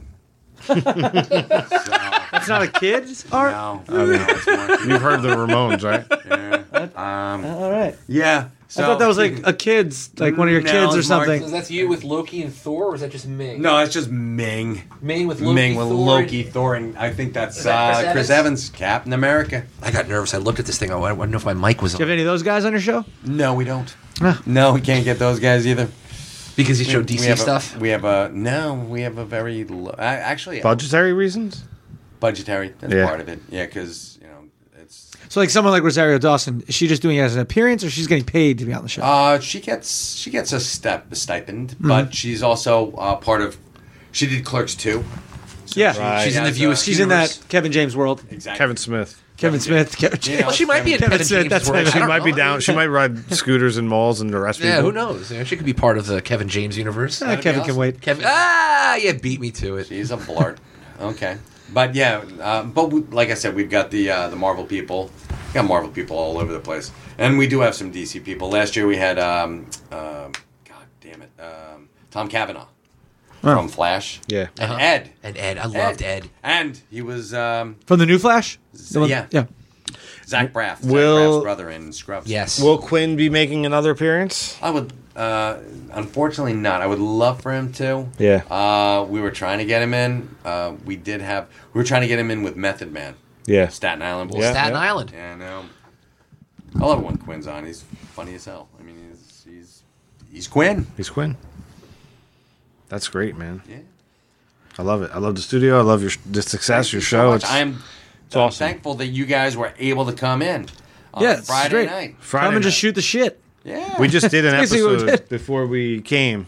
Speaker 1: so,
Speaker 4: It's not a
Speaker 1: <laughs>
Speaker 4: kid's art.
Speaker 1: no,
Speaker 4: <laughs>
Speaker 1: Oh, no, no, it's Marky.
Speaker 2: You've heard the Ramones, right?
Speaker 1: Yeah. Um,
Speaker 4: All right.
Speaker 1: yeah. So,
Speaker 4: I thought that was like a kid's, like one of your
Speaker 1: No,
Speaker 4: kids or
Speaker 1: it's Mark-
Speaker 4: something.
Speaker 3: that's you with Loki and Thor, or is that just Ming?
Speaker 1: no, it's just Ming.
Speaker 3: Ming with
Speaker 1: Ming with Loki, Thor, and I think that's
Speaker 3: Is that Chris
Speaker 1: uh, Chris
Speaker 3: Evans?
Speaker 1: Evans, Captain America.
Speaker 3: I got nervous. I looked at this thing. I wa- I didn't know if my mic was
Speaker 4: Do you
Speaker 3: on
Speaker 4: have any of those guys on your show?
Speaker 1: No, we don't.
Speaker 4: Ah.
Speaker 1: No, we can't get those guys either.
Speaker 3: because you showed
Speaker 1: we
Speaker 3: DC
Speaker 1: have
Speaker 3: stuff.
Speaker 1: A, we have a no. We have a very low, actually
Speaker 2: <laughs> Budgetary reasons.
Speaker 1: budgetary. That's
Speaker 2: Yeah.
Speaker 1: part of it. Yeah, because you know it's.
Speaker 4: So like someone like Rosario Dawson, is she just doing it as an appearance, or she's getting paid to be on the show?
Speaker 1: Uh, she gets she gets a step a stipend,
Speaker 4: Mm-hmm.
Speaker 1: but she's also uh, part of. She did Clerks too.
Speaker 4: yeah,
Speaker 2: Right.
Speaker 3: She's in the
Speaker 1: has,
Speaker 3: view
Speaker 1: uh,
Speaker 3: of
Speaker 4: she's in that Kevin James world.
Speaker 1: Exactly.
Speaker 2: Kevin Smith.
Speaker 4: Kevin Smith. <laughs> Kevin
Speaker 1: You
Speaker 4: James.
Speaker 1: know,
Speaker 3: Well, she might be in
Speaker 1: Kevin-
Speaker 3: Kevin
Speaker 2: That's it.
Speaker 3: James
Speaker 2: That's
Speaker 3: world.
Speaker 2: it.
Speaker 3: I
Speaker 2: She
Speaker 3: don't
Speaker 2: might be
Speaker 3: know.
Speaker 2: down. She might ride scooters in malls and arrest
Speaker 3: Yeah,
Speaker 2: people.
Speaker 3: who knows? You know, She could be part of the Kevin James universe.
Speaker 2: Ah,
Speaker 4: Uh, Kevin
Speaker 1: awesome.
Speaker 4: can wait.
Speaker 3: Kevin, ah, yeah, beat me to it.
Speaker 1: She's a blart. okay, but yeah, uh, but we, like I said, we've got the uh, the Marvel people. We got Marvel people all over the place, and we do have some DC people. Last year we had um, um God damn it, um, Tom Cavanaugh from Flash.
Speaker 2: Oh. Yeah.
Speaker 1: and
Speaker 3: Uh-huh.
Speaker 1: Ed.
Speaker 3: And Ed, I loved Ed.
Speaker 1: And he was um,
Speaker 4: From the New Flash. The one-
Speaker 1: Yeah.
Speaker 4: yeah.
Speaker 1: Zach Braff, Zach
Speaker 2: Will-
Speaker 1: Braff's brother in Scrubs.
Speaker 3: Yes.
Speaker 2: Will Quinn be making another appearance?
Speaker 1: I would. Uh, unfortunately, not. I would love for him to.
Speaker 2: Yeah.
Speaker 1: Uh, we were trying to get him in. Uh, we did have. We were trying to get him in with Method Man.
Speaker 2: Yeah.
Speaker 1: Staten Island. Boy.
Speaker 2: Yeah.
Speaker 3: Staten Island.
Speaker 1: Yeah, I know. I love when Quinn's on. He's funny as hell. I mean, he's he's he's Quinn.
Speaker 2: He's Quinn. That's great, man.
Speaker 1: Yeah.
Speaker 2: I love it. I love the studio. I love your the success,
Speaker 1: Thank
Speaker 2: your
Speaker 1: you so
Speaker 2: show.
Speaker 1: much.
Speaker 2: It's-
Speaker 1: I am
Speaker 2: it's awesome.
Speaker 1: thankful that you guys were able to come in. On
Speaker 4: Yeah, it's
Speaker 1: Friday
Speaker 4: great.
Speaker 1: night.
Speaker 2: Friday
Speaker 4: Come and just
Speaker 2: night.
Speaker 4: shoot the shit.
Speaker 1: Yeah.
Speaker 2: We just
Speaker 3: <laughs>
Speaker 2: did an
Speaker 4: That's basically what we
Speaker 2: episode
Speaker 4: did.
Speaker 2: before we came.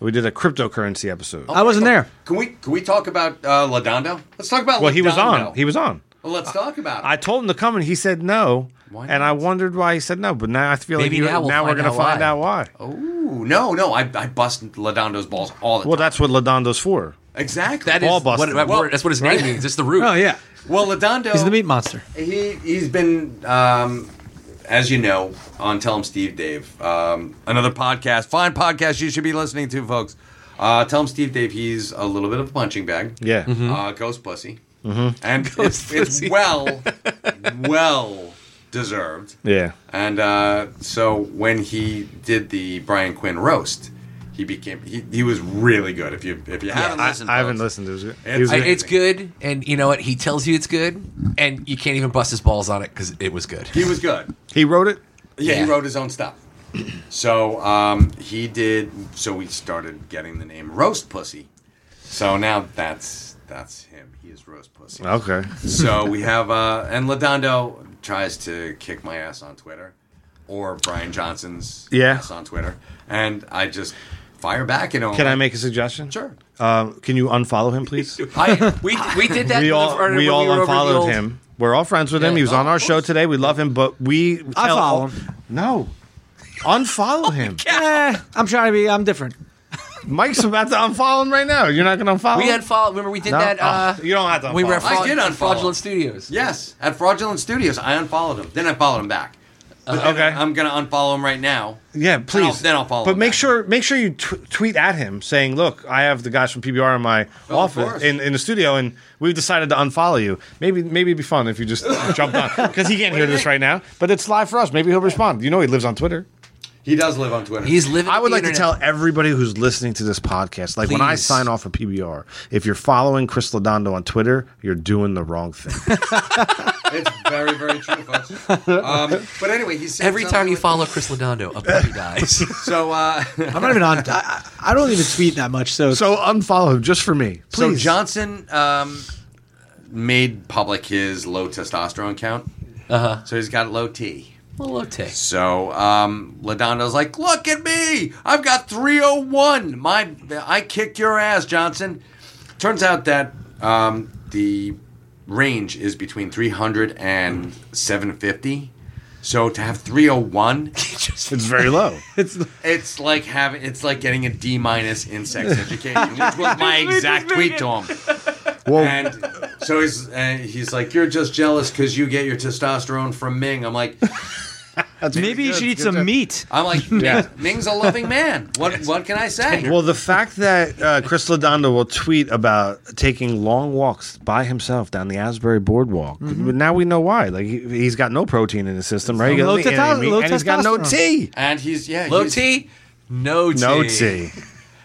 Speaker 2: We did a cryptocurrency episode.
Speaker 3: Oh,
Speaker 4: I wasn't there.
Speaker 1: Can we can we talk about uh, Ladondo? Let's talk about.
Speaker 2: well, he was on.
Speaker 1: Ladondo.
Speaker 2: He was on.
Speaker 1: Well, let's talk about. It.
Speaker 2: I told him to come and he said no.
Speaker 1: Why
Speaker 2: and
Speaker 1: not?
Speaker 2: I wondered why he said no, but now I feel
Speaker 3: Maybe
Speaker 2: like you-
Speaker 3: now we'll
Speaker 2: we're
Speaker 3: find
Speaker 2: gonna
Speaker 3: out
Speaker 2: find
Speaker 3: why. Oh,
Speaker 2: out why.
Speaker 1: Ooh, no, no, I, I bust Ladondo's balls all the
Speaker 2: Well,
Speaker 1: time.
Speaker 2: that's what Ladondo's for.
Speaker 1: exactly.
Speaker 3: That is
Speaker 2: Ball
Speaker 3: what,
Speaker 2: busting.
Speaker 3: that
Speaker 1: Well,
Speaker 3: word- that's what his name Oh, means. It's the root.
Speaker 4: Oh yeah,
Speaker 1: well, Ladondo.
Speaker 4: he's the meat monster.
Speaker 1: He he's been um, as you know, on Tell 'em Steve Dave, um, another podcast, fine podcast you should be listening to, folks. Uh, Tell 'em Steve Dave, he's a little bit of a punching bag.
Speaker 2: Yeah.
Speaker 1: Uh, Ghost Pussy. Mm-hmm.
Speaker 2: <laughs>
Speaker 1: And it's, it's well, well deserved.
Speaker 2: Yeah.
Speaker 1: And uh, so when he did the Brian Quinn roast, he became he, he was really good. If you if you haven't
Speaker 2: I,
Speaker 1: listened,
Speaker 2: I haven't
Speaker 1: folks,
Speaker 2: listened to it.
Speaker 1: It's-
Speaker 2: It was
Speaker 1: I-
Speaker 3: I,
Speaker 2: good.
Speaker 3: it's good, and you know what? He tells you it's good, and you can't even bust his balls on it because it was good.
Speaker 1: He was good.
Speaker 2: he wrote it.
Speaker 1: Yeah,
Speaker 3: Yeah.
Speaker 1: he wrote his own stuff. So um, he did. So we started getting the name Roast Pussy. So now that's that's him. He is Roast Pussy.
Speaker 2: Okay.
Speaker 1: So we have uh, and Ladondo tries to kick my ass on Twitter, or Brian Johnson's
Speaker 2: Yeah.
Speaker 1: ass on Twitter, and I just fire back. You know,
Speaker 2: Can I make a suggestion?
Speaker 1: Sure.
Speaker 2: Um, can you unfollow him, please?
Speaker 3: <laughs> I, we, we did
Speaker 2: <laughs>
Speaker 3: that.
Speaker 2: we
Speaker 3: with-
Speaker 2: all
Speaker 3: when
Speaker 2: we all
Speaker 3: were over the
Speaker 2: unfollowed
Speaker 3: old-
Speaker 2: him. We're all friends with him.
Speaker 3: Yeah.
Speaker 2: He was
Speaker 3: Oh,
Speaker 2: on our
Speaker 3: of
Speaker 2: show
Speaker 3: course.
Speaker 2: today. We love him, but we
Speaker 4: I
Speaker 2: tell-
Speaker 4: follow him.
Speaker 2: No, unfollow him.
Speaker 4: Eh, I'm trying to be. I'm different.
Speaker 2: Mike's about to unfollow him right now. You're not going to unfollow.
Speaker 3: We
Speaker 2: him?
Speaker 3: unfollowed. Remember, we did
Speaker 2: No?
Speaker 3: that.
Speaker 2: Oh,
Speaker 3: Uh,
Speaker 2: you don't have to.
Speaker 3: we were
Speaker 2: unfollow
Speaker 3: at
Speaker 1: I
Speaker 2: him.
Speaker 3: fraud-
Speaker 1: did unfollow.
Speaker 3: fraudulent studios.
Speaker 1: Yes, at Fraudulent Studios, I unfollowed him. Then I followed him back. But then
Speaker 2: Uh, okay.
Speaker 1: I'm gonna unfollow him right now.
Speaker 2: Yeah, please.
Speaker 1: then I'll follow
Speaker 2: But
Speaker 1: him
Speaker 2: make
Speaker 1: back.
Speaker 2: sure make sure you t- tweet at him saying, "Look, I have the guys from PBR in my
Speaker 1: of
Speaker 2: office
Speaker 1: course.
Speaker 2: in, in the studio, and we've decided to unfollow you. Maybe maybe it'd be fun if you <laughs> just jumped on because he can't hear this right now. But it's live for us. Maybe he'll respond. You know, he lives on Twitter.
Speaker 1: He does live on Twitter.
Speaker 3: He's living.
Speaker 2: I would
Speaker 3: the
Speaker 2: like to
Speaker 3: internet.
Speaker 2: tell everybody who's listening to this podcast, like when I
Speaker 3: Please.
Speaker 2: sign off of PBR, if you're following Chris Lodondo on Twitter, you're doing the wrong <laughs> thing.
Speaker 1: It's very, very true, folks. Um, but anyway, he said
Speaker 3: every time
Speaker 1: something
Speaker 3: you
Speaker 1: like-
Speaker 3: follow Chris Lodondo, a
Speaker 2: <laughs>
Speaker 3: puppy dies.
Speaker 1: So, uh,
Speaker 4: I'm not even on. I, I- I don't even tweet that much. So,
Speaker 2: so unfollow him just for me,
Speaker 1: so
Speaker 2: please.
Speaker 1: Johnson um, made public his low testosterone count. Uh
Speaker 3: Uh-huh.
Speaker 1: huh. So he's got low T.
Speaker 3: well, look, Tay.
Speaker 1: So um, Ladondo's like, "Look at me! I've got 301. My, I kick your ass, Johnson." Turns out that um, the range is between 300 and 750. So to have 301,
Speaker 2: <laughs> it's very low.
Speaker 1: It's like having it's like getting a D minus in sex education, which was my exact tweet to him.
Speaker 2: well,
Speaker 1: And so he's and he's like, "You're just jealous because you get your testosterone from Ming." I'm like,
Speaker 4: maybe you should eat
Speaker 2: good
Speaker 4: some
Speaker 2: job.
Speaker 4: meat.
Speaker 1: I'm like, Ming's a loving man. What what can I say?
Speaker 2: <laughs> Well, the fact that uh, Chris Ladondo will tweet about taking long walks by himself down the Asbury Boardwalk, but now we know why. Like he, he's got no protein in his system, right?
Speaker 4: Low
Speaker 2: He got-
Speaker 4: testo-
Speaker 2: and he-
Speaker 4: low
Speaker 2: and he's got no
Speaker 4: testosterone.
Speaker 2: tea.
Speaker 1: and he's yeah,
Speaker 3: Low
Speaker 1: he's,
Speaker 3: T, no T,
Speaker 2: No tea.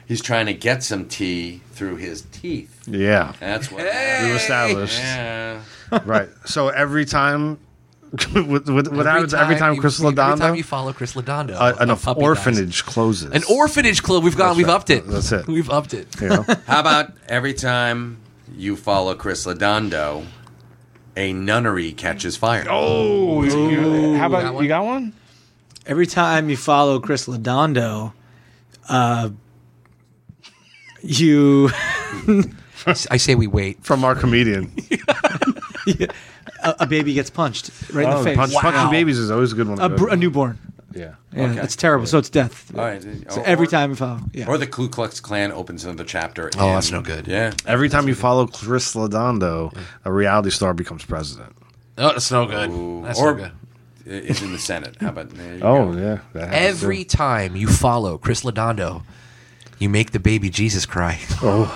Speaker 1: He's trying to get some tea through his teeth.
Speaker 2: Yeah,
Speaker 1: That's what.
Speaker 2: we established.
Speaker 1: Yeah.
Speaker 2: Right. So every time, <laughs> with, with, every
Speaker 3: Every
Speaker 2: happens every time
Speaker 3: you-
Speaker 2: Chris
Speaker 3: every time you
Speaker 2: Ladondo,
Speaker 3: follow Chris Lodondo,
Speaker 2: uh, an
Speaker 3: a puppy dies.
Speaker 2: orphanage closes.
Speaker 3: An orphanage club. We've gone. we've
Speaker 2: right.
Speaker 3: upped it.
Speaker 2: That's it.
Speaker 3: We've upped it.
Speaker 2: You know?
Speaker 1: How about every time you follow Chris Ladondo, a nunnery catches fire.
Speaker 2: Oh, how
Speaker 3: got
Speaker 2: about
Speaker 3: one?
Speaker 2: you got one?
Speaker 4: Every time you follow Chris Lodondo, uh, you
Speaker 3: I say we wait.
Speaker 2: From our comedian.
Speaker 4: a, a baby gets punched right in
Speaker 2: Oh,
Speaker 4: the face.
Speaker 2: punch,
Speaker 3: Wow.
Speaker 2: Punching babies is always a good one. to
Speaker 4: A,
Speaker 2: go
Speaker 4: br-
Speaker 2: to.
Speaker 4: a newborn.
Speaker 2: yeah.
Speaker 4: Yeah,
Speaker 1: Okay.
Speaker 4: it's terrible. So it's death.
Speaker 1: All right.
Speaker 4: So
Speaker 1: Or-
Speaker 4: every
Speaker 1: or-
Speaker 4: time you follow, yeah.
Speaker 1: Or the Ku Klux Klan opens another chapter.
Speaker 3: Oh,
Speaker 1: in-
Speaker 3: that's no good.
Speaker 1: Yeah.
Speaker 2: Every time you follow Chris Lodondo, a reality star becomes president.
Speaker 3: Oh, that's no good.
Speaker 1: Ooh.
Speaker 3: That's
Speaker 1: or
Speaker 3: no good.
Speaker 1: is in the Senate. How about there you go.
Speaker 2: Oh, yeah, that happens
Speaker 3: Every
Speaker 2: too.
Speaker 3: time you follow Chris Lodondo, you make the baby Jesus cry.
Speaker 2: <laughs>
Speaker 3: <laughs>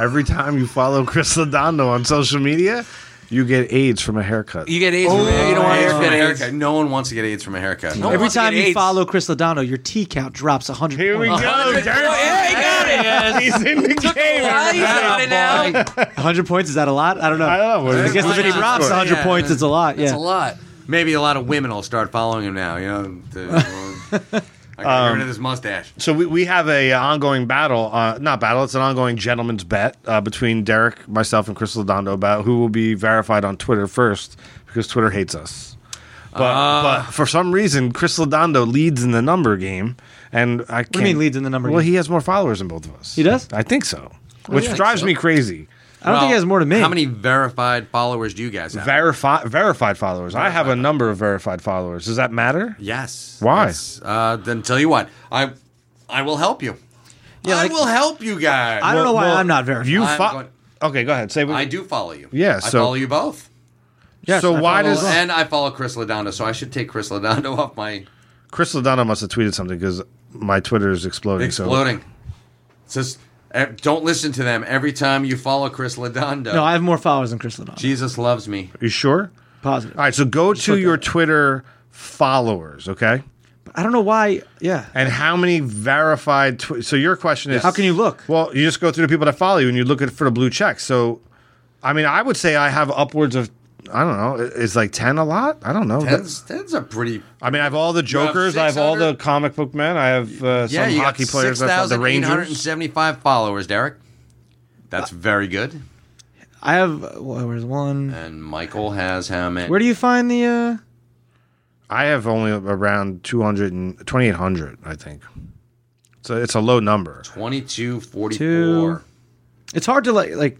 Speaker 2: every time you follow Chris Lodondo on social media, you get AIDS from a haircut.
Speaker 3: You get AIDS. from it. you don't want
Speaker 1: AIDS
Speaker 3: to
Speaker 1: from a
Speaker 3: get AIDS.
Speaker 1: haircut. No one wants to get AIDS from a haircut.
Speaker 3: No.
Speaker 4: Every
Speaker 3: wants to
Speaker 4: time
Speaker 3: get
Speaker 4: you
Speaker 3: AIDS.
Speaker 4: follow Chris Lodondo, your T count drops 100
Speaker 2: Here we
Speaker 4: points.
Speaker 3: Oh, <laughs>
Speaker 2: go, Dirk. He's in the game.
Speaker 3: Ah, he's got it now. <laughs> That's
Speaker 4: 100 points, is that a lot? I don't know.
Speaker 2: I don't know. What
Speaker 4: I
Speaker 2: is
Speaker 4: guess if it
Speaker 3: Why not?
Speaker 4: drops 100
Speaker 1: Yeah.
Speaker 4: points, it's a lot. Yeah.
Speaker 3: a <laughs> lot.
Speaker 1: Maybe a lot of women will start following him now. You know, to, I got to get rid of this mustache.
Speaker 2: So we, we have a uh, ongoing battle, uh, not battle. It's an ongoing gentleman's bet uh, between Derek, myself, and Chris Lodondo about who will be verified on Twitter first because Twitter hates us. But,
Speaker 4: Ah.
Speaker 2: but for some reason, Chris Lodondo leads in the number game, and I can't,
Speaker 4: do you mean leads in the number
Speaker 2: Well,
Speaker 4: game?
Speaker 2: he has more followers than both of us.
Speaker 4: He does? Oh,
Speaker 2: I think so, which drives me crazy.
Speaker 4: I don't think it has more to me.
Speaker 1: How many verified followers do you guys have?
Speaker 2: Verifi- verified followers. I have a number of verified followers. Does that matter?
Speaker 1: yes.
Speaker 2: Why?
Speaker 1: That's- Uh, then tell you what, I I will help you. I
Speaker 4: like-
Speaker 1: will help you guys.
Speaker 4: I don't know why I'm not verified.
Speaker 2: You
Speaker 1: I'm
Speaker 2: fo-
Speaker 1: going-
Speaker 2: okay? Go ahead. Say what
Speaker 1: I do follow you.
Speaker 2: Yeah,
Speaker 1: I
Speaker 2: so-
Speaker 1: follow you both.
Speaker 4: Yes,
Speaker 2: so
Speaker 4: I
Speaker 2: why
Speaker 4: follow
Speaker 2: does
Speaker 4: along.
Speaker 1: And I follow Chris Ladondo, so I should take Chris Ladondo <laughs> off my
Speaker 2: Chris Lodano must have tweeted something because my Twitter is exploding.
Speaker 1: exploding. It's just eh, don't listen to them every time you follow Chris Ladondo.
Speaker 4: No, I have more followers than Chris Ladon.
Speaker 1: Jesus loves me.
Speaker 2: So you sure?
Speaker 4: Positive.
Speaker 2: All right. So go to your Twitter followers, okay?
Speaker 4: I don't know why. Yeah.
Speaker 2: And how many verified? Tw- so your question is,
Speaker 4: How can you look?
Speaker 2: Well, you just go through the people that follow you and you look at for the blue check. So, I mean, I would say I have upwards of. I don't know. i- Is like ten a lot? I don't know.
Speaker 1: That's that's a pretty
Speaker 2: I mean, I have all the
Speaker 1: have
Speaker 2: jokers. I have all the
Speaker 1: 600?
Speaker 2: comic book men. I have uh,
Speaker 1: yeah.
Speaker 2: some
Speaker 1: you
Speaker 2: hockey
Speaker 1: got
Speaker 2: players.
Speaker 1: six
Speaker 2: I have the
Speaker 1: thousand eight hundred and
Speaker 2: Rangers.
Speaker 1: seventy-five followers, Derek. That's very good.
Speaker 4: I have. uh, Where's one?
Speaker 1: And Michael has how many?
Speaker 4: Where do you find the? uh
Speaker 2: I have only around 200 and 2,800, I think. So it's a low number.
Speaker 1: 22, 44.
Speaker 4: Two. It's hard to like. Like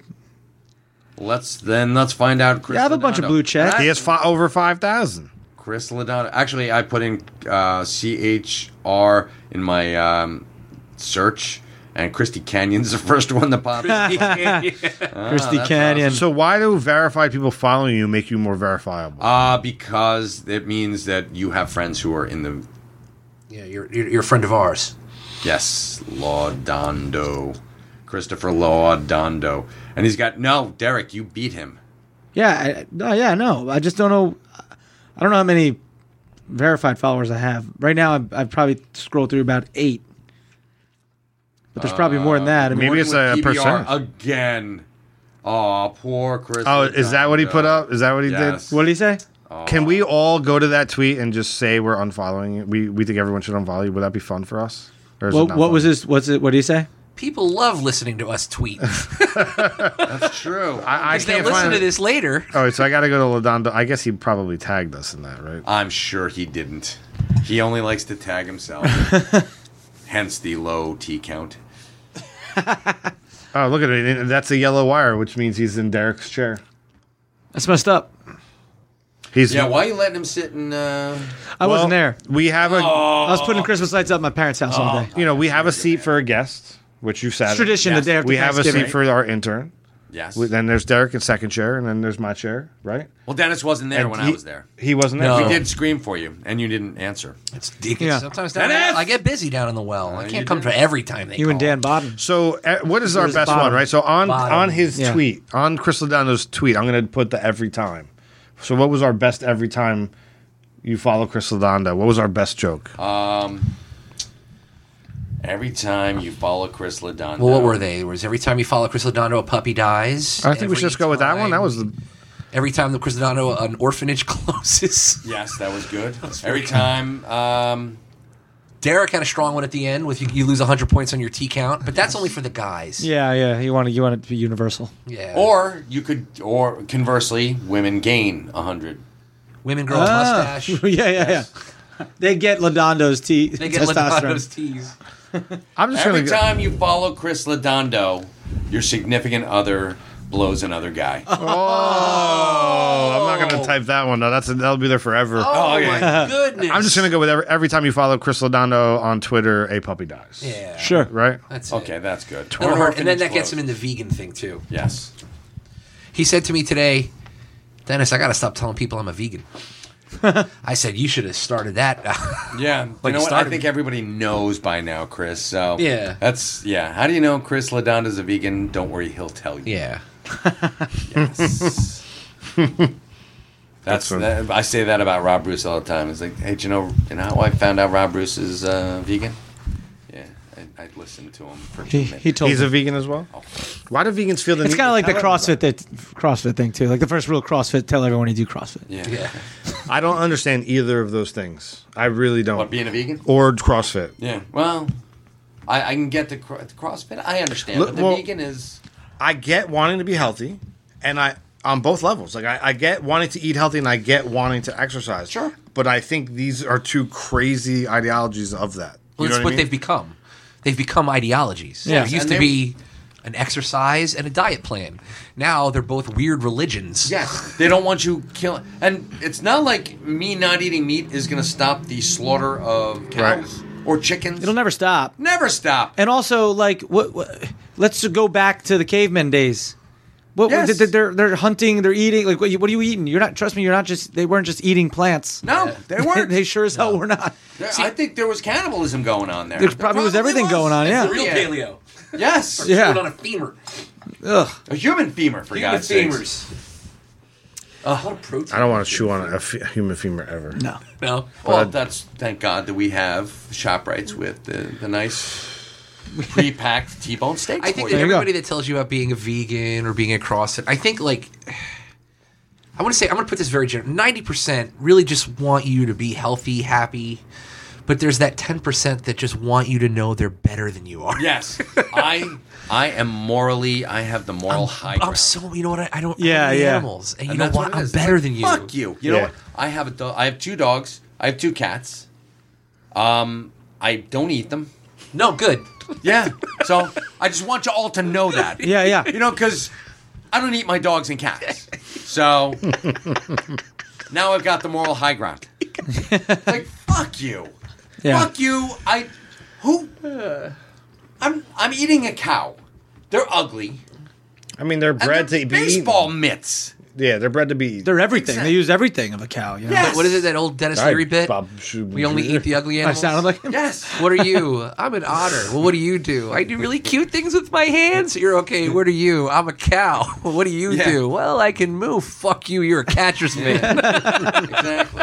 Speaker 1: Let's then let's find out. Chris
Speaker 4: Yeah, I have a bunch of
Speaker 1: Ladondo.
Speaker 4: blue checks.
Speaker 1: And I-
Speaker 2: He has fi- over 5,000.
Speaker 1: Chris Ladondo. Actually, I put in uh, CHR in my um, search, and Christy Canyon's the first one that popped. up.
Speaker 2: Ah,
Speaker 4: Christy Canyon.
Speaker 2: So why do verified people following you make you more verifiable?
Speaker 3: Oh,
Speaker 1: uh, because it means that you have friends who are in the
Speaker 3: Yeah, you're, you're, you're a friend of ours.
Speaker 1: yes Ladondo, Christopher Ladondo, and he's got no Derek. You beat him.
Speaker 4: Yeah, I, no, yeah, no. I just don't know. I don't know how many verified followers I have right now. I've, I've probably scrolled through about eight, but there's probably more than that. I mean,
Speaker 2: Uh, Maybe it's
Speaker 1: Gordon
Speaker 2: a
Speaker 1: with PBR
Speaker 2: percent.
Speaker 1: again. Oh, poor Chris.
Speaker 2: oh, is that what he put
Speaker 1: Ladondo.
Speaker 2: up? Is that what he
Speaker 1: Yes.
Speaker 2: did?
Speaker 4: what did he say?
Speaker 2: Can we all go to that tweet and just say we're unfollowing you? We, we think everyone should unfollow you. Would that be fun for us? Or is it
Speaker 4: What,
Speaker 2: not
Speaker 4: what
Speaker 2: fun?
Speaker 4: was his? What's it? What did he say?
Speaker 3: People love listening to us <laughs> tweet.
Speaker 1: That's true.
Speaker 2: I, I
Speaker 3: Because they
Speaker 2: can't
Speaker 3: listen
Speaker 2: find
Speaker 3: to
Speaker 2: it.
Speaker 3: this later.
Speaker 2: Oh, so I got to go to Ladondo. I guess he probably tagged us in that, right?
Speaker 1: I'm sure he didn't. He only likes to tag
Speaker 2: <laughs>
Speaker 1: himself. Hence the low T count.
Speaker 2: Oh, look at it. That's a yellow wire, which means he's in Derek's chair.
Speaker 4: That's messed up.
Speaker 2: He's
Speaker 1: Yeah, why are you letting him sit in? Uh...
Speaker 4: I wasn't
Speaker 2: Well, oh.
Speaker 4: there.
Speaker 2: We have a
Speaker 3: Oh,
Speaker 4: I was putting Christmas lights up at my parents' house all day.
Speaker 2: you know we have a seat for a guest, which you've sat.
Speaker 4: It's tradition.
Speaker 1: Yes.
Speaker 4: The day after
Speaker 2: We have a
Speaker 4: Thanksgiving.
Speaker 2: seat for our intern.
Speaker 1: Yes.
Speaker 2: We- Then there's Derek in second chair, and then there's my chair, right?
Speaker 1: Well, Dennis wasn't there
Speaker 2: And
Speaker 1: when
Speaker 2: he- Oh.
Speaker 1: I was there.
Speaker 2: He wasn't there.
Speaker 3: No.
Speaker 1: I did scream for you, and you didn't answer.
Speaker 3: It's, it gets-
Speaker 4: Yeah.
Speaker 3: Sometimes down
Speaker 1: Dennis!
Speaker 3: I get busy down in the well. I
Speaker 1: you
Speaker 3: can't come
Speaker 1: do.
Speaker 3: to every time they
Speaker 4: You
Speaker 3: call.
Speaker 4: and Dan Bodden.
Speaker 2: So uh, what is our
Speaker 4: There's
Speaker 2: best
Speaker 4: bottom.
Speaker 2: one, right? So on
Speaker 3: Bottom.
Speaker 2: on his
Speaker 4: Yeah.
Speaker 2: tweet, on Chris Lodano's tweet, I'm going to put the every time. So what was our best every time you follow Chris Lodano? What was our best joke?
Speaker 1: Uh, Every time you follow Chris Ladondo.
Speaker 3: Well, what were they? It was every time you follow Chris Lodondo, a puppy dies.
Speaker 2: I think we should
Speaker 3: Every
Speaker 2: just go with that one. That
Speaker 3: time-
Speaker 2: was the
Speaker 3: every time the Chris Lodondo, an orphanage <laughs> closes.
Speaker 1: Yes, that was good. Every time. Um,
Speaker 3: Derek had a strong one at the end with you, you lose 100 points on your T count, but that's only for the guys.
Speaker 4: Yeah, yeah. You want to you want it to be universal.
Speaker 3: Yeah.
Speaker 1: or you could, or conversely, women gain hundred.
Speaker 3: women grow a
Speaker 4: Ah.
Speaker 2: <laughs>
Speaker 3: mustache.
Speaker 4: <laughs> yeah, yeah, yeah. They get Ladondo's tea.
Speaker 3: They get
Speaker 4: testosterone.
Speaker 3: Lodondo's
Speaker 1: <laughs>
Speaker 3: tees.
Speaker 2: I'm just
Speaker 1: Every
Speaker 2: going to
Speaker 1: time you follow Chris Ladondo, your significant other blows another guy.
Speaker 3: Oh.
Speaker 2: I'm not going to type that one. No, that's that'll be there forever.
Speaker 3: Oh,
Speaker 1: yeah.
Speaker 3: my goodness.
Speaker 2: I'm just gonna go with every, every time you follow Chris Lodondo on Twitter, a puppy dies.
Speaker 3: Yeah.
Speaker 4: Sure.
Speaker 2: Right.
Speaker 3: That's it.
Speaker 1: Okay, that's good.
Speaker 3: That'll
Speaker 1: Or
Speaker 3: hurt. And
Speaker 1: orphanage
Speaker 3: then that gets him
Speaker 1: closed.
Speaker 3: in the vegan thing, too.
Speaker 1: Yes.
Speaker 3: He said to me today, Dennis, I got to stop telling people I'm a vegan. I said, you should have started that. <laughs>
Speaker 1: Yeah,
Speaker 3: Like
Speaker 1: you know what? I
Speaker 3: started-
Speaker 1: think everybody knows by now, Chris. So
Speaker 3: Yeah.
Speaker 1: that's yeah. How do you know Chris Ladonda's a vegan? Don't worry, he'll tell you.
Speaker 3: yeah.
Speaker 1: Yes. <laughs> that's
Speaker 2: That's what-
Speaker 1: that, I say that about Rob Bruce all the time. It's like, hey, do you know, you know how I found out Rob Bruce is uh, vegan? Yeah, I, I listened to him for two
Speaker 4: He,
Speaker 1: minutes.
Speaker 4: he told
Speaker 2: He's
Speaker 4: me.
Speaker 2: a vegan as well.
Speaker 1: Oh.
Speaker 2: Why do vegans feel the
Speaker 4: It's
Speaker 2: need
Speaker 4: kind
Speaker 2: to
Speaker 4: of like the
Speaker 2: tell everyone?
Speaker 4: CrossFit that CrossFit thing too. Like the first rule of CrossFit: tell everyone you do CrossFit.
Speaker 1: yeah.
Speaker 3: Yeah.
Speaker 2: I don't understand either of those things. I really don't.
Speaker 1: What being a vegan?
Speaker 2: or CrossFit.
Speaker 1: Yeah. Well, I, I can get the, cro- the CrossFit. I understand,
Speaker 2: Look,
Speaker 1: but the
Speaker 2: well-
Speaker 1: vegan is
Speaker 2: I get wanting to be healthy, and I on both levels. Like I, I get wanting to eat healthy, and I get wanting to exercise.
Speaker 1: Sure.
Speaker 2: But I think these are two crazy ideologies of that. You know
Speaker 3: Well, that's
Speaker 2: what I
Speaker 3: what,
Speaker 2: mean?
Speaker 3: they've become. They've become ideologies.
Speaker 4: Yeah.
Speaker 3: It used
Speaker 1: And
Speaker 3: to
Speaker 1: they-
Speaker 3: be an exercise and a diet plan. Now they're both weird religions.
Speaker 1: Yes, they don't want you killing. And it's not like me not eating meat is going to stop the slaughter of cows or chickens.
Speaker 4: It'll never stop.
Speaker 1: never stop.
Speaker 4: And also, like, what, what? Let's go back to the cavemen days. What
Speaker 3: Yes.
Speaker 4: th- th- they're they're hunting, they're eating. Like what, you- what are you eating? You're not. Trust me, you're not just. They weren't just eating plants.
Speaker 1: No, they weren't.
Speaker 4: <laughs> they sure as hell were not.
Speaker 1: There- I think there was cannibalism going on there.
Speaker 4: There probably, was everything going on.
Speaker 3: That's the
Speaker 4: Uh, Yeah.
Speaker 3: real
Speaker 1: Yeah.
Speaker 3: paleo.
Speaker 1: yes,
Speaker 4: Yeah.
Speaker 3: Put on a femur.
Speaker 4: Ugh.
Speaker 1: a human femur for
Speaker 3: Human
Speaker 1: God's Ah. sake.
Speaker 3: femurs. what a protein.
Speaker 2: I don't want to chew on a f- human femur ever.
Speaker 4: No.
Speaker 3: No.
Speaker 1: Well, that's thank God that we have shop rights with the, the
Speaker 3: <sighs>
Speaker 1: nice pre-packed T-bone steak.
Speaker 3: I think
Speaker 1: for
Speaker 3: that
Speaker 1: you.
Speaker 4: you go.
Speaker 3: everybody that tells you about being a vegan or being a CrossFit, I think like <sighs> I want to say I'm going to put this very general. Ninety percent really just want you to be healthy, happy, but there's that ten percent that just want you to know they're better than you are.
Speaker 1: yes, I I am morally I have the moral high ground.
Speaker 3: <laughs> I'm so you know what I, I don't. I
Speaker 4: Yeah,
Speaker 3: don't eat
Speaker 4: yeah.
Speaker 3: Animals, and you
Speaker 1: And
Speaker 3: know
Speaker 1: that's
Speaker 3: what?
Speaker 1: it
Speaker 3: I'm
Speaker 1: is.
Speaker 3: better
Speaker 1: Like,
Speaker 3: than you.
Speaker 1: Fuck you. You know
Speaker 2: Yeah.
Speaker 1: what? I have a dog. I have two dogs. I have two cats. Um, I don't eat them.
Speaker 3: No, good.
Speaker 1: Yeah. So I just want you all to know
Speaker 3: <laughs>
Speaker 1: that.
Speaker 4: Yeah, yeah.
Speaker 1: You know, because I don't eat my dogs and cats. So now I've got the moral high ground. Like fuck you.
Speaker 4: Yeah.
Speaker 1: Fuck you. I who I'm I'm eating a cow. They're ugly.
Speaker 2: I mean, they're
Speaker 1: And
Speaker 2: bred
Speaker 1: they're
Speaker 2: to be eaten.
Speaker 1: baseball mitts.
Speaker 2: Yeah, they're bred to be. eaten.
Speaker 4: They're everything. They use everything of a cow. You know?
Speaker 1: Yes.
Speaker 3: What is it? That old Dennis
Speaker 2: Sorry,
Speaker 3: Leary bit.
Speaker 2: Bob Shub-
Speaker 3: we only eat the ugly
Speaker 4: I
Speaker 3: animals.
Speaker 4: sounded like
Speaker 3: <laughs>
Speaker 4: him.
Speaker 1: Yes.
Speaker 3: What are you? I'm an otter. Well, what do you do? I do really cute things with my hands. You're okay. What are you? I'm a cow. <laughs> Well, what do you
Speaker 1: Yeah.
Speaker 3: do? Well, I can move. Fuck you. You're a catcher's man. <laughs>
Speaker 1: Exactly.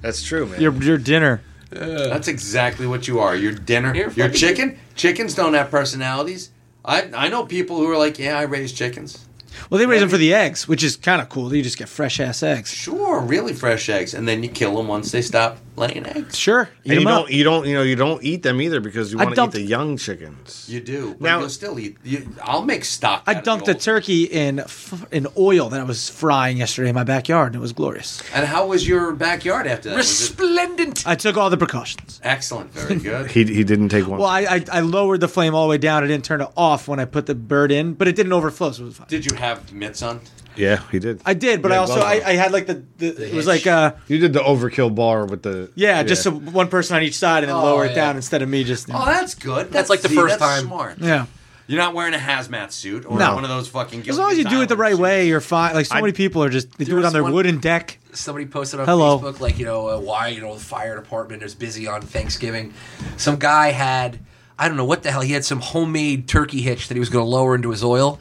Speaker 2: That's true, man.
Speaker 4: <laughs> Your your dinner.
Speaker 1: That's exactly what you are. Your dinner,
Speaker 3: You're
Speaker 1: your
Speaker 3: fucking-
Speaker 1: chicken. Chickens don't have personalities. I I know people who are like, yeah, I raise chickens.
Speaker 4: Well, they raise them for the eggs, which is kind of cool. You just get fresh ass eggs.
Speaker 1: Sure, really fresh eggs, and then you kill them once they stop laying eggs.
Speaker 4: Sure.
Speaker 2: and
Speaker 4: Eat
Speaker 2: you
Speaker 4: them
Speaker 2: don't,
Speaker 4: up.
Speaker 2: you don't, you know, you don't eat them either because you
Speaker 4: I
Speaker 2: want to eat
Speaker 4: dumped-
Speaker 2: the young chickens.
Speaker 1: You do. But
Speaker 2: Now-
Speaker 1: you'll still eat. You, I'll make stock.
Speaker 4: I
Speaker 1: out of the
Speaker 4: dunked a
Speaker 1: old-
Speaker 4: turkey in f- in oil that I was frying yesterday in my backyard, and it was glorious.
Speaker 1: And how was your backyard after that? Was it
Speaker 3: Resplendent.
Speaker 4: I took all the precautions.
Speaker 1: excellent?
Speaker 4: <laughs>
Speaker 1: Very good.
Speaker 2: He, he didn't take one.
Speaker 4: Well, I, I I lowered the flame all the way down. I didn't turn it off when I put the bird in, but it didn't overflow, so it was fine.
Speaker 1: Did you have mitts on?
Speaker 2: yeah, he did.
Speaker 4: I did, but
Speaker 2: Yeah,
Speaker 4: I also
Speaker 2: well
Speaker 4: I,
Speaker 2: done.
Speaker 4: I had like the, the, it was like
Speaker 3: hitch.
Speaker 4: uh
Speaker 2: you did the overkill bar with the.
Speaker 4: yeah, just so one person on each side and then
Speaker 3: Oh,
Speaker 4: lower it
Speaker 3: yeah.
Speaker 4: down instead of me just
Speaker 1: Oh, that's good. That's,
Speaker 3: like the
Speaker 1: see,
Speaker 3: first
Speaker 1: that's
Speaker 3: time.
Speaker 1: Smart.
Speaker 4: yeah.
Speaker 1: You're not wearing a hazmat suit or
Speaker 4: No.
Speaker 1: one of those fucking.
Speaker 4: As long as you do it the right way, you're fine. Like so
Speaker 2: I-
Speaker 4: many people are just they do it on
Speaker 3: There's
Speaker 4: their
Speaker 3: one-
Speaker 4: wooden deck.
Speaker 3: Somebody posted on
Speaker 4: Hello.
Speaker 3: Facebook, like, you know, uh, why, you know, the fire department is busy on Thanksgiving. Some guy had, I don't know what the hell, he had some homemade turkey hitch that he was going to lower into his oil.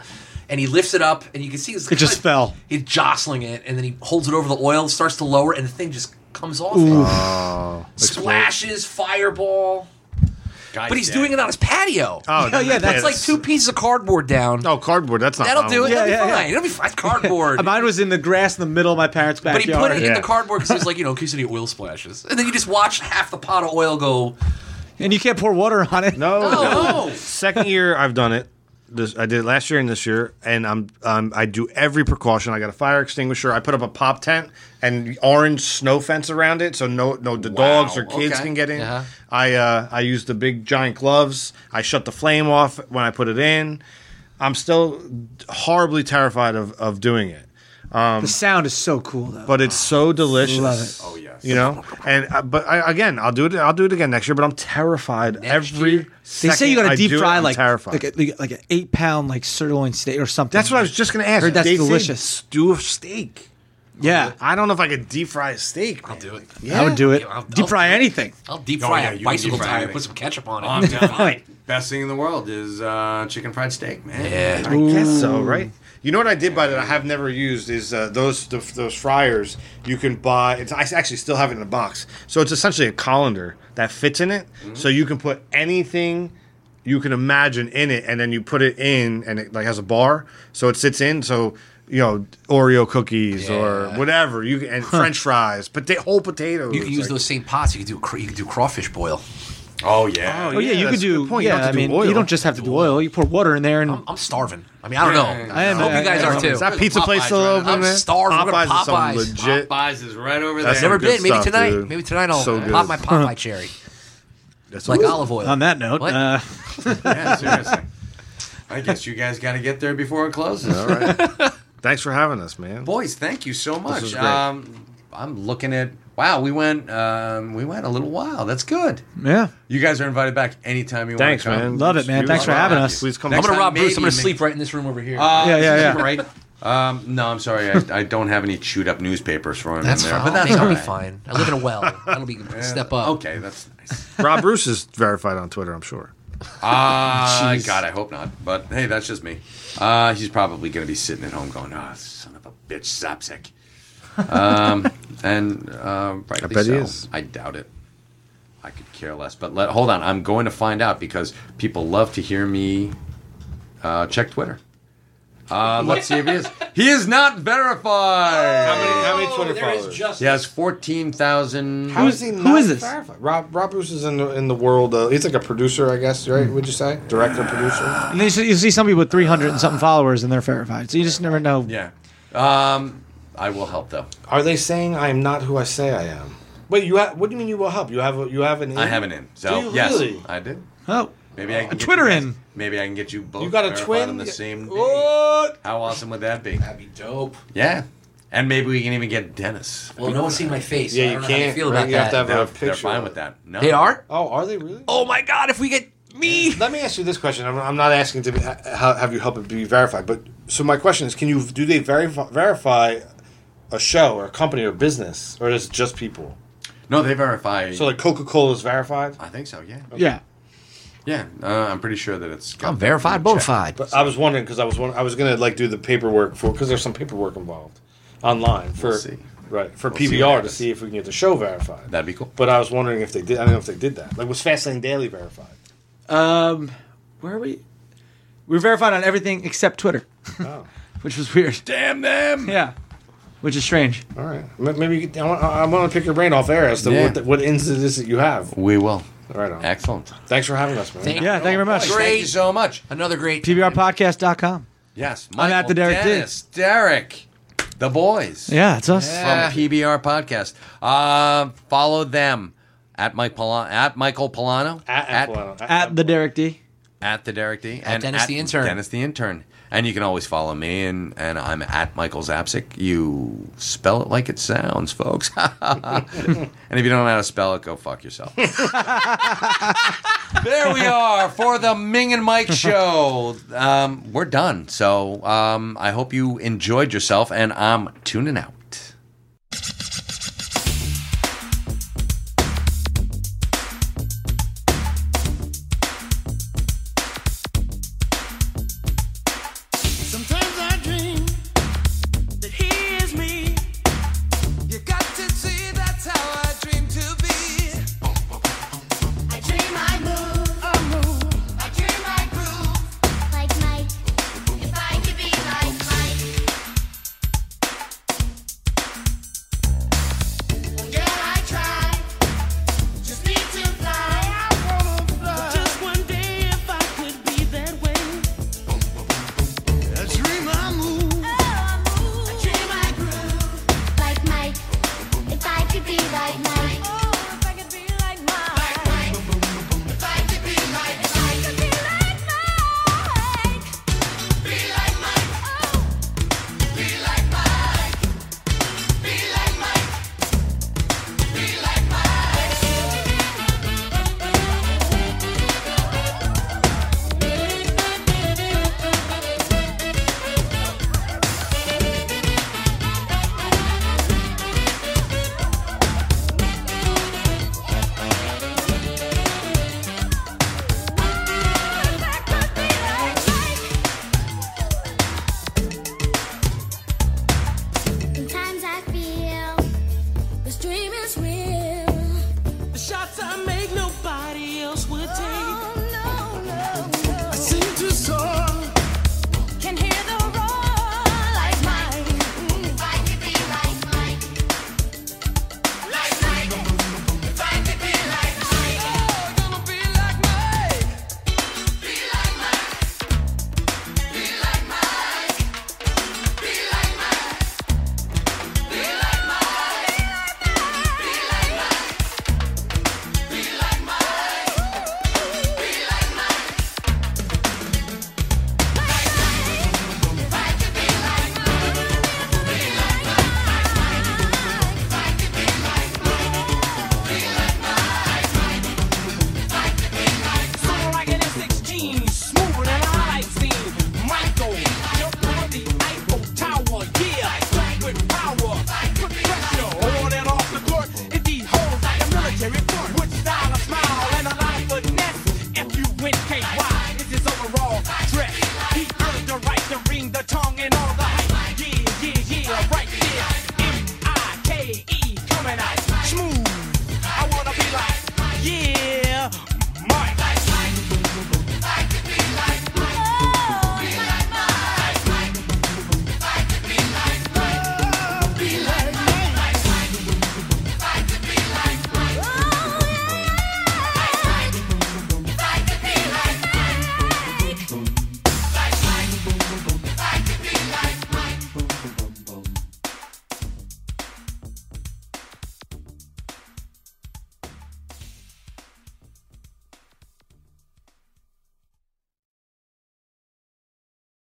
Speaker 3: And he lifts it up, and you can see it's
Speaker 4: It just
Speaker 2: <laughs>
Speaker 3: kinda-
Speaker 4: fell.
Speaker 3: He's jostling it, and then he holds it over the oil, starts to lower, and the thing just comes off. him.
Speaker 2: Oh.
Speaker 3: Splashes, fireball. But he's doing it on his patio.
Speaker 2: Oh,
Speaker 4: Oh, yeah,
Speaker 3: It's
Speaker 4: that's
Speaker 3: like two pieces of cardboard down.
Speaker 2: Oh, cardboard. That's not.
Speaker 3: That'll do
Speaker 2: flammable.
Speaker 3: it.
Speaker 4: Yeah,
Speaker 3: That'll be
Speaker 4: yeah,
Speaker 3: fine.
Speaker 4: yeah.
Speaker 3: It'll be fine. It's
Speaker 4: <laughs>
Speaker 3: cardboard.
Speaker 4: Mine was in the grass in the middle of my parents'
Speaker 3: But
Speaker 4: backyard.
Speaker 3: he put it in
Speaker 2: Yeah.
Speaker 3: the cardboard because he was like, you know, in case any oil splashes. And then you just watch half the pot of oil go.
Speaker 4: and you can't pour water on it.
Speaker 2: No,
Speaker 3: Oh,
Speaker 2: no. Second year I've done it. This, I did it last year and this year, and I'm um, I do every precaution. I got a fire extinguisher. I put up a pop tent and orange snow fence around it, so no no the
Speaker 1: Wow,
Speaker 2: dogs or kids
Speaker 1: okay.
Speaker 2: can get in.
Speaker 3: Uh-huh.
Speaker 2: I uh, I use the big giant gloves. I shut the flame off when I put it in. I'm still horribly terrified of, of doing it,
Speaker 4: The sound is so cool though.
Speaker 2: but it's so delicious.
Speaker 4: Love it.
Speaker 1: Oh yes.
Speaker 2: You know, and uh, but I, again, I'll do it. I'll do it again next year. But I'm terrified every.
Speaker 3: year?
Speaker 4: they say you
Speaker 2: second
Speaker 4: got
Speaker 2: I
Speaker 4: to deep
Speaker 2: do it,
Speaker 4: fry
Speaker 2: I'm
Speaker 4: like
Speaker 2: terrified.
Speaker 4: like a, like a- like an eight pound like sirloin steak or something.
Speaker 2: That's what I was just going to ask.
Speaker 4: Heard that's
Speaker 2: They say
Speaker 4: delicious.
Speaker 2: stew of steak.
Speaker 4: Yeah,
Speaker 2: I don't know if I could deep fry a steak. man.
Speaker 3: I'll do it.
Speaker 2: Yeah.
Speaker 4: I would do it.
Speaker 3: I'll-
Speaker 4: deep fry
Speaker 3: I'll-
Speaker 4: anything.
Speaker 3: I'll deep
Speaker 1: Oh,
Speaker 3: fry
Speaker 1: yeah, you
Speaker 3: a
Speaker 1: can
Speaker 3: bicycle
Speaker 1: deep fry Oh,
Speaker 3: tire,
Speaker 1: anything.
Speaker 3: put some ketchup on it.
Speaker 1: I'm down.
Speaker 3: <laughs>
Speaker 4: Fine.
Speaker 1: Best thing in the world is uh, chicken fried steak, man.
Speaker 3: Yeah.
Speaker 2: I guess so, right? You know what I did buy that I have never used is uh, those the, those fryers you can buy. It's, I actually still have it in a box, so it's essentially a colander that fits in it, so you can put anything you can imagine in it, and then you put it in, and it like has a bar, so it sits in. So you know Oreo cookies or
Speaker 3: Yeah.
Speaker 2: whatever you can- and French fries, but whole potatoes.
Speaker 3: You can use
Speaker 2: like-
Speaker 3: those same pots. You can do a, cra- you can do crawfish boil.
Speaker 1: Oh yeah.
Speaker 4: Oh yeah, you
Speaker 2: that's
Speaker 4: could
Speaker 2: a good
Speaker 4: do.
Speaker 2: point. You
Speaker 4: Yeah,
Speaker 2: don't have
Speaker 4: I
Speaker 2: to do
Speaker 4: mean,
Speaker 2: oil.
Speaker 4: you don't just have to do oil. You pour water in there, and
Speaker 3: I'm, I'm starving. I mean, I don't
Speaker 1: Yeah,
Speaker 3: know.
Speaker 1: yeah, yeah.
Speaker 4: I
Speaker 3: hope
Speaker 4: am-
Speaker 3: you guys
Speaker 4: I-
Speaker 3: are too.
Speaker 2: Is that pizza
Speaker 1: Popeyes
Speaker 2: place still
Speaker 1: right
Speaker 2: open?
Speaker 1: now.
Speaker 3: I'm
Speaker 2: man?
Speaker 3: starved. We're
Speaker 2: Popeyes
Speaker 3: gonna
Speaker 2: is some
Speaker 3: Popeyes.
Speaker 2: legit.
Speaker 1: Popeyes is right over
Speaker 2: That's
Speaker 1: there.
Speaker 3: Never
Speaker 2: good
Speaker 3: been. Maybe
Speaker 2: stuff,
Speaker 3: tonight.
Speaker 2: dude.
Speaker 3: Maybe tonight I'll
Speaker 2: So good.
Speaker 3: pop my Popeye cherry.
Speaker 2: That's
Speaker 3: Like
Speaker 2: what-
Speaker 3: olive oil.
Speaker 4: on that note,
Speaker 3: What?
Speaker 4: uh,
Speaker 1: yeah, seriously. <laughs> I guess you guys got to get there before it closes.
Speaker 2: All right. Thanks for having us, man.
Speaker 1: Boys, thank you so much.
Speaker 2: was great.
Speaker 1: Um, I'm looking at Wow, we went um, we went a little while. That's good.
Speaker 4: Yeah.
Speaker 1: You guys are invited back anytime you
Speaker 2: Thanks,
Speaker 1: want to come.
Speaker 2: man.
Speaker 4: Love it, man.
Speaker 2: We
Speaker 4: Thanks for
Speaker 2: love
Speaker 4: having
Speaker 2: you.
Speaker 4: us.
Speaker 2: Please come.
Speaker 3: I'm
Speaker 1: Next
Speaker 3: gonna
Speaker 1: time,
Speaker 3: rob Bruce. I'm
Speaker 1: maybe-
Speaker 3: gonna sleep right in this room over here.
Speaker 1: Uh,
Speaker 4: Yeah, yeah, yeah.
Speaker 1: Right. Um, no, I'm sorry. I, I don't have any chewed up newspapers for him
Speaker 3: that's
Speaker 1: in there,
Speaker 3: fine. I'll
Speaker 1: but that's
Speaker 3: be-
Speaker 1: all
Speaker 3: I'll be
Speaker 1: right.
Speaker 3: fine. I live in a well.
Speaker 2: <laughs>
Speaker 3: That'll be a step up.
Speaker 1: Okay, that's nice.
Speaker 2: Rob Bruce is verified on Twitter, I'm sure.
Speaker 1: Ah,
Speaker 3: Jeez.
Speaker 1: God, I hope not. But hey, that's just me. Uh, he's probably going to be sitting at home going, "Oh, son of a bitch, Zapsek." Um, <laughs> and uh, rightly
Speaker 2: bet he
Speaker 1: so.
Speaker 2: is.
Speaker 1: I doubt it. I could care less. But let, hold on, I'm going to find out because people love to hear me uh, check Twitter. Uh, let's see if he
Speaker 2: <laughs>
Speaker 1: is. He is not verified.
Speaker 2: how
Speaker 3: Oh, there is just
Speaker 1: He has fourteen thousand.
Speaker 4: How is- who is this?
Speaker 2: verified? Rob Rob Bruce is in the in the world. Of, he's like a producer, I guess. Right? Would you say director, producer?
Speaker 4: And then you see- you see somebody with 300 and something followers and they're verified. So you just never know.
Speaker 1: Yeah. Um, I will help though.
Speaker 2: Are they saying I am not who I say I am? Wait, you have? What do you mean you will help? You have a, you have an.
Speaker 1: I
Speaker 2: in?
Speaker 1: have an in. So
Speaker 2: Do you
Speaker 1: yes,
Speaker 2: really?
Speaker 1: I did.
Speaker 4: Oh.
Speaker 1: Maybe I can get
Speaker 4: Twitter
Speaker 1: you guys-
Speaker 4: in.
Speaker 1: Maybe I can get you both.
Speaker 2: You got a
Speaker 1: verified
Speaker 2: twin? Oh.
Speaker 1: on the same day.
Speaker 2: What?
Speaker 1: How awesome would that be?
Speaker 3: That'd be dope.
Speaker 1: Yeah, and maybe we can even get Dennis.
Speaker 3: Well, no one's seeing my face.
Speaker 2: Yeah,
Speaker 3: I
Speaker 2: you
Speaker 3: don't know How
Speaker 2: can't,
Speaker 3: they feel
Speaker 2: right?
Speaker 3: about
Speaker 2: You
Speaker 3: that.
Speaker 2: have to have-
Speaker 1: They're,
Speaker 2: a picture
Speaker 1: they're fine
Speaker 2: of
Speaker 1: with
Speaker 2: it.
Speaker 1: that. No,
Speaker 3: they are.
Speaker 2: Oh, are they really?
Speaker 3: Oh my god! If we get me,
Speaker 2: Let me ask you this question. I'm, I'm not asking to be, how, have you help it be verified, but so my question is: Can you do they verify, verify a show or a company or business, or is it just people?
Speaker 1: No, they verify.
Speaker 2: So like Coca Cola is verified.
Speaker 1: I think so. Yeah.
Speaker 4: Yeah.
Speaker 1: Yeah. Uh, I'm pretty sure that it's. got-
Speaker 3: I'm verified,
Speaker 1: Check.
Speaker 3: bona fide.
Speaker 2: But I was wondering because I was wondering, I was gonna like do the paperwork for because there's some paperwork involved online for
Speaker 1: We'll see.
Speaker 2: right for
Speaker 1: We'll see what
Speaker 2: PBR to
Speaker 1: happens.
Speaker 2: see if we can get the show verified.
Speaker 1: That'd be cool.
Speaker 2: but I was wondering if they did. I don't know if they did that. Like was Fast Lane Daily verified?
Speaker 1: <laughs>
Speaker 4: Um, where are we? We're verified on everything except Twitter,
Speaker 2: Oh,
Speaker 4: which was weird.
Speaker 1: Damn them.
Speaker 4: Yeah. <laughs> Which is strange.
Speaker 2: all right. M- Maybe you could- I want, I want to pick your brain off air as to
Speaker 1: Yeah.
Speaker 2: what the, what incidents that you have.
Speaker 1: We will.
Speaker 2: All right. On.
Speaker 1: Excellent.
Speaker 2: Thanks for having us, man.
Speaker 3: Thank-
Speaker 4: Yeah, thank you very much.
Speaker 3: Great.
Speaker 1: Thank you so much.
Speaker 3: Another great
Speaker 4: PBRpodcast.com.
Speaker 1: Yes.
Speaker 4: I'm at
Speaker 1: Michael,
Speaker 4: the Derek D.
Speaker 1: Dennis, Derek, the boys.
Speaker 4: Yeah, it's us.
Speaker 1: from PBR podcast. Uh, follow them at Mike Polano, at Michael Polano,
Speaker 2: At, at, Polano.
Speaker 4: At the Derek D.
Speaker 1: at the Derek D, and
Speaker 3: Dennis
Speaker 1: at
Speaker 3: the Intern.
Speaker 1: Dennis the intern, and you can always follow me, and and I'm at Michael Zapsik. You spell it like it sounds, folks. <laughs> and if you don't know how to spell it, go fuck
Speaker 3: <laughs>
Speaker 1: yourself. there we are for the Ming and Mike show. Um, we're done. So um, I hope you enjoyed yourself, and I'm tuning out.